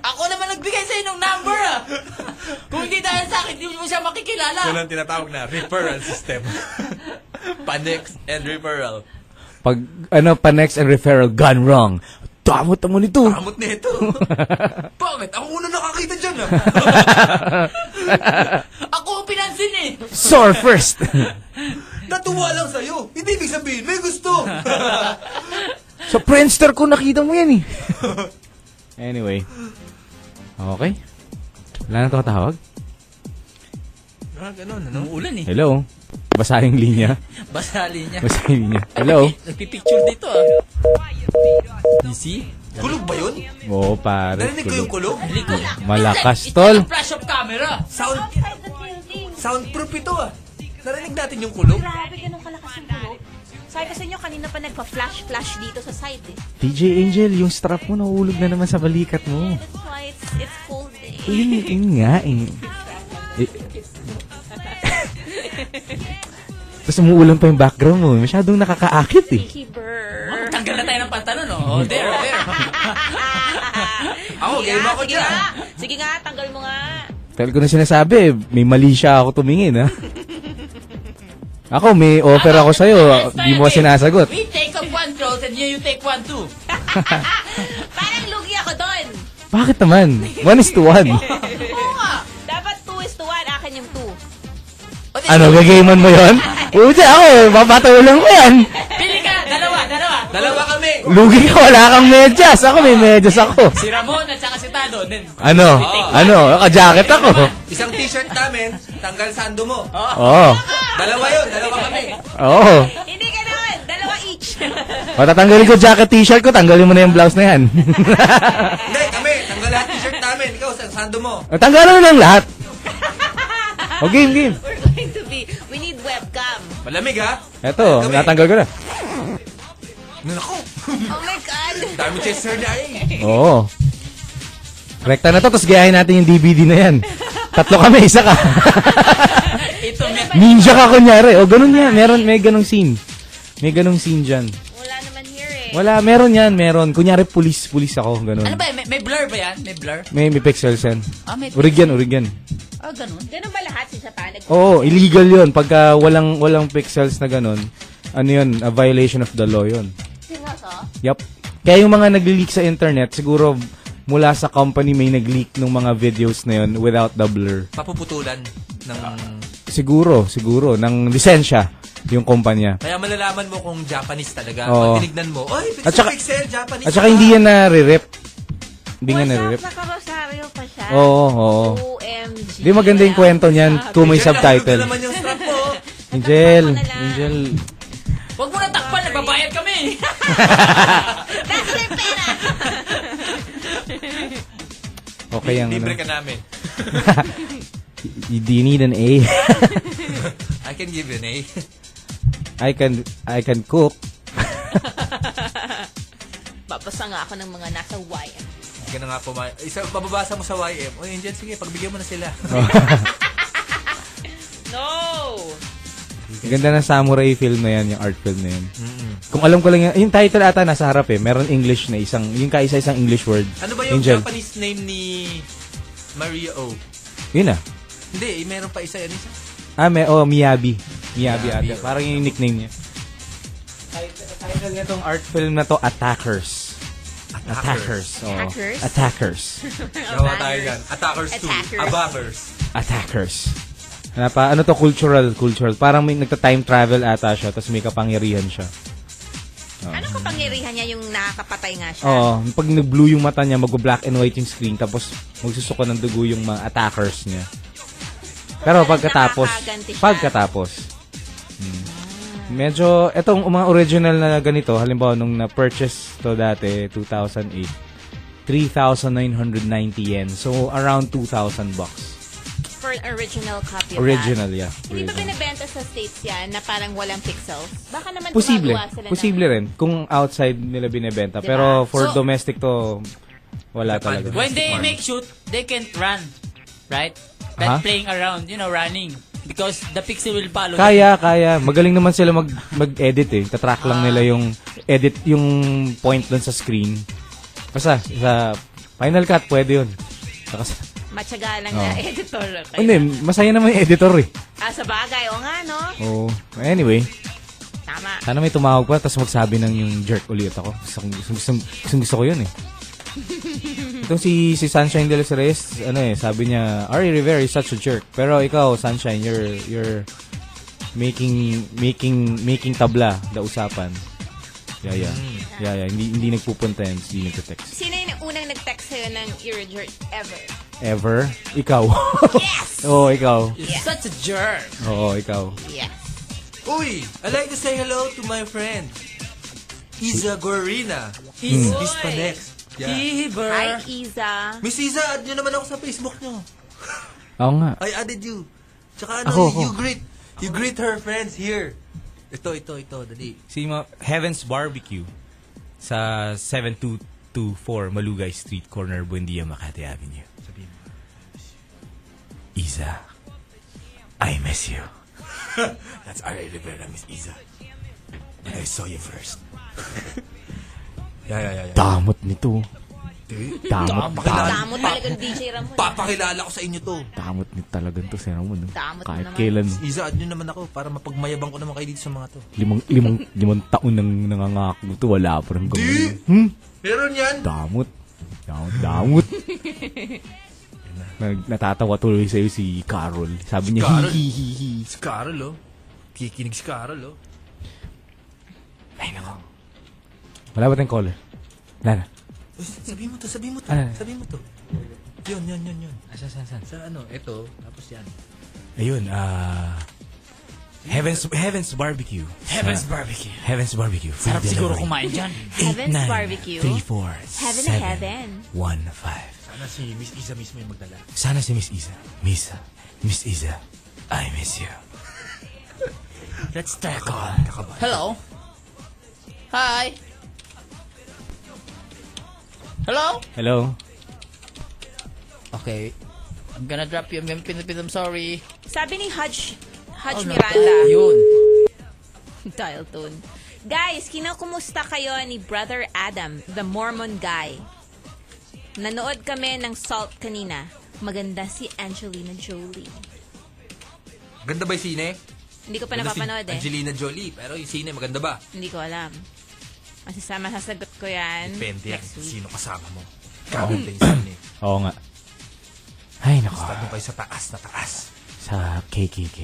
A: ako naman nagbigay sa'yo ng number ah. Kung hindi dahil sa akin, hindi mo siya
F: Yun
A: makikilala.
F: ang tinatawag na referral system. Panex and referral.
H: Pag, ano, pa next and referral gone wrong. Damot mo nito.
F: Amot na ito. Bakit? Ako una nakakita dyan ah.
A: Ako ang pinansin eh.
H: Sore first.
F: Natuwa lang sa'yo. Hindi ibig sabihin, may gusto.
H: Sa Friendster ko nakita mo yan eh. anyway. Okay. Wala na tumatawag?
F: ah, ganun, ano?
A: Ulan eh.
H: Hello? Basa yung linya.
A: Basali niya.
H: Basa yung linya. Hello?
A: Nagpipicture dito ah. You see?
F: Kulog ba yun?
H: Oo, pare.
F: Narinig ko yung kulog?
H: Malakas, tol.
F: Flash of camera! Sound... Soundproof ito ah. Narinig natin yung kulog.
C: Grabe, ganun kalakas yung kulog. Sabi ko sa inyo, kanina pa nagpa-flash-flash dito sa side eh.
H: DJ Angel, yung strap mo nahulog na naman sa balikat mo.
C: That's why it's, it's cold eh.
H: Yun, yun nga eh. eh Tapos umuulan pa yung background mo. eh. Masyadong nakakaakit eh.
C: Keeper.
O: Tanggal na tayo ng pantalon, oh. There, there.
F: Ako, game ako
C: sige
F: dyan.
C: nga. Sige nga, tanggal mo nga.
H: Tagal ko na sinasabi, eh, may mali siya ako tumingin ha. Ako, may offer ako sa'yo. Di mo ka sinasagot.
O: We take up one clothes and you, you take one too.
C: Parang lugi ako doon.
H: Bakit naman? One is to one.
C: Oo nga. Dapat 2 is to 1. Akin yung 2.
H: Ano, gagaman mo yon? Uti ako, eh, papatulang ko yan.
O: Pili ka, dalawa, dalawa. Dalawa kami.
H: Lugi ka, wala kang medyas. Ako, may medyas ako.
O: Si Ramon at saka si Tado. Then,
H: Ano? Ano? Naka-jacket ako.
F: Isang t-shirt namin, tanggal sando mo.
H: Oo.
F: Dalawa yun, dalawa kami.
H: Oo.
C: Hindi ganun. Dalawa each.
H: O, tatanggalin ko jacket t-shirt ko, tanggalin mo na yung blouse na yan.
F: Hindi, kami, tanggal lahat t-shirt namin. Ikaw, sa- sando mo.
H: o, tanggalan mo lang lahat. O, game, game.
C: We're going to be, we need webcam.
F: Malamig ha?
H: Eto, natanggal ko na.
F: Nako,
C: Oh my God.
F: dami chester na eh.
H: Oo. Rekta na to, tapos gayahin natin yung DVD na yan. Tatlo kami, isa ka.
O: Ito, may...
H: Ninja ka kunyari. O, ganun yan. Meron, may ganung scene. May ganung scene dyan.
C: Wala naman here eh.
H: Wala, meron yan, meron. Kunyari, pulis, pulis ako, ganun.
O: Ano ba, yan? may, may blur ba yan? May blur?
H: May, may pixels yan.
O: Ah, may-
H: Urig yan, urig yan.
O: Oh, ganun.
C: Ganun ba lahat si Satanag?
H: Oo, illegal yun. Pagka walang, walang pixels na ganun, ano yun, a violation of the law yun.
C: Seryoso?
H: Yup. Kaya yung mga nag-leak sa internet, siguro mula sa company may nag-leak ng mga videos na yun without the blur.
F: Papuputulan ng...
H: Siguro, siguro, ng lisensya yung kumpanya.
F: Kaya malalaman mo kung Japanese talaga.
H: Oo.
F: Pag tinignan mo, oy, pixel,
H: At saka-
F: pixel, Japanese.
H: At saka hindi yan na-rip. Hindi nga na-rip.
C: Nakarosaryo pa siya.
H: Oo, oo.
C: OMG.
H: Di maganda yung kwento niyan kung may subtitle.
F: yung strap mo.
H: Angel, Angel.
O: Huwag mo na takpan, nagbabayad kami.
C: That's their pera.
H: Okay ang
F: Libre
H: ano.
F: ka namin.
H: Do you need an A?
F: I can give eh. you an A.
H: I can, I can cook.
C: Babasa nga ako ng mga nasa YM.
F: Ganun nga po. ma- Isa, mababasa mo sa YM. Oy, Angel, sige, pagbigyan mo na sila.
C: No!
H: Ang Ganda ng samurai film na yan, yung art film na yan. Kung alam ko lang yan, yung title ata nasa harap eh, meron English na isang, yung kaisa-isang English word.
F: ano ba yung
H: Angel.
F: Japanese name ni Maria O?
H: Yun ah.
F: Hindi, eh, meron pa isa yan. Isa.
H: Ah, may, oh, Miyabi. Miyabi, ata. Parang yung nickname niya. Title nitong art film na to, Attackers. Attackers. oo.
F: Attackers?
H: Attackers.
Q: Oh,
F: Nawa tayo yan. Attackers 2.
C: Attackers.
F: Abackers.
H: Attackers. Ano pa? Ano to? Cultural. Cultural. Parang may nagta-time travel ata siya, tapos may kapangyarihan siya. Oo.
C: Ano kapangyarihan niya yung nakakapatay nga siya?
H: Oo. Pag nag-blue yung mata niya, mag-black and white yung screen, tapos magsusuko ng dugo yung mga attackers niya. Pero pagkatapos,
C: nakakaganti siya.
H: pagkatapos, hmm. medyo, etong mga original na ganito, halimbawa nung na-purchase to dati, 2008, 3,990 yen. So, around 2,000 bucks.
C: For an original copy of
H: Original, yeah.
C: that. Hindi ba
H: Original.
C: binibenta sa states yan na parang walang pixels? Baka naman
H: Posible.
C: gumagawa sila
H: Posible rin. Kung outside nila binebenta.
C: Diba?
H: Pero for
O: So-
H: domestic to, wala talaga.
O: When they make shoot, they can't run. Right? That
H: Aha.
O: playing around, you know, running. Because the pixel will follow them.
H: Kaya, kaya. Magaling naman sila mag, mag-edit eh. Tatrack lang nila yung edit, yung point dun sa screen. Basta, sa Final Cut, pwede yun. Saka sa-
C: Na. Matyaga lang
H: Oo.
C: na editor. Okay.
H: Oh. Hindi, masaya naman yung editor eh.
C: Ah, sa bagay. O nga, no?
H: Oo. Anyway,
C: Tama.
H: sana may tumawag pa tapos magsabi ng yung jerk ulit ako. Gusto, kong- gusto, gusto, gusto, gusto ko yun eh. Itong si, si Sunshine De Los Reyes, ano eh, sabi niya, Ari Rivera is such a jerk. Pero ikaw, Sunshine, you're, you're making, making, making tabla na usapan. Yeah, yeah. Yeah, yeah. Hindi, hindi nagpupunta yan, hindi nagte-text.
C: Sino yung unang nag-text sa'yo ng Irreject ever?
H: Ever? Ikaw. Yes! Oo, ikaw.
O: You're such a jerk.
H: Oo, ikaw.
C: Yes.
F: Uy, I'd like to say hello to my friend. Isa Gorina.
H: Is-
F: Hispanex. Tiber.
C: Hi, Iza.
F: Miss Iza, add nyo naman ako sa Facebook nyo.
H: Ako nga.
F: I added you. Tsaka ano,
H: Ako,
F: you, you
H: ako.
F: greet, you greet her friends here. Ito, ito, ito, dali.
Q: Si Ma- Heaven's Barbecue sa 7224 Malugay Street, corner Buendia, Makati Avenue. Sabihin mo. Isa, I miss you. That's R.A. Rivera, Miss Isa. And I saw you first. yeah, yeah, yeah. yeah.
R: Damot nito.
F: Di-
R: Damot,
H: Ah.
R: damot.
F: Pakilala-
C: Damo talagang DJ Ramon.
F: Papakilala ko sa inyo to.
R: Damot nito talagang to, si Ramon. no?
C: Damot
R: Kahit
C: naman.
R: kailan.
F: Miss Iza, add nyo naman ako para mapagmayabang ko naman kayo dito sa mga to.
R: Limang, limang, limang taon nang nangangako to, wala pa rin gawin.
F: Meron yan.
R: Damot. Damot, damot. Nag, natatawa tuloy sa'yo si Carol. Sabi niya,
F: Carol.
R: hi, hi, hi, hi.
F: Si Carol, oh. Kikinig si Carol, oh.
R: Ay, nako. Wala ba tayong caller? Wala na.
F: Uy, Sabihin mo to, sabihin mo to,
R: Ano?
F: sabihin mo to. Yun, yun, yun, yun. Asa, saan, saan? Sa ano, ito, tapos yan.
Q: Ayun, ah... Heaven's Heaven's Barbecue.
F: Heaven's
Q: Sa-
F: Barbecue.
Q: Heaven's Barbecue. Food
A: Sarap siguro
Q: delivery.
A: kumain dyan.
C: Heaven's Barbecue.
Q: Three, four,
C: Heaven,
Q: seven,
C: heaven.
Q: One, five.
F: Sana si Miss Isa mismo yung magdala.
Q: Sana si Miss Isa. Miss, Miss Isa, I miss you.
A: Let's try a call. Hello? Hi? Hello?
R: Hello?
A: Okay. I'm gonna drop you. I'm pinapit. I'm sorry.
C: Sabi ni Hudge, Hudge
A: Oh, no.
C: Miranda.
A: Yun.
C: Dial tone. Guys, kinakumusta kayo ni Brother Adam, the Mormon guy? Nanood kami ng Salt kanina. Maganda si Angelina Jolie.
F: Ganda ba yung sine?
C: Hindi ko pa
F: Ganda si
C: napapanood eh. Hmm,
F: Angelina Jolie. Pero yung sine, maganda ba?
C: Hindi ko alam. Masasama, sasagot ko yan.
F: Depende yan.
C: next week.
F: Sino kasama mo? Kaganda yung sine.
R: Oo nga. Ay, nako.
F: Basta doon kayo sa taas na taas.
R: Sa KKK.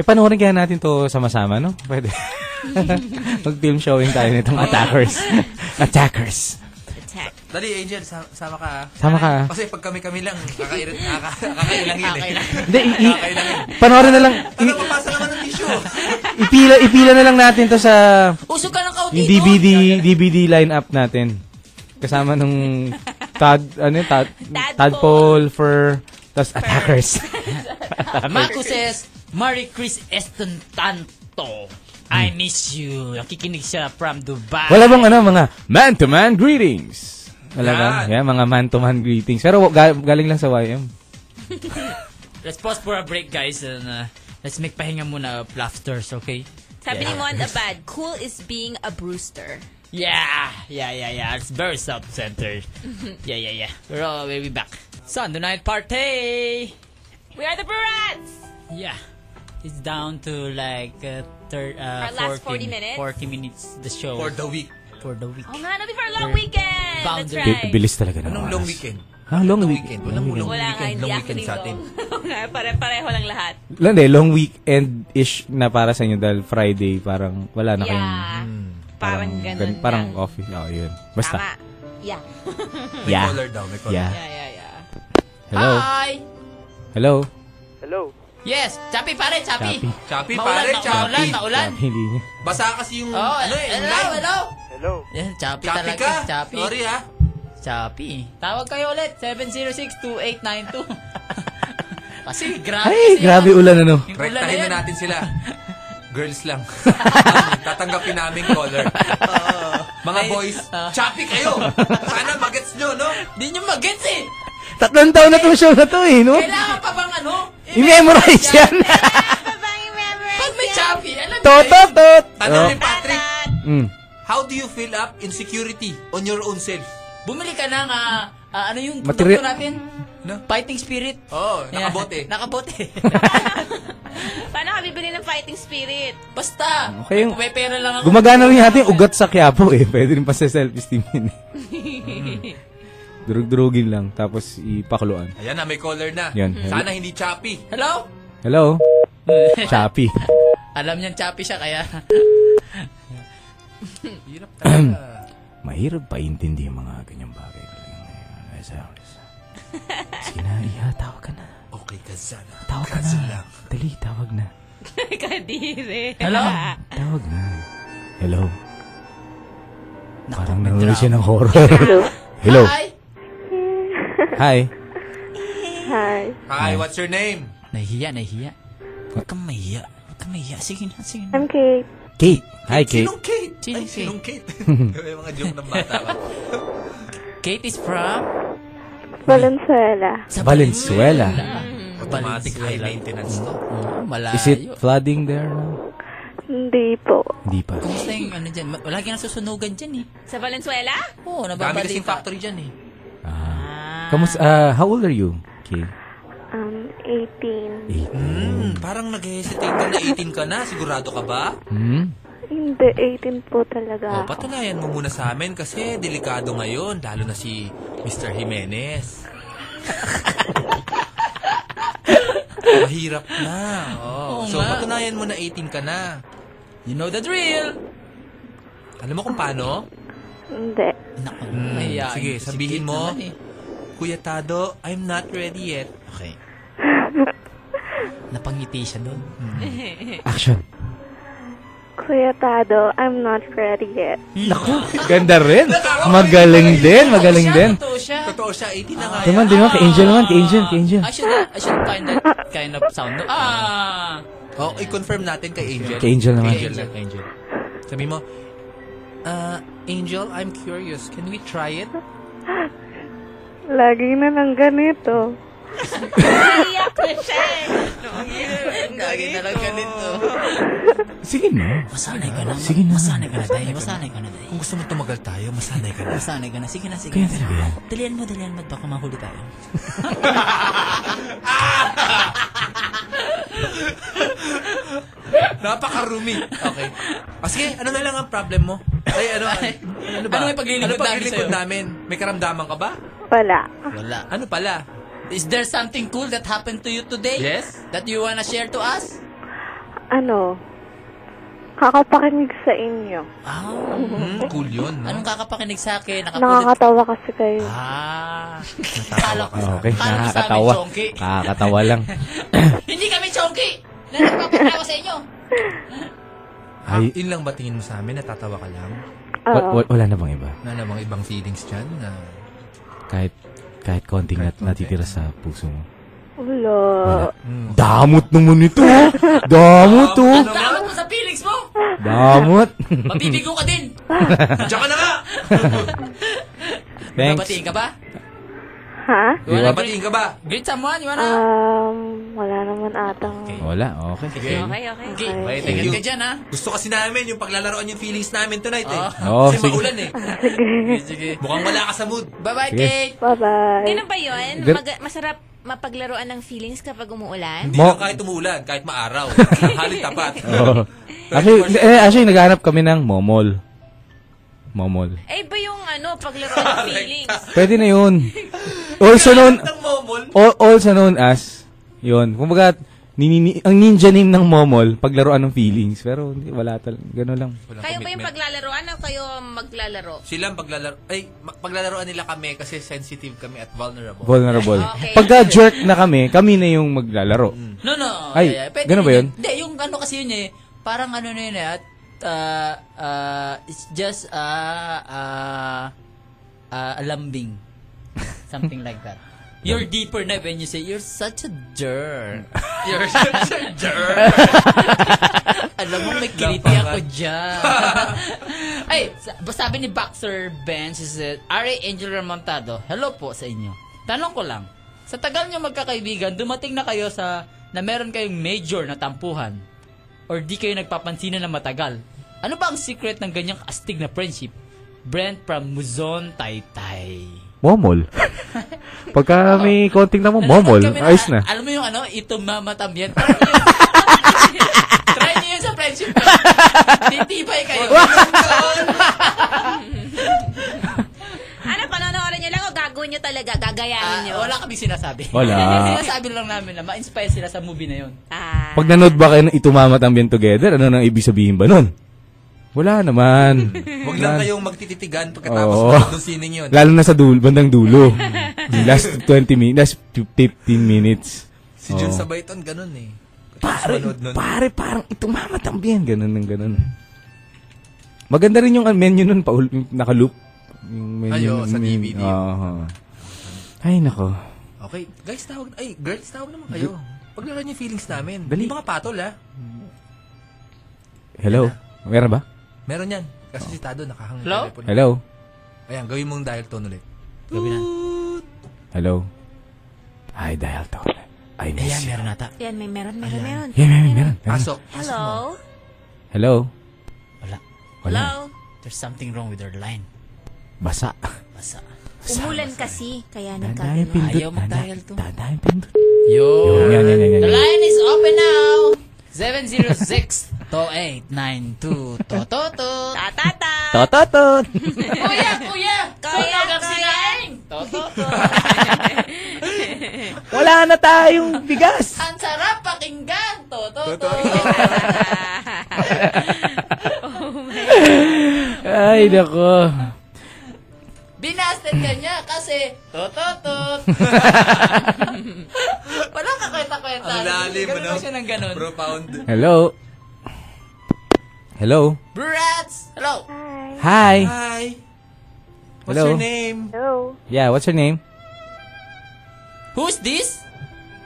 H: Eh, panoorin kaya natin to sama-sama, no? Pwede. Mag-film showing tayo nitong attackers. attackers.
C: Attack.
F: Dali, Angel, sa- sama ka ah.
H: Sama ka, ah.
F: Kasi pag kami-kami lang, kakairit, kaka- kakailang yun eh.
A: Ah,
H: Hindi, i- i-
F: Kakailang yun.
H: panoorin na lang.
F: Ano, papasa naman ng tissue.
H: Ipila, ipila na lang natin to sa
A: Usog ka ng kaunti,
H: yung
A: no?
H: DVD, DVD lineup natin. Kasama nung tad, ano yun, tad, tadpole, fur, tas attackers.
A: Marco says, Mary Chris Eston Tanto. I miss you. Nakikinig siya from Dubai.
H: Hmm. Wala bang ano, mga man-to-man greetings? Wala bang? Yeah, mga man-to-man greetings. Pero ga- galing lang sa YM.
A: Let's pause for a break, guys. And, uh, let's make pahinga muna of laughters, okay?
C: Sabi ni
A: Yeah.
C: Mon Abad, cool is being a Brewster.
A: Yeah, yeah, yeah, yeah. It's very self-centered. yeah, yeah, yeah. We're all, we'll be back. Sunday night party!
C: We are the Brats!
A: Yeah. It's down to like uh, thir- uh,
C: Our last 40 minutes.
A: 40 minutes the show.
F: For the week.
A: For the week.
C: Oh nga, no, before a long weekend! That's
A: Boundary.
C: right.
R: Bilis talaga ng
F: Anong
R: oras.
F: long weekend?
R: Ah, long weekend.
F: Walang
R: Long
F: long
C: Wala nga,
F: weekend.
C: hindi
F: Long
C: ako
F: weekend sa atin.
C: Oo nga, pare-pareho lang lahat.
H: Lang de, long weekend-ish na para sa inyo dahil Friday parang wala na kayong...
C: Yeah.
F: Hmm.
C: Parang ganun
H: gan-
C: lang.
H: Parang coffee. Oo, yun. Basta.
C: Tama. Yeah.
H: May Yeah. caller daw, may caller. Yeah.
C: yeah, yeah, yeah.
H: Hello.
A: Hi!
H: Hello.
E: Hello.
A: Yes! Chapi pare, Chapi!
H: Chapi.
F: Chapi,
A: Maulan,
F: pare,
A: maulan,
F: Chapi.
A: Maulan,
H: Sabi Ah, Hindi niya.
F: Basa kasi yung,
A: Oh,
F: ano eh, yung
A: hello,
F: line.
A: hello!
E: Hello.
A: Yan, Chapi,
F: Chapi
A: talaga.
F: ka.
A: Chapi.
F: Sorry, ha?
A: Chapi. Tawag kayo ulit, 706-2892. Kasi grabe.
H: Ay,
A: kasi
H: grabe
A: yan.
H: ulan ano.
A: Yung ulan na
F: Rektahin na
A: yan.
F: natin sila. Girls lang. Tatanggapin namin caller. Mga boys,
C: Ah.
F: Chapi kayo. Sana magets nyo, no?
A: Di nyo magets eh.
H: Tatlong taon na tong show na to eh, no?
A: Kailangan pa bang ano?
H: I-memorize yan.
A: Pag may Chapi, alam nyo eh.
H: tot, tot, tot.
F: Tanong
H: Oh.
F: ni Patrick,
H: Mm.
F: how do you fill up insecurity on your own self?
A: Bumili ka ng, ah, ah, ano yung
H: Materi-
A: produkto natin? Fighting spirit.
F: Oo, Oh, nakabote.
A: Nakabote.
C: Paano ka bibili ng fighting spirit?
A: Basta!
H: Okay, yung-
A: May pera lang ako.
H: Gumagana rin natin yung ugat sa Quiapo eh. Pwede rin pa sa self-esteem yun eh. Durug-durugin lang, tapos ipakuloan.
F: Ayan na, may caller na.
H: Yan.
F: Sana hindi Chapi.
A: Hello?
H: Hello? Chappy.
A: Alam niyang Chappy siya kaya. Hirap
R: Mahirap paintindi yung mga ganyang bagay. Isa, isa. Sige na, iha, tawag ka na.
F: Okay ka sana.
R: Tawag ka
F: Kaso
R: na.
F: lang.
R: Dali, tawag na.
C: Kadiri.
A: Hello?
R: Tawag na. Hello?
H: Parang nanonood siya ng horror. Hello. Hi.
K: Hi.
F: Hi, what's your name?
A: Nahiya, nahiya. Huwag kang mahiya. Huwag kang mahiya. Sige na, sige na.
K: I'm Kate.
H: Kate.
R: Eh.
H: Hi, Kate.
F: Sinong Kate? Ay, sinong Kate? May mga joke ng bata ka.
A: Kate is from?
K: Valenzuela.
H: Valenzuela.
F: Automatic high maintenance to.
A: Malayo.
H: Is it flooding there?
K: Hindi po.
H: Hindi pa. Ah.
A: Kumusta yung ano dyan? Ma- Lagi nasusunugan dyan eh.
C: Sa Valenzuela?
A: Oo,
F: Dami kasing
A: nababalita.
F: factory dyan eh.
H: Kamusta? ah, how old are you, Kate?
K: Um, 18.
F: Hmm, parang nag-hesitate ka na 18 ka na. Sigurado ka ba?
H: Hmm?
K: Hindi, 18 po talaga.
F: O, patunayan mo muna sa amin kasi delikado ngayon. Lalo na si Mr. Jimenez. Mahirap na.
A: Oo
F: Oh. so,
A: nga.
F: patunayan mo na 18 ka na.
A: You know the drill.
F: Alam mo kung paano?
K: Hindi.
F: Hmm,
A: Mahiyain
F: sige,
A: ko si
F: sabihin
A: Kate
F: mo.
A: naman eh.
F: Kuya Tado, I'm not ready yet.
A: Okay. Napangiti siya doon.
H: Action.
K: Kuya Tado, I'm not ready yet.
H: Naku, ganda rin. Magaling din, magaling din.
A: Totoo siya.
F: Totoo siya, 18 na nga.
H: Tuman, din mo, kay Angel naman, kay Angel, kay Angel.
A: I should, I should find that kind of sound. no? Ah!
F: Oh, i-confirm natin kay Angel.
H: Kay Angel naman.
F: Kay Angel. Kay Angel. Sabi mo, uh, Angel, I'm curious. Can we try it?
K: Lagi na lang ganito.
C: Naiyak na siya eh.
A: Lagi na lang ganito.
H: Sige na.
A: Masanay ka na.
H: Sige na.
A: Masanay ka na tayo. Masanay ka na tayo.
F: Kung gusto mo tumagal tayo, masanay ka na.
A: Masanay ka na. Sige na, sige
H: Kaya
A: na.
H: talaga yan.
A: Dalian mo, dalian mo. Baka mahuli tayo.
F: Napakarumi. Okay. O sige, ano na lang ang problem mo? Ay, ano, ano, ano ba?
A: Ano yung paglilingkod
F: Ano paglilingkod
A: namin sa'yo?
F: namin? May karamdaman ka ba?
K: Wala.
A: Wala.
F: Ano pala?
A: Is there something cool that happened to you today?
F: Yes?
A: That you wanna share to us?
K: Ano? Kakapakinig sa inyo.
A: Ah.
F: Hmm, cool yun. No?
A: Anong kakapakinig sa akin? Nakapulot.
K: Nakakatawa kasi kayo.
A: Ah. Kala ko.
H: Okay,
A: Kala ko sa amin,
H: nakakatawa.
A: chonky.
H: Nakakatawa lang.
A: Hindi kami chonky. Na nagpapatawa sa inyo.
H: Ay,
F: Ah, Yun lang ba tingin mo sa amin? Natatawa ka lang?
H: wa- wa- wala na bang iba?
F: Wala namang ibang feelings dyan na...
H: Kahit, kahit konting nat- natitira sa puso mo.
K: Wala.
H: Damot naman ito. ah. Damot, oh.
A: Tawag mo sa feelings mo.
H: Damot.
A: Mabibigo ka din.
F: Diyan ka na nga!
H: Thanks.
A: Babatiin ka ba?
K: Ha?
H: You wanna
F: Batiin ka ba?
A: Greet someone, you wanna?
H: Ah.
K: Um, wala naman atang...
H: Wala, okay.
A: Okay.
C: Okay, okay.
A: Okay.
F: Bye,
A: Ingat
F: thank you.
A: ka dyan, ha?
F: Gusto kasi namin yung paglalaroan yung feelings namin tonight eh.
A: Ah.
H: Oo,
F: Kasi
H: sige.
F: maulan eh.
A: Sige, sige.
F: Mukhang wala ka sa mood.
A: Bye-bye,
H: Sige.
A: Kate.
K: Bye-bye.
C: Ganun ba yun?
H: Gan-
C: Mag- masarap mapaglaruan ng feelings kapag umuulan?
F: Hindi
H: Mo-
F: lang kahit umuulan, kahit maaraw. Halit tapat.
H: Oo. Actually, eh, actually, naghahanap kami ng momol. Momol.
C: Eh, ba yung ano, paglaruan ng feelings?
H: Pwede na yun. Also known,
F: Ang momol.
H: al- also known as, yun. Kumbaga, ninini, ang ninja name ng momol, paglaruan ng feelings. Pero hindi, wala talaga. Gano'n lang.
F: Walang
C: Kayo ba yung
F: commitment.
C: paglalaruan o kayo maglalaro?
F: Sila ang paglalaro ay ma- paglalaroan nila kami kasi sensitive kami at vulnerable.
H: Vulnerable.
A: Ah,
C: Okay.
H: Pagka jerk na kami, kami na yung maglalaro.
A: No, no.
H: Mm. Ay,
A: yeah, yeah.
H: ganun ba yun?
A: Hindi, yung ano kasi yun eh. Parang ano na yun eh. At, uh, uh, it's just uh, uh, uh, a lambing. Something like that. You're deeper na when you say, you're such a jerk. You're such a jerk. Alam mo, may kiliti ako dyan. Ay, sa- sabi ni Boxer Ben, she said, Ari Angel Ramontado, hello po sa inyo. Tanong ko lang, sa tagal niyo magkakaibigan, dumating na kayo sa na meron kayong major na tampuhan or di kayo nagpapansinan na matagal. Ano ba ang secret ng ganyang astig na friendship? Brent from Luzon, Taytay.
H: Momol. Pagka may konting na mo,
A: Nanonood
H: Oh, momol.
A: kami ng-
H: Ayos na.
A: Alam mo yung ano, ito mama también. Try niyo yun sa friendship. Titibay kayo.
C: Ano, panonoodin nyo lang o gagawin nyo talaga? Gagayahin nyo?
A: Ah, wala kami sinasabi.
H: Wala.
A: sinasabi lang namin na ma-inspire sila sa movie na yun.
C: Ah,
H: Pag nanood ba kayo ng Itumamat ang Bien Together, ano nang ibig sabihin ba nun? Wala naman.
F: Huwag lang kayong magtititigan pagkatapos
H: Oo.
F: oh. ng sining yun.
H: Lalo na sa dulo, bandang dulo. The last 20 minutes, last 15 minutes.
F: Si Jun
H: Oo.
F: sabay ton ganun eh.
H: Pare,
F: Sumunod nun.
H: pare, parang itumamat ang bien. Ganun ng ganun. Maganda rin yung uh, menu nun, pa, yung naka-loop. Yung menu.
F: Ay, oo,
H: nun,
F: sa
H: men-
F: DVD.
H: Oo. Ay, nako.
F: Okay. Guys, tawag, ay, girls, tawag naman kayo. Paglaro niyo yung feelings namin.
H: Dali.
F: Hindi mga patol, ah. ha?
H: Hello? Meron ba?
F: Meron yan. Kasi si Tado nakahang
A: Hello?
F: telepono.
H: Hello?
F: Ayan, gawin mong dial tone ulit.
H: Hello? Hi, dial tone. I miss you.
A: meron ata.
S: Yan, may meron, meron, meron.
H: Yeah, meron, meron.
F: Pasok.
S: Hello?
H: Hello?
S: Hello?
A: There's something wrong with her line.
H: Basa.
A: Basa.
S: Umulan kasi, kaya
H: Dadaan yung
S: nagkagano.
H: pindot.
A: Ayaw mag-dial to.
H: Dadaan yung pindot.
A: Yo.
H: Yan, yan, yan, yan.
A: The
H: yan.
A: line is open now. 706 2892 Tototot.
S: Tatata.
H: Tototot.
A: Kuya, kuya.
S: Kaya,
A: Tunog ang
S: kaya.
A: sinaing. Tototot.
H: Wala na tayong bigas.
A: Ang sarap pakinggan. Tototot.
H: Ay, nako.
A: Binasted ka niya kasi tototot. Wala ka kwenta-kwenta.
F: Ang lalim,
A: Ganun
F: ano?
A: ba siya ng ganun?
F: Profound.
H: Hello? Hello?
A: Brats! Hello!
H: Hi.
F: Hi.
H: What's Hello? your
F: name?
C: Hello.
H: Yeah, what's your name?
A: Who's this?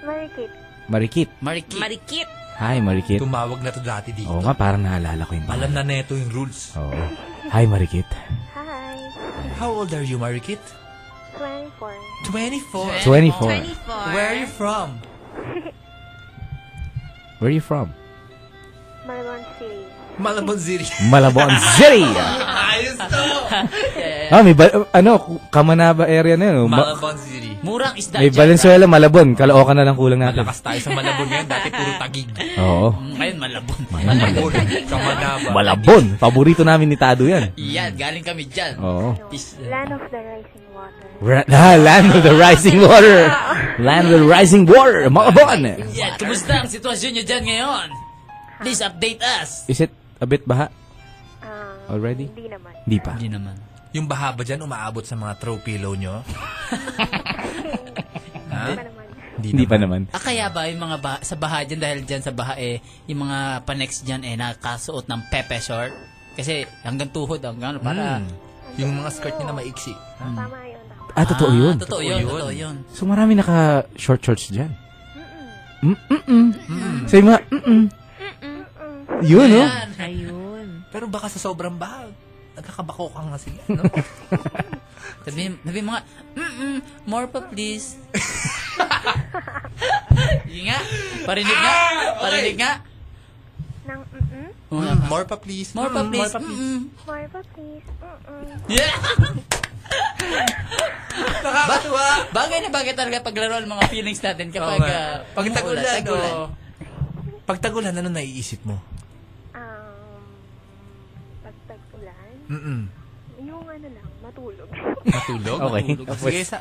C: Marikit.
H: Marikit.
A: Marikit.
S: Marikit.
H: Hi, Marikit.
F: Tumawag na to dati dito.
H: Oo nga, parang naalala ko yung
F: Alam na neto yung rules.
H: Oo. Hi, Marikit.
C: Hi.
F: How old are you, Marikit?
C: 24.
F: 24.
H: 24.
C: 24.
F: Where are you from?
H: Where are you from?
C: Marlon City.
F: Malabon City.
H: Malabon City!
F: Ayos to!
H: Ah, may ba- ano, Kamanaba area na yun. oh. Ma-
F: Malabon City.
A: Murang isda ah.
H: may Valenzuela, Malabon. Kaloocan na lang kulang natin.
F: Malakas tayo sa Malabon ngayon. Dati puro tagig.
H: Oo.
A: Ngayon, malabon.
H: Malabon.
F: Kamanaba.
H: Malabon. Paborito namin ni Tado yan.
A: Yan, galing kami dyan.
H: Oo.
A: Is-
C: Land of the Rising Water.
H: Ra- ah, land of the rising water. Land of the rising water. Malabon.
A: Yan, kumusta ang sitwasyon nyo dyan ngayon? Please update us.
H: Is it a bit baha? Already?
C: Hindi naman.
H: Hindi pa.
A: Hindi naman.
F: Yung bahaba dyan, umaabot sa mga throw pillow nyo. ha?
H: Hindi pa naman.
A: Ah, kaya ba yung mga bah- sa baha dyan, dahil dyan sa baha eh, yung mga panex dyan eh, nakasuot ng pepe short? Kasi hanggang tuhod, hanggang ano, para...
F: Mm. Yung mga skirt nyo na maiksi.
C: Tama yun.
H: Ah, totoo yun.
A: Totoo yun, totoo yun.
H: So marami naka short shorts dyan. Mm, Mm-mm. So yung mga mm-mm. mm, Yun, no?
F: Ayan. Pero baka sa sobrang bahag, nagkakabako ka nga sila, no?
A: Sabi, sabi mga, mm more pa please. Yun nga, parinig nga, parinig nga.
C: Nang, mm-mm.
F: More pa please.
A: Mm, More pa please. mm-mm.
C: More pa, please. Mm-mm.
A: Yeah! Nakakatuwa! bagay na bagay talaga paglaro ang mga feelings natin kapag...
F: Oo nga.
A: ah,
F: Pag tagulan,
A: umuulan, tagulan.
F: oo. Pag tagulan, ano naiisip mo?
C: Um, pagtag-ulan.
F: Mm-mm.
C: Yung ano lang, matulog.
F: Matulog?
H: Okay.
F: Matulog. Sige,
H: Tapos-
F: sa...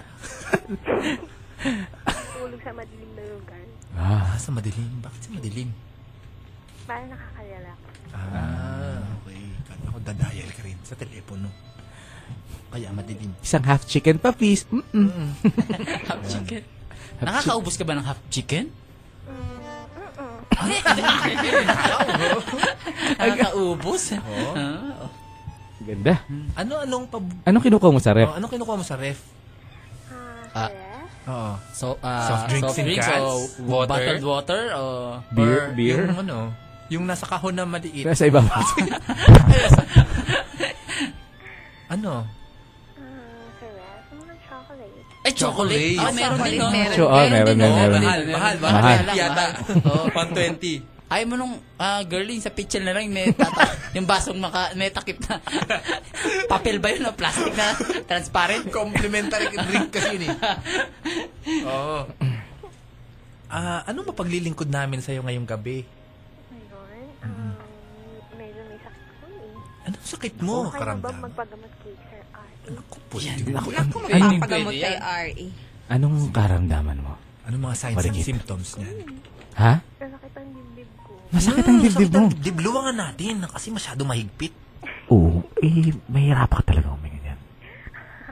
C: matulog sa madilim na lugar.
F: Ah, sa madilim. Bakit sa madilim?
C: Para nakakalala.
F: Ah, okay. Kala ko dadayal ka rin sa telepono. Kaya madilim.
H: Isang half chicken pa, please. Mm, Mm-mm.
A: half chicken. Nakakaubos ka ba ng half chicken? Nakakaubos? Ah,
H: Ganda.
F: Ano, anong pab...
H: Anong kinukuha mo sa ref?
F: Oh, anong kinukuha mo sa ref?
A: Ah,
F: Oo.
A: so, ah,
F: Soft drinks and
A: o
F: cans, water.
A: bottled water, oh. o...
H: Beer? Beer?
F: Yung ano, yung nasa kahon na maliit.
H: Nasa ibaba.
F: ano?
C: Ah, sa ref, mga chocolate.
A: Ay, chocolate. Ah,
F: Chocolate.
A: meron din, no?
H: Meron. Cho- ah, meron, meron,
A: Oo,
H: meron.
F: Mahal, mahal, mahal.
H: Mahal.
F: Yata.
A: Oo.
F: 120.
A: Ay mo nung ah, girlie, sa pitchel na lang may tata, yung basong maka, may takip na papel ba yun o plastic na transparent?
F: Complimentary drink kasi yun eh. Oo. Ah, ano ba paglilingkod namin sa'yo ngayong gabi?
C: Ayun. Um, medyo may sakit ko eh.
F: Ano sakit mo?
C: Kaya ba
F: Karamdaman.
C: magpagamot kay Sir Ate?
S: Ako
F: Pwede,
S: magpapagamot
F: pwede
S: kay
F: yan.
C: E.
S: RE.
H: Anong karamdaman mo?
F: Ano mga signs
H: Marikit.
F: and symptoms niyan?
H: Ha?
C: Nasakit ang dibdib ko.
H: Masakit ang dibdib mo.
F: Dibluwangan natin kasi masyado mahigpit.
H: Oo. Eh, mahirap ka talaga humingi niyan.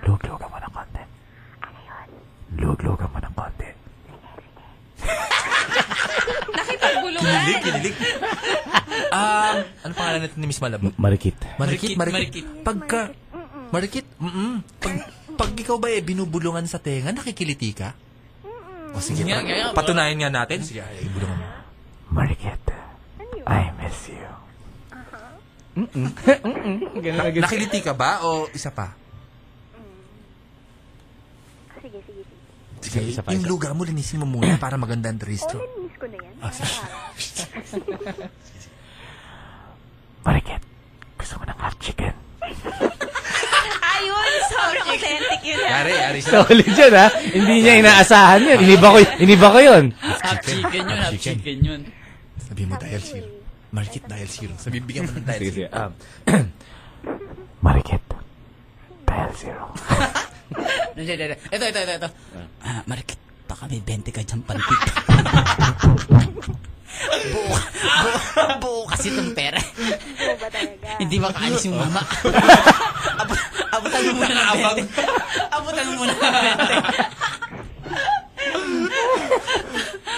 H: Luwag-luwagan mo ng konti.
T: Ano
H: Luwag-luwagan mo ng konti.
S: Nakipagbulungan.
F: kinilig. Um, ano pangalan natin ni Miss Malabo?
K: Marikit.
F: Marikit, marikit. Pagka, marikit, mm pag, pag ikaw ba eh, binubulungan sa tenga, nakikiliti ka? O sige,
O: Nga,
F: pa-
O: nga, nga.
F: patunayan nga natin. Sige, ay, ibulungan mo. Marikit, I miss you.
T: Uh-huh.
H: Ganun
F: Na-
H: agad.
F: nakiliti ka ba o isa pa?
T: Mm. Sige, sige, sige.
F: Sige, yung lugar mo, linisin mo muna para maganda ang
T: Oh,
F: registro.
T: naninis ko na yan.
F: Ah, sige.
T: Marikit, gusto mo ng half chicken?
C: Ayun, so authentic yun.
F: Yari, yari
H: Sa ulit yun, ha? Hindi niya inaasahan yun. Iniba ko, iniba ko yun.
O: Half chicken yun, half chicken yun.
F: Sabi mo dahil zero. Marikit dahil zero. Sabi, bigyan mo ng dahil
H: Sige, sige.
F: zero.
H: Um,
F: Marikit dahil zero.
O: Nandiyan, nandiyan. Ito, ito, ito, ito. Ah, Marikit, baka may 20 ka dyan pantit. buo, buo, buo kasi itong pera.
T: Buo ba talaga?
O: Hindi makaalis yung mama. Abot- Abutan mo muna ng 20. Abutan mo muna ng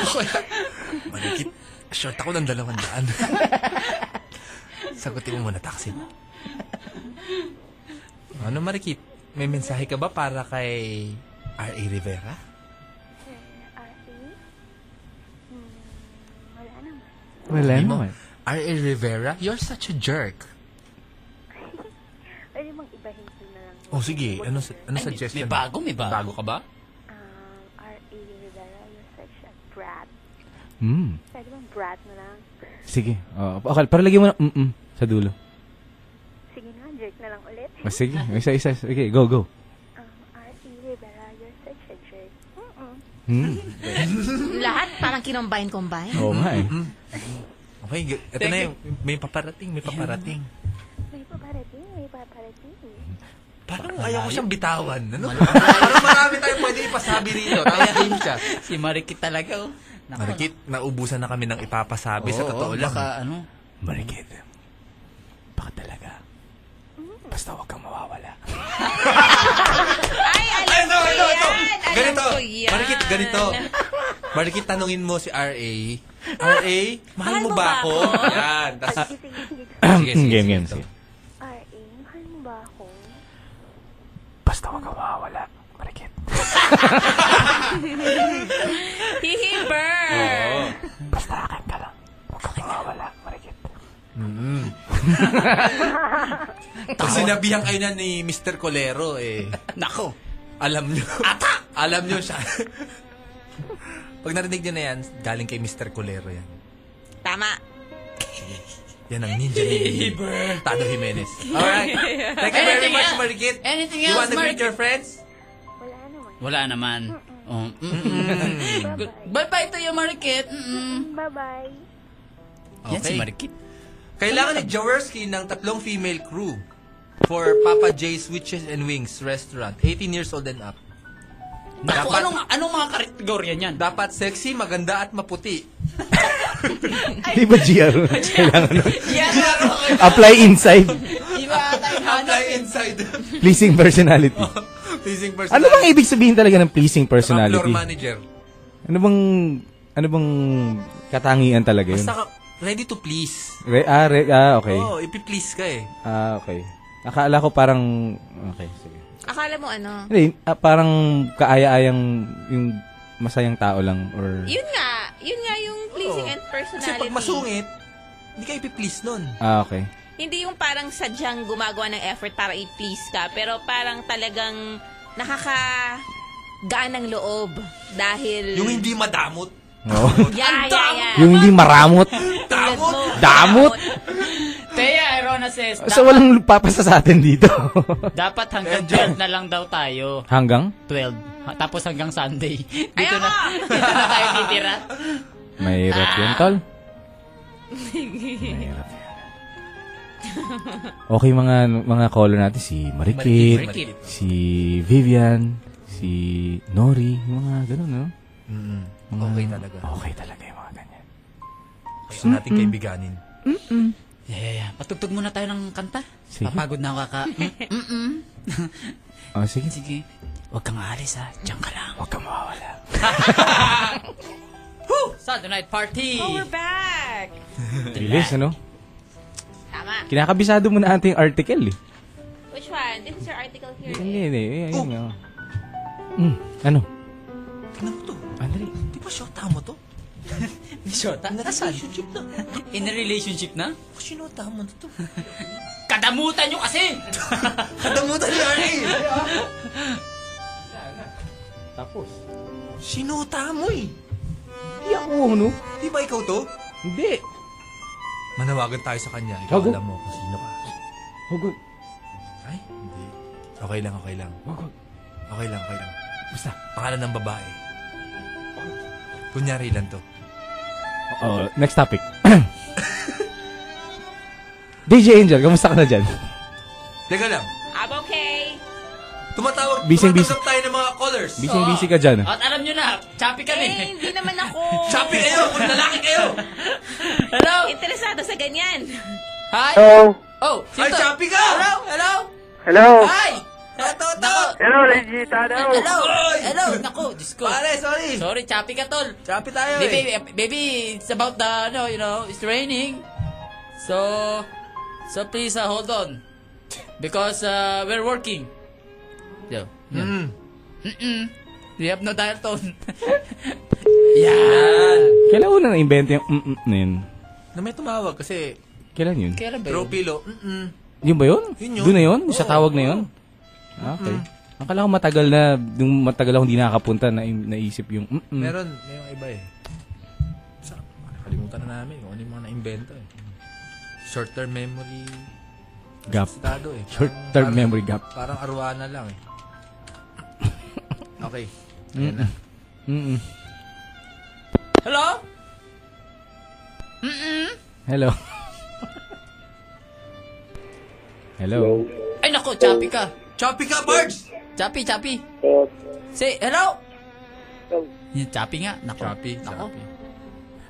F: 20. Marikit, short ako ng dalawang daan. Sagutin mo muna, taxi mo. Ano, Marikit? May mensahe ka ba para kay R.A. Rivera?
T: Wala naman.
H: Wala
F: Sabi mo,
H: naman.
F: R.A. Rivera, you're such a jerk.
T: Pwede mong ibahin ko na lang.
F: Oh, sige. Ano, ano
O: may
F: suggestion?
O: bago, may bago.
F: Bago ka ba?
T: Um, R.A. Rivera, you're such a brat.
H: Mm.
T: Pwede bang brat na lang?
H: Sige. Oh, okay, para lagyan mo na mm-mm sa dulo.
T: Sige na, jerk na lang ulit.
H: Oh, sige. Isa, isa. isa. Okay, go, go.
T: Um, R.A. Rivera, you're such a jerk. Mm-mm.
H: Hmm.
C: Lahat parang kinombine-combine.
H: Oo nga eh.
F: Mm-hmm. Okay, g- ito na yung may paparating, may paparating.
T: May paparating, may paparating.
F: Parang ayaw ko siyang bitawan. Ano? Parang marami tayong pwede ipasabi rito. Tama game siya.
O: Si Marikit talaga. Oh. Naku,
F: Marikit, naubusan na kami ng ipapasabi sa
O: Oo,
F: totoo
O: oo,
F: lang.
O: baka ano.
F: Marikit, baka talaga. Basta huwag kang mawawala.
C: Ay, alam
F: Ito,
C: ko
F: ito, ito.
C: yan. Alam
F: Ganito.
C: ko yan.
F: Marikit, ganito. Marikit, tanungin mo si RA. RA, mahal mo ba ako? Yan. Tas, sige, sige,
H: game,
F: sige.
H: game. Sige.
T: R.A., mahal mo ba ako?
F: Basta huwag kang mawawala. Marikit.
C: Hihiber.
F: Basta akin ka lang. Huwag kang mawawala. Marikit. Mm-hmm. Pag sinabihan kayo na ni Mr. Colero, eh.
O: Nako.
F: Alam nyo. Ata! Alam nyo siya. Pag narinig nyo na yan, galing kay Mr. Colero yan.
C: Tama.
F: Yan ang ninja ni Tano Jimenez. Alright. Thank you very
O: Anything
F: much,
O: else?
F: Marikit.
O: Anything
F: You
O: else,
F: want to meet
O: Marikit?
F: your friends?
O: Wala naman. Oh, mm-mm. Good. Bye-bye to you, Marikit. Mm-mm.
T: Bye-bye.
O: Yan si Marikit.
F: Kailangan ni Jaworski ng tatlong female crew for Papa J's Witches and Wings restaurant. 18 years old and up.
O: Naku, anong, anong mga kategorya niyan?
F: Dapat sexy, maganda at maputi.
H: Di ba GR? Kailangan nun.
O: Yan na ako.
H: Apply inside.
O: Iba tayo
F: Apply inside.
H: Pleasing personality.
F: Pleasing personality.
H: Ano bang ibig sabihin talaga ng pleasing personality?
F: Floor manager.
H: Ano bang ano bang katangian talaga yun?
F: Basta ka, ready to please.
H: Re- ah, re- ah, okay.
F: Oo, ipi-please ka eh.
H: Ah, okay. Akala ko parang okay, sige.
C: Akala mo ano?
H: Hindi, ah, parang kaaya-ayang yung masayang tao lang or
C: Yun nga. Yun nga yung pleasing
F: Oo.
C: and
F: Kasi
C: personality.
F: pag masungit, hindi ka ipi-please nun.
H: Ah, okay.
C: Hindi yung parang sadyang gumagawa ng effort para i-please ka, pero parang talagang nakaka gaan ng loob dahil...
F: Yung hindi madamot.
H: Oo.
C: Yeah, yeah, yeah.
H: yung hindi maramot.
F: Damot!
H: Damot!
O: Teya, Irona says, dapat,
H: So, walang papasa sa atin dito.
O: dapat hanggang 12 na lang daw tayo.
H: Hanggang?
O: 12. Ha- Tapos hanggang Sunday. dito na, dito na tayo titira.
H: Mahirap yun, tol. Okay, mga mga caller natin. Si Marikit,
F: Marikit.
H: si Vivian, si Nori, yung mga ganun, no?
F: Mm-mm.
H: Mga-
F: Mm-hmm. Okay talaga.
H: Okay talaga yung mga ganyan.
F: Gusto natin kaibiganin.
O: Mm-mm. Yeah, yeah, yeah. Patugtog muna tayo ng kanta.
H: Sige.
O: Papagod na ako kaka...
A: Hmm?
O: Mm-mm.
H: Oh, sige.
O: Sige. Huwag kang aalis ha. Diyan ka lang.
H: Huwag kang mawawala.
O: Woo! Saturday night party!
C: Oh, we're back!
H: Bilis, ano? Kinakabisado mo na ating article eh.
C: Which one? This is your article here.
H: Hindi, hindi. Ayun, oh. Mm, ano? Andali.
A: Di ba shota mo to? Di shota? Nasaan? Relationship na. In a relationship na?
F: Kasi nota mo na to.
A: Kadamutan nyo kasi!
F: Kadamutan nyo eh!
H: Tapos?
F: Sinota mo eh!
H: Hindi ako, no?
F: Di ba ikaw to?
H: ano? Hindi.
F: Manawagan tayo sa kanya. Ikaw
H: Wag-
F: alam mo kung sino ka.
H: Hugot.
F: Ay, hindi. Okay lang, okay lang.
H: Hugot.
F: Okay lang, okay lang. Basta, pangalan ng babae. Kunyari lang to.
H: Oh, next topic. DJ Angel, kamusta ka na dyan?
F: Teka lang.
C: I'm okay.
F: Tumatawag,
H: Busy, busy.
F: tumatanggap tayo ng mga callers.
H: Busy-busy ka dyan. ah.
A: At alam nyo na, choppy kami.
C: Eh, hindi naman ako.
A: Choppy kayo, kung lalaki kayo. Hello?
C: Interesado sa ganyan.
A: Hi?
E: Hello?
A: Oh, sino
F: Ay,
A: to?
F: choppy ka!
A: Hello? Hello?
E: Hello?
A: Hi! Toto, to!
E: Hello, Reggie, tanaw.
A: Hello! Hello! Naku, Diyos ko. Pare, sorry. Sorry, choppy ka, tol. Choppy tayo
F: eh.
A: baby, Baby, it's about the, ano, you know, it's raining. So, so please, uh, hold on. Because uh, we're working. Yo. Mm. Mm-mm. We have no dial tone. Yan!
H: Kailan una na-invento yung mm-mm na yun?
F: Na may tumawag kasi...
H: Kailan yun?
A: Kailan ba
F: Throw pillow. Mm-mm.
H: Yun ba yun?
F: Yun yun.
H: Doon na yun? Sa tawag na yun? Ah, Okay. Akala ko matagal na, nung matagal ako hindi nakakapunta, na, naisip yung mm-mm.
F: Meron, may mga iba eh. Sa, nakalimutan na namin kung ano yung mga na-invento eh. Short-term memory.
H: Gap.
F: Estado eh. Parang-
H: Short-term
F: parang-
H: memory gap.
F: Parang arwana lang eh. Okay.
H: Mm-mm. Mm-mm.
A: Hello? Mm-mm.
H: Hello. Hello.
A: Ay, naku, choppy ka. Choppy ka, birds! Choppy, choppy. Say, hello! Yung choppy nga. Naku. Choppy, naku.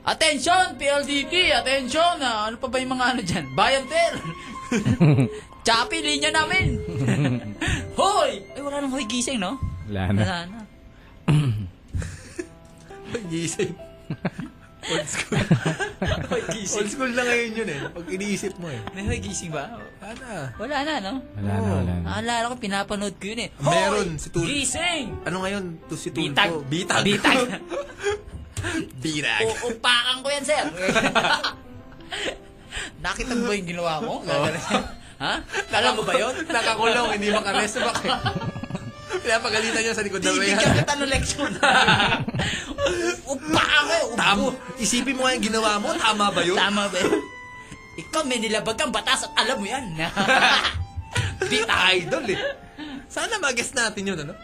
A: Attention, PLDT! Attention! Ah, ano pa ba yung mga ano dyan? Bayantel! choppy, linya namin! hoy! Ay, wala nang hoy gising, no?
H: Wala na.
A: Wala na.
F: Hoy, gising. Old school.
A: Hoy, gising.
F: Old school na ngayon yun eh. Pag iniisip mo eh.
A: May hoy gising ba?
F: Wala.
A: Wala na, no?
H: Wala na, wala na.
A: Naalala ko, pinapanood ko yun eh. Hoy!
F: Meron si Tulfo.
A: Gising!
F: Ano ngayon? To si Tulfo.
A: Bitag.
F: Bitag.
A: Bitag.
F: Bitag.
A: Uupakan ko yan, sir. Nakita mo ba yung ginawa mo? Gagalaw. ha? Alam mo ba yun?
F: Nakakulong, hindi makarest. Bakit? Pinapagalitan niya sa likod ng
A: Bibigyan
F: rehan.
A: kita ng leksyon. Upaan ko.
F: Tamo. Isipin mo nga yung ginawa mo. Tama ba yun?
A: Tama ba yun? Ikaw may nilabag kang batas at alam mo yan.
F: Tita Idol eh. Sana mag-guess natin yun, ano?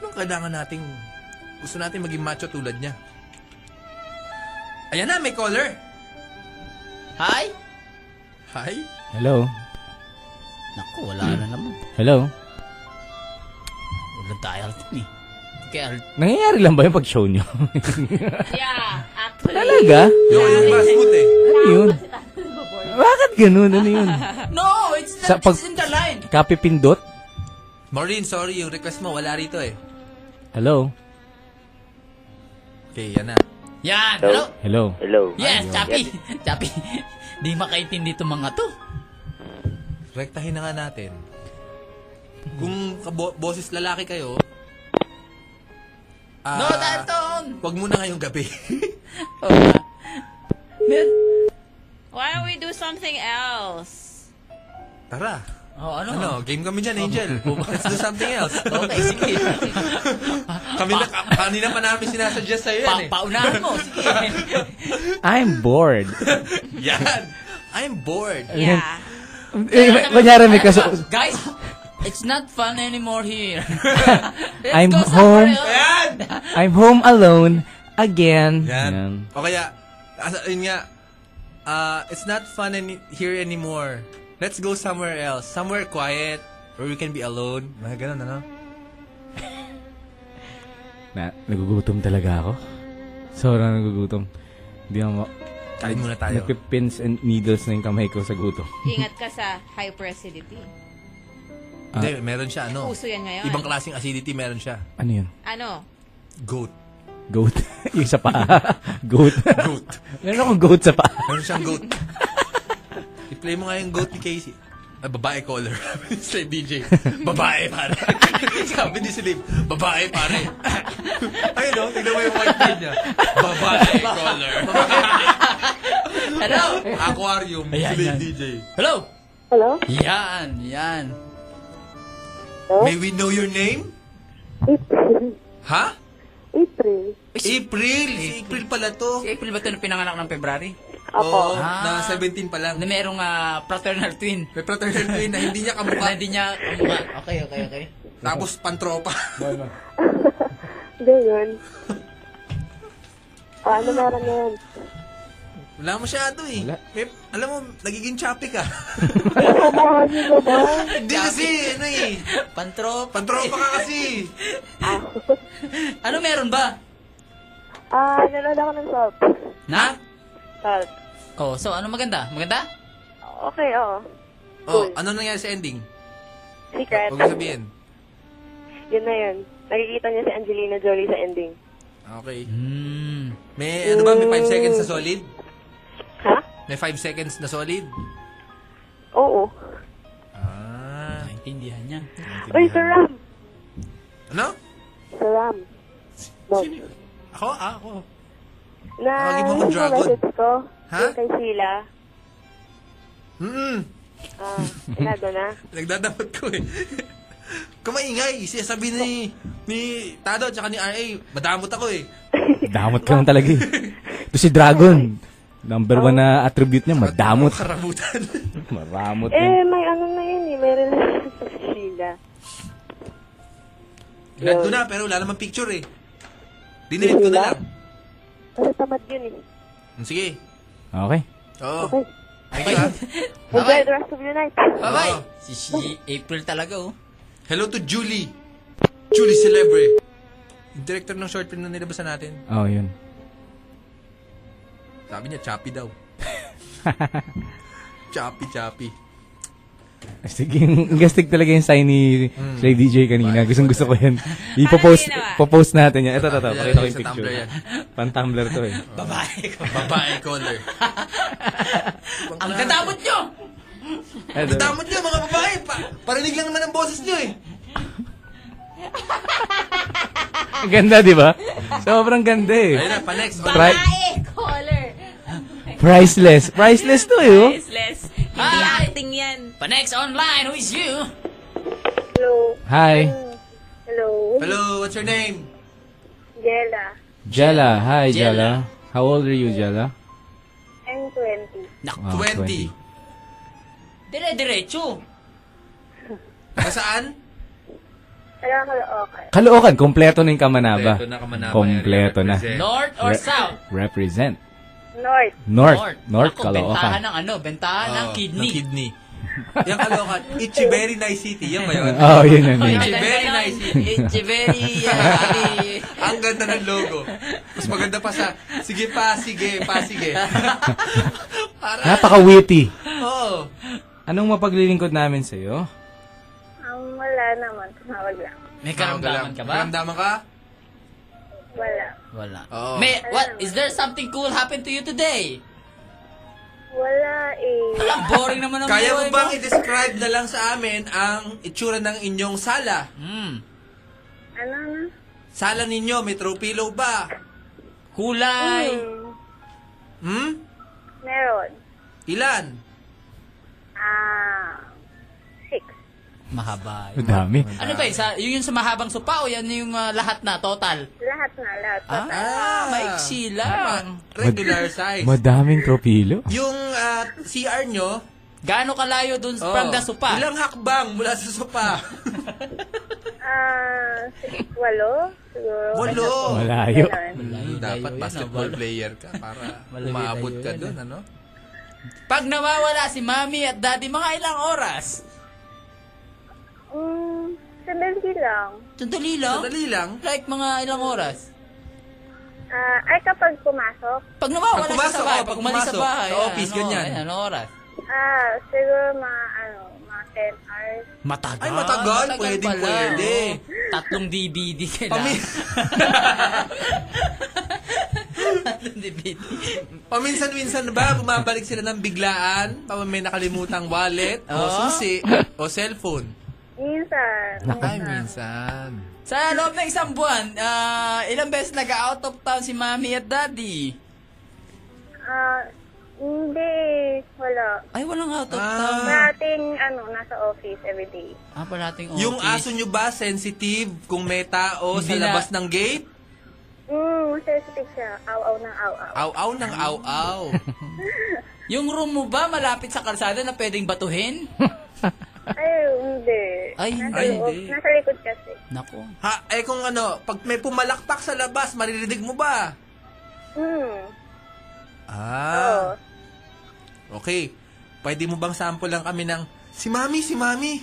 F: Anong kailangan nating... Gusto natin maging macho tulad niya. Ayan na, may caller.
A: Hi?
F: Hi?
H: Hello.
A: Naku, wala na naman.
H: Hello.
A: Wala tayo ni. eh. Kaya
H: Nangyayari lang ba yung pag-show nyo?
C: yeah, actually.
H: Talaga?
F: Yung yung fast eh.
H: Ano yun? Bakit ganun? Ano yun?
A: No, it's
H: Sa
A: not.
H: pag-
A: It's in the line.
H: Copy pindot?
F: Maureen, sorry, yung request mo wala rito eh.
H: Hello.
F: Okay, yan na.
A: Yan. Hello?
H: Hello.
U: Hello.
A: Yes, Chappy. Chappy. Di makaintindi itong mga to.
F: Rektahin na nga natin. Kung kabo- boses lalaki kayo, ah,
A: No, Dalton!
F: Wag muna ngayong gabi.
C: Why don't we do something else?
F: Tara.
A: Oh, ano?
F: Ano, game kami dyan, Angel. Let's do something else.
A: Okay, sige.
F: kami na, ka- kanina pa namin sinasuggest sa'yo yan eh.
A: Papaunahan mo, sige.
H: I'm bored.
F: yan. I'm bored.
H: Eh, kunyari may kaso...
A: Guys, it's not fun anymore here. Let's
H: I'm
A: go
H: home.
A: somewhere else.
H: I'm home alone again.
F: Yan. O kaya, as- yun nga, ah, it's not fun any- here anymore. Let's go somewhere else. Somewhere quiet, where we can be alone. Mga ganun, ano?
H: Na, nagugutom talaga ako. Sobrang nagugutom. Hindi ako ma...
F: Kain muna tayo.
H: Nagpipins and needles na yung kamay ko sa gutom.
C: Ingat ka sa hyperacidity.
H: Ah.
F: Hindi, meron siya, ano?
C: Uso yan ngayon.
F: Ibang klaseng acidity meron siya.
H: Ano yun?
C: Ano?
F: Goat.
H: Goat. yung sa paa. goat.
F: Goat.
H: Meron akong goat sa paa.
F: Meron siyang goat. I-play mo nga yung goat ni Casey. Ah, babae caller. Slave DJ. Babae, pare. Sabi ni Slave, babae, pare. Ayun, no? Tignan mo yung whiteboard niya. Babae caller.
A: Hello?
F: Aquarium.
A: Ayan,
F: Slave
A: yan.
F: DJ.
A: Hello?
C: Hello?
A: Yan, yan.
F: May we know your name? Ha?
C: April.
F: April. Si April pala to.
A: Si April ba to na pinanganak ng February?
F: Opo.
A: Ah.
F: na 17 pa lang.
A: Na merong ah, fraternal twin.
F: May fraternal twin na hindi niya kamukha.
A: hindi niya kamukha. Okay, okay, okay.
F: Tapos pantropa.
C: Ganyan. O, ano meron ngayon?
F: Wala masyado eh. May, alam mo, nagiging choppy ka. Hindi kasi, ano eh.
A: Pantrop.
F: Pantropa ka kasi.
A: Ano meron ba?
C: Ah, nanonood ako ng salt.
A: Na?
C: Salt.
A: Oh, so ano maganda? Maganda?
C: Ah, Okay, oo.
F: Oh, ano nangyari sa ending?
C: Secret.
F: Huwag mo sabihin.
C: Yun na yun. Nakikita niya si Angelina Jolie sa ending.
F: Okay.
A: Hmm,
F: May, ano ba, may 5 seconds na solid?
C: Ha?
F: May 5 seconds na solid?
C: Oo.
F: Ah.
A: Naintindihan niya.
C: Uy, Sir Ram!
F: Ano?
C: Sir Ram. Boss.
F: Ako, ah, ako.
C: Na,
F: Tawagin mo akong
C: yung
F: dragon.
C: message ko,
F: Ha?
C: yung kay Sheila.
F: Mm-mm.
C: Ah, inado na.
F: Nagdadamot ko eh. Kumaingay. Sinasabi ni, ni Tado at saka ni RA, madamot ako eh.
H: Damot ka lang talaga eh. Ito si Dragon. Number one na attribute niya, madamot.
F: Karamutan.
H: Maramot.
C: Eh, may ano na yun eh. May relationship sa Sheila.
F: Inad ko na, pero wala namang picture eh. Dinelete ko na lang.
C: Kasi tamad yun eh.
F: Sige.
H: Okay.
F: Oo.
C: Okay.
F: Thank you, ah.
C: Enjoy the rest of your night.
A: Bye-bye. Oh, Si, si April talaga oh.
F: Hello to Julie. Julie Celebre. Yung director ng short film na nilabasan natin.
H: Oh, yun.
F: Sabi niya, choppy daw. choppy, choppy.
H: Astig yung, ang gastig talaga yung sign ni Slave DJ kanina. Gustong gusto ko yan. Ipopost, popost natin yan. Ito, ito, ito. Pakita ko yung
F: Sa
H: picture.
F: Tumblr yan.
H: Pan-Tumblr to eh.
F: Ah.
A: Babae ko.
F: Babae caller.
A: Ang dadamot nyo!
H: Ang
F: Damot niyo mga babae. Pa parinig lang naman ang boses niyo eh.
H: Ang ganda, di ba? Sobrang ganda eh.
F: Ayun na, pa-next.
H: Pri-
V: caller.
H: priceless. Priceless to eh. oh.
V: Priceless. Hindi
C: Ah.
V: acting yan.
A: Pa next online, who is you?
C: Hello.
H: Hi.
C: Hello.
F: Hello, what's your name?
C: Jella.
H: Jala. Hi, Jala. How old are you, Jala?
C: I'm 20.
A: Nak,
H: Wow,
F: 20.
A: Dire-diretso.
F: Nasaan?
C: Hello, hello, okay.
H: Kalookan, kompleto na yung Kamanaba.
F: Kompleto na Kamanaba.
H: Kompleto na.
F: Represent.
A: North or
H: Re-
A: south?
H: Represent.
C: North.
H: North. North,
A: Ako, bentahan
H: Kalookan.
A: ng ano, bentahan ng
F: Oo,
A: kidney.
F: Oh, Ah, ng kidney. Yung Caloocan, it's a very nice city. Yan ba yun?
H: Oo, Oh, yun, yun, yun.
F: It's a very nice city.
A: It's a very,
F: Ang ganda ng logo. Mas maganda pa sa, sige pa, sige, pa, sige.
H: Napaka-witty.
F: Oo.
H: Anong mapaglilingkod namin sa'yo?
C: Um, wala naman. Tumawag lang.
F: Ah,
A: May karamdaman ka ba?
F: Karamdaman ka?
C: Wala.
A: Wala.
F: Oo.
A: May, what, is there something cool happened to you today?
C: Wala eh.
A: Ang boring naman ang
F: Kaya mo
A: buhay
F: bang i-describe na lang sa amin ang itsura ng inyong sala?
A: Mm.
C: Ano na?
F: Sala ninyo, may throw pillow ba?
A: Kulay.
C: Hmm.
F: Hmm?
C: Meron.
F: Ilan?
C: Ah. Six.
A: Mahaba.
H: Ang dami.
A: Ano ba yun? Sa, yun yung sa mahabang sopa o yan yung ah, lahat na, total?
C: Lahat na, lahat.
A: Ah, maiksi lang.
F: Regular size.
H: Madaming tropilo.
F: Yung ah, CR nyo,
A: Gaano kalayo dun
F: oh,
A: from the sopa?
F: Ilang hakbang mula sa sopa?
C: Ah, si- walo? Siguro.
F: Walo.
H: Malayo.
C: Ganun.
A: ah.
F: Dapat basketball player ka para umaabot ka doon, ano?
A: Pag nawawala si mami at daddy, mga ilang oras?
C: Mm, sandali lang.
A: Sandali lang.
F: Madali lang.
A: Like mga ilang oras?
C: Ah, ay kapag pumasok,
A: Pag nawawala
F: Pag
A: siya
F: pumasok,
A: sa bahay,
F: oh,
A: pag
F: pag
A: umalis sa
F: pumasok,
A: bahay.
F: sa
A: ayan,
F: office,
A: ano,
F: ganyan.
A: ayan, Ano oras?
C: ah, siguro mga, ano, mga 10 hours.
A: Ah, Matagal.
F: Ay, matagal. Pwede,
A: pala,
F: pwede.
A: oh. Tatlong DVD kailangan.
F: Pami- Paminsan-minsan ba, bumabalik sila ng biglaan, pa may nakalimutang wallet, o
A: Oo.
F: susi, o cellphone.
W: Minsan.
A: Ay,
F: minsan.
A: Sa loob ng isang buwan, ah, ilang beses nag-out of town si mommy at daddy?
W: Ah, hindi. Wala.
A: Ay, walang out of
F: Ah.
W: town. Nating, ano, nasa office everyday.
A: Ah, parating
F: Yung aso nyo ba sensitive kung may tao sa
A: Hindi na-
F: labas ng gate?
W: Mm, sensitive siya. Aw-aw ng aw-aw.
F: Aw-aw ng aw-aw.
A: Yung room mo ba malapit sa kalsada na pwedeng batuhin?
W: Ay, hindi.
A: Ay,
W: nasa
A: hindi.
W: loob-
A: Hindi.
W: Nasa likod kasi.
A: Nako.
F: Ha, eh kung ano, pag may pumalakpak sa labas, maririnig mo ba?
W: Mm.
F: Ah. Okay. Pwede mo bang sample lang kami ng, si mami, si mami.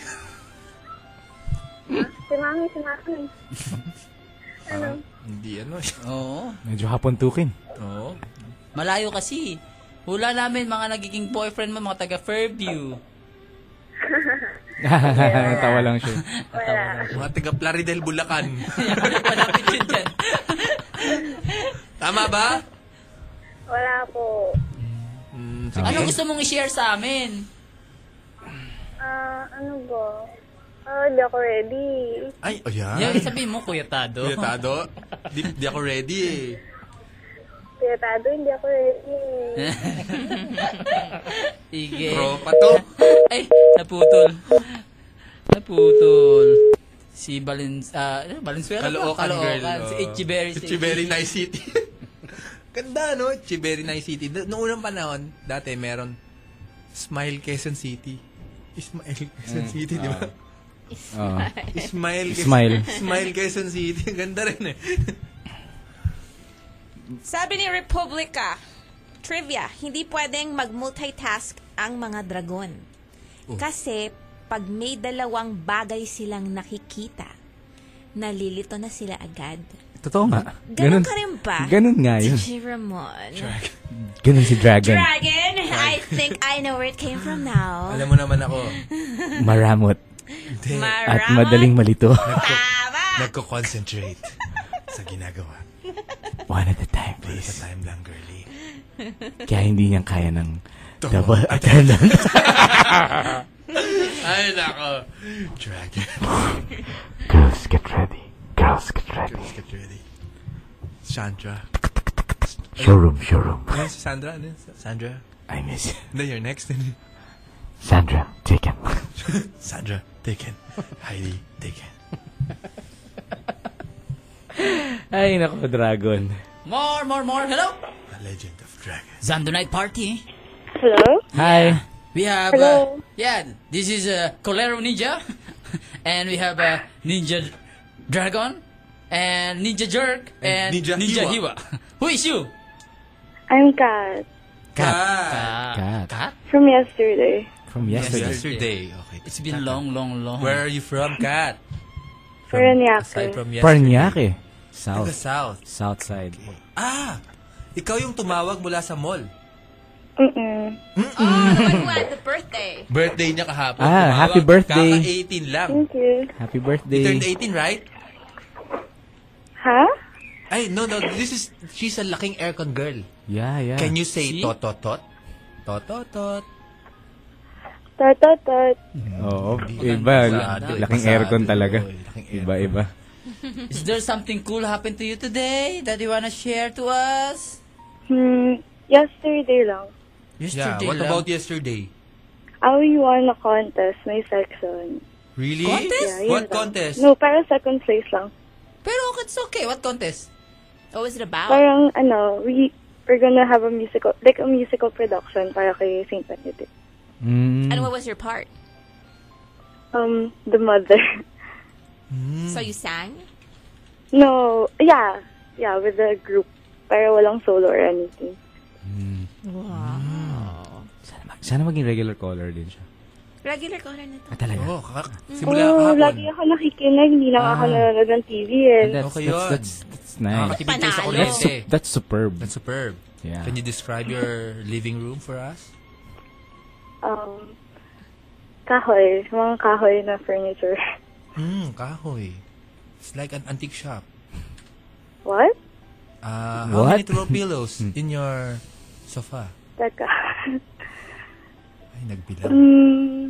W: Hmm? Si mami, si mami. ano?
F: Ah, Hindi ano.
A: Oo.
H: Medyo hapon tukin.
F: Oo.
A: Malayo kasi. Hula namin mga nagiging boyfriend mo, mga taga Fairview.
H: Natawa lang siya.
F: Mga taga Plaridel, Bulacan. Tama ba?
W: Wala po.
F: Hmm, Sige.
A: Ano gusto mong i-share sa amin?
W: Ah, ano ba? Ah, hindi ako ready.
F: Ay, ayan.
A: Yan, sabihin mo, Kuya Tado.
F: Ah. Kuya Tado, di, di ako ready eh.
W: Kaya tado, hindi ako ready.
A: Sige.
F: Tropa to.
A: Ay, naputol. Naputol. Si Balin... ah, ano, Valenzuela ba?
F: Caloocan, girl.
A: Caloocan. Si
F: Oo.
A: Itchiberry.
F: Si Itchiberry Nice City. Ganda, no? Itchiberry Nice City. Do- Noong unang panahon, dati meron Smile Quezon City. Ismail Quezon
H: Mm,
F: City, di ba?
H: Oo.
F: Ismail. Quezon-
H: Smile.
F: Smile Quezon City. Ganda rin eh.
C: Sabi ni Republica, trivia, hindi pwedeng mag-multitask ang mga dragon. Kasi pag may dalawang bagay silang nakikita, nalilito na sila agad.
H: Totoo nga.
C: Ganun, ka rin ba?
H: Ganun nga yun.
C: Si Ramon.
H: Ganun si Dragon.
C: Dragon, I think I know where it came from now.
F: Alam mo naman ako.
H: Maramot.
C: Maramot.
H: At madaling malito.
F: Nagko-concentrate sa ginagawa.
H: One at a time, please.
F: Sa time lang, girly.
H: Kaya hindi niya kaya ng
F: Double
H: double attendant.
F: Ay, nako. uh, Dragon.
H: Girls, get ready. Girls, get ready.
F: Girls, get ready. Sandra.
H: Showroom, showroom.
F: Ano yun si Sandra? Ano yun? Sandra?
H: I miss you.
F: Then you're next.
H: Sandra, taken.
F: Sandra, taken. Heidi, taken.
H: Ay, nako, Dragon.
A: More, more, more. Hello?
F: A legend of dragon.
A: Zando Night Party.
W: Hello?
H: Hi.
A: We have...
W: Hello?
A: uh, yeah, this is uh, Colero Ninja. and we have uh, Ninja Dragon. And Ninja Jerk. And,
F: And Ninja
A: Hiwa.
F: Hiwa.
A: Who is you?
W: I'm Kat.
A: uh, ah,
F: Kat.
H: Kat.
W: From yesterday.
H: From yesterday.
F: Yesterday. Okay.
A: It's been long, long, long.
F: Where are you from, Kat? Aside
W: Paranaque.
F: from yesterday.
H: Paranaque. South.
F: Taga South.
H: South side.
F: Ah! Ikaw yung tumawag mula sa mall.
W: Mm-mm.
C: Oh, the one who had the birthday.
F: Birthday niya kahapon.
H: Ah,
F: tumawag.
H: happy birthday.
F: Kaka-18 lang.
W: Thank you.
H: Happy
F: You
H: birthday.
F: turned 18, right?
W: Ha?
F: Ay, no, no. This is, she's a laking aircon girl.
H: Yeah, yeah.
F: Can you say tototot? Tototot.
W: Tatatat.
H: Oo. Iba.
F: Pasado, eh,
H: Laking
F: pasado,
H: aircon talaga.
F: eh, laking
H: Iba, iba.
A: Is there something cool happened to you today that you wanna share to us?
W: Hmm, yesterday lang.
F: Yesterday yeah, what
A: lang.
F: about yesterday?
W: I Oh, won a contest, may section.
F: Really?
A: Contest?
W: Yeah, yun
F: What
W: lang.
F: contest?
W: No, parang second place lang.
A: Pero it's okay. What contest?
C: What was it about?
W: Parang, ano, we, we're gonna have a musical, like a musical production para kay St. Benedict.
C: And what was your part?
W: Um, the mother.
C: So you sang?
W: No, yeah, yeah, with the group. Pero walang solo or anything.
C: Wow.
H: Hmm. Sana maging regular caller din siya.
C: Regular caller na to.
H: Ah, talaga?
F: Oh, kaka-
W: Oo,
F: simula
W: lagi
F: kahapon.
W: ako nakikinig, hindi lang ako nanonood ng TV eh.
H: Ah. That's,
F: Okay
H: that's,
F: yun.
H: that's, that's nice.
F: Nakakatipid eh. kayo
C: Panalo.
F: sa
H: That's,
F: kuryente.
H: su- that's superb.
F: That's superb.
H: Yeah.
F: Can you describe your living room for us?
W: Um, kahoy, mga kahoy na furniture.
F: Hmm, kahoy. It's like an antique shop.
W: What?
F: Uh, how
H: What?
F: many throw pillows in your sofa?
X: Teka.
F: Ay, nagbilang.
X: Mm,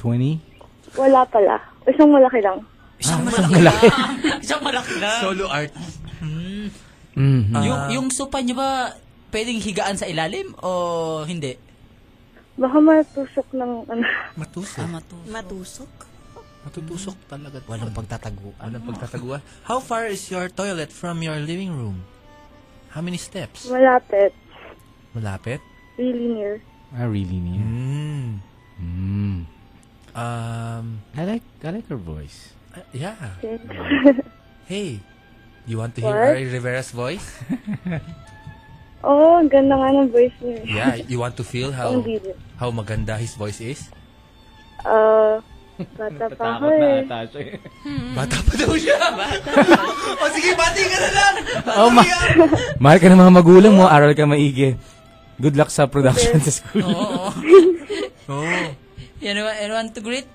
H: 20?
X: wala pala. Isang malaki lang.
F: Isang
H: malaki.
A: Isang malaki na.
F: Solo art.
H: Mm-hmm.
A: yung, yung sopa niyo ba pwedeng higaan sa ilalim o hindi?
X: Baka matusok ng ano.
F: Matusok?
A: matusok.
C: Matusok?
F: Matutusok talaga. Walang pagtataguan. Walang pagtataguan. How far is your toilet from your living room? How many steps?
X: Malapit.
F: Malapit?
X: Really near.
H: Ah, really niya.
F: Mm.
H: Mm.
F: Um,
H: I like I like her voice.
F: uh, yeah.
X: Thanks.
F: Hey, you want to hear
X: What?
F: Ari Rivera's voice?
X: Oo, oh, ganda nga ng voice niya.
F: yeah, you want to feel
H: Oh.
F: how
X: Ang bilis.
F: how maganda his voice is?
X: Ah, bata pa ako eh.
F: Bata pa daw siya. o sige, bati ka na lang.
H: Oh, ma- mahal ka ng mga magulang mo, aral ka maigi. Good luck sa production sa school.
A: Oo.
F: Oh.
A: You know, I want to greet.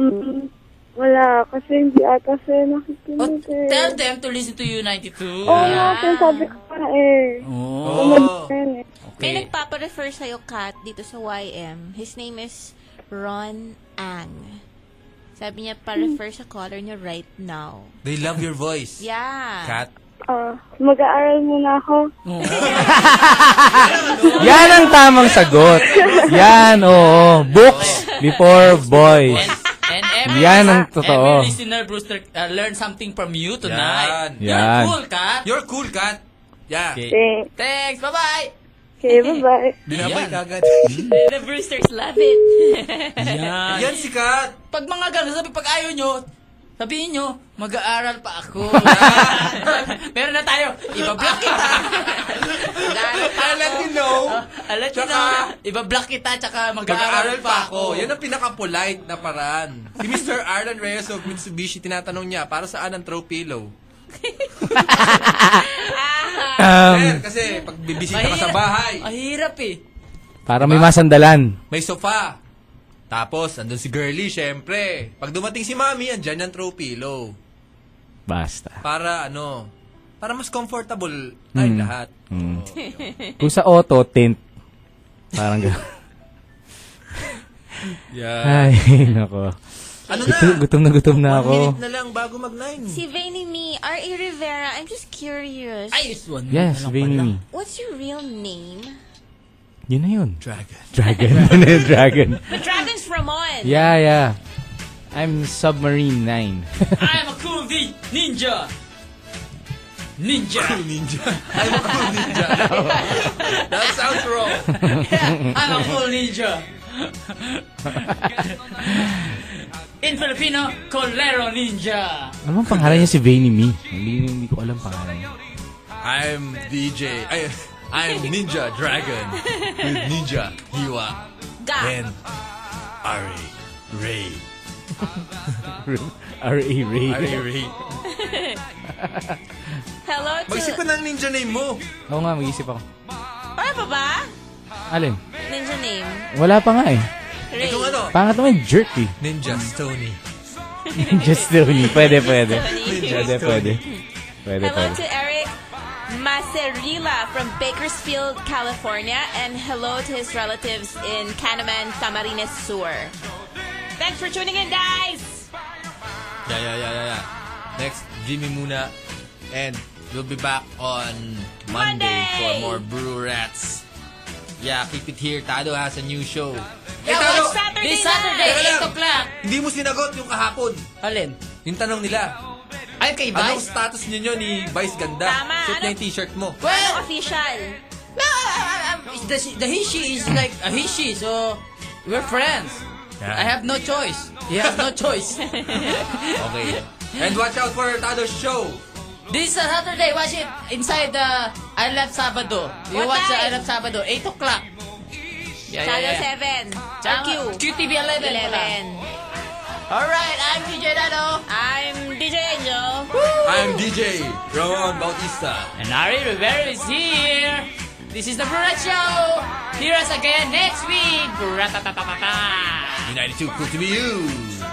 X: Mm, wala, kasi hindi ata sila
C: Oh.
X: nakikinig eh.
A: Tell them to listen to you 92.
W: Oh,
X: Oo nga, sinasabi ko pa eh.
A: Oh,
F: Oh.
A: Oo.
X: Ganun eh.
C: May nagpapa-refer sa'yo, Kat, dito sa YM. His name is Ron Ang. Sabi niya, pa-refer sa caller niya right now.
F: They love your voice.
C: Yeah.
F: Kat.
X: Ah, mag-aaral muna ako.
H: Yan ang tamang sagot. Yan, oo. Books before boys.
A: And every,
H: Yan ang totoo.
A: every listener, Brewster, uh, learn something from you tonight.
H: Yan. Yan.
A: You're cool, Kat.
F: You're cool, Kat. Yeah.
X: Thanks.
A: Thanks. Bye-bye.
X: Okay, bye-bye.
F: Binabay
A: Yan.
F: ka agad.
C: The Brewsters love it.
A: Yan.
F: Yan si Kat.
A: Pag mga ganun, sabi, pag ayaw nyo, sabihin nyo, mag-aaral pa ako. Meron na tayo. Iba-block kita.
F: I'll let you know.
A: Alam nyo na, iba-block kita, tsaka
F: Mag-aaral
A: mag-aaral
F: pa ako. Yan ang pinaka-polite na paraan. Si Mr. Arlan Reyes of Mitsubishi, tinatanong niya, para saan ang throw pillow?
H: Um,
F: Sir, kasi pag bibisita ka sa bahay,
A: Mahirap eh.
H: Para may masandalan.
F: may sofa. Tapos, andun si girlie, syempre. Pag dumating si mami, andyan yung throw pillow.
H: Basta.
F: Para ano, para mas comfortable tayong
H: Mm.
F: lahat.
H: Mm.
F: Oo.
H: Kung sa auto, tint. Parang gano'n.
F: Yeah.
H: Ay, nako.
F: Ano na?
H: gutom, gutom na gutom na
F: One
H: ako.
F: minute na lang bago mag-nine.
C: Si Vainy Me, R.A. Rivera, I'm just curious.
A: Ay, it's one.
H: Yes,
F: Ano
H: Vinny.
C: What's your real name?
H: Yun na yun.
F: Dragon.
H: Dragon. Yun na yun, Dragon.
C: But Dragon's Ramon.
H: Yeah, yeah. I'm Submarine 9.
A: I'm a cool V ninja. Ninja. Cool
F: ninja. I'm a cool ninja. That sounds wrong.
A: yeah, I'm a cool ninja. In Filipino, Colero Ninja.
H: Anong Ano pangalan niya si Vainy Me? Hindi, hindi ko alam pangalan niya.
F: I'm DJ. I, I'm Ninja Dragon with Ninja Hiwa
C: Ga.
F: and Ari Ray.
H: R.A. Ray.
F: Ari Ray.
C: Hello to...
F: Mag-isip ka ng ninja name mo.
H: Oo nga, mag-isip ako.
C: Wala pa ba?
H: Alin?
C: Ninja name.
H: Wala pa nga eh.
C: Ray.
F: Kung ano?
H: Pangat naman jerky.
F: Ninja Stony.
H: Just Tony. Pwede, pwede.
C: Tony.
H: Pwede, pwede. Pwede,
C: Hello
H: pwede.
C: to Eric Macerilla from Bakersfield, California, and hello to his relatives in Canaman, Camarines Sur. Thanks for tuning in, guys!
F: Yeah, yeah, yeah, yeah, yeah. Next, Jimmy Muna. And we'll be back on Monday,
C: Monday!
F: for more Brew Rats. Yeah, keep it here. Tado has a new show.
A: Yeah,
F: Eh, Tado,
A: watch Saturday This
F: Teka
A: Saturday,
F: lang.
A: 8 o'clock.
F: Hindi mo sinagot yung kahapon.
A: Alin?
F: Yung tanong nila.
A: Ay, kay
F: Anong
A: Vice?
F: status ninyo ni Vice Ganda?
C: Tama,
F: Suot
C: ano-
F: niya yung t-shirt mo.
A: Well,
C: Official.
A: no, I- I- I- Ah, the, the he, she is like a he, she, so we're friends. I have no choice. He has no choice.
F: Okay. And watch out for Tado's show.
A: This Saturday, watch it inside the I Love Sabado. You
C: What
A: watch the I
C: time?
A: Love Sabado, 8 o'clock. Yeah,
C: Channel 7.
A: Channel-
C: Or Q.
A: QTV 11 pala.
C: 11.
A: Alright, I'm DJ Dado.
C: I'm DJ Angel.
F: I'm DJ Ramon Bautista.
A: And Ari Rivera is here. This is the Brunette Show. Hear us again next week. Bratatatata.
F: United 2, cool to be you.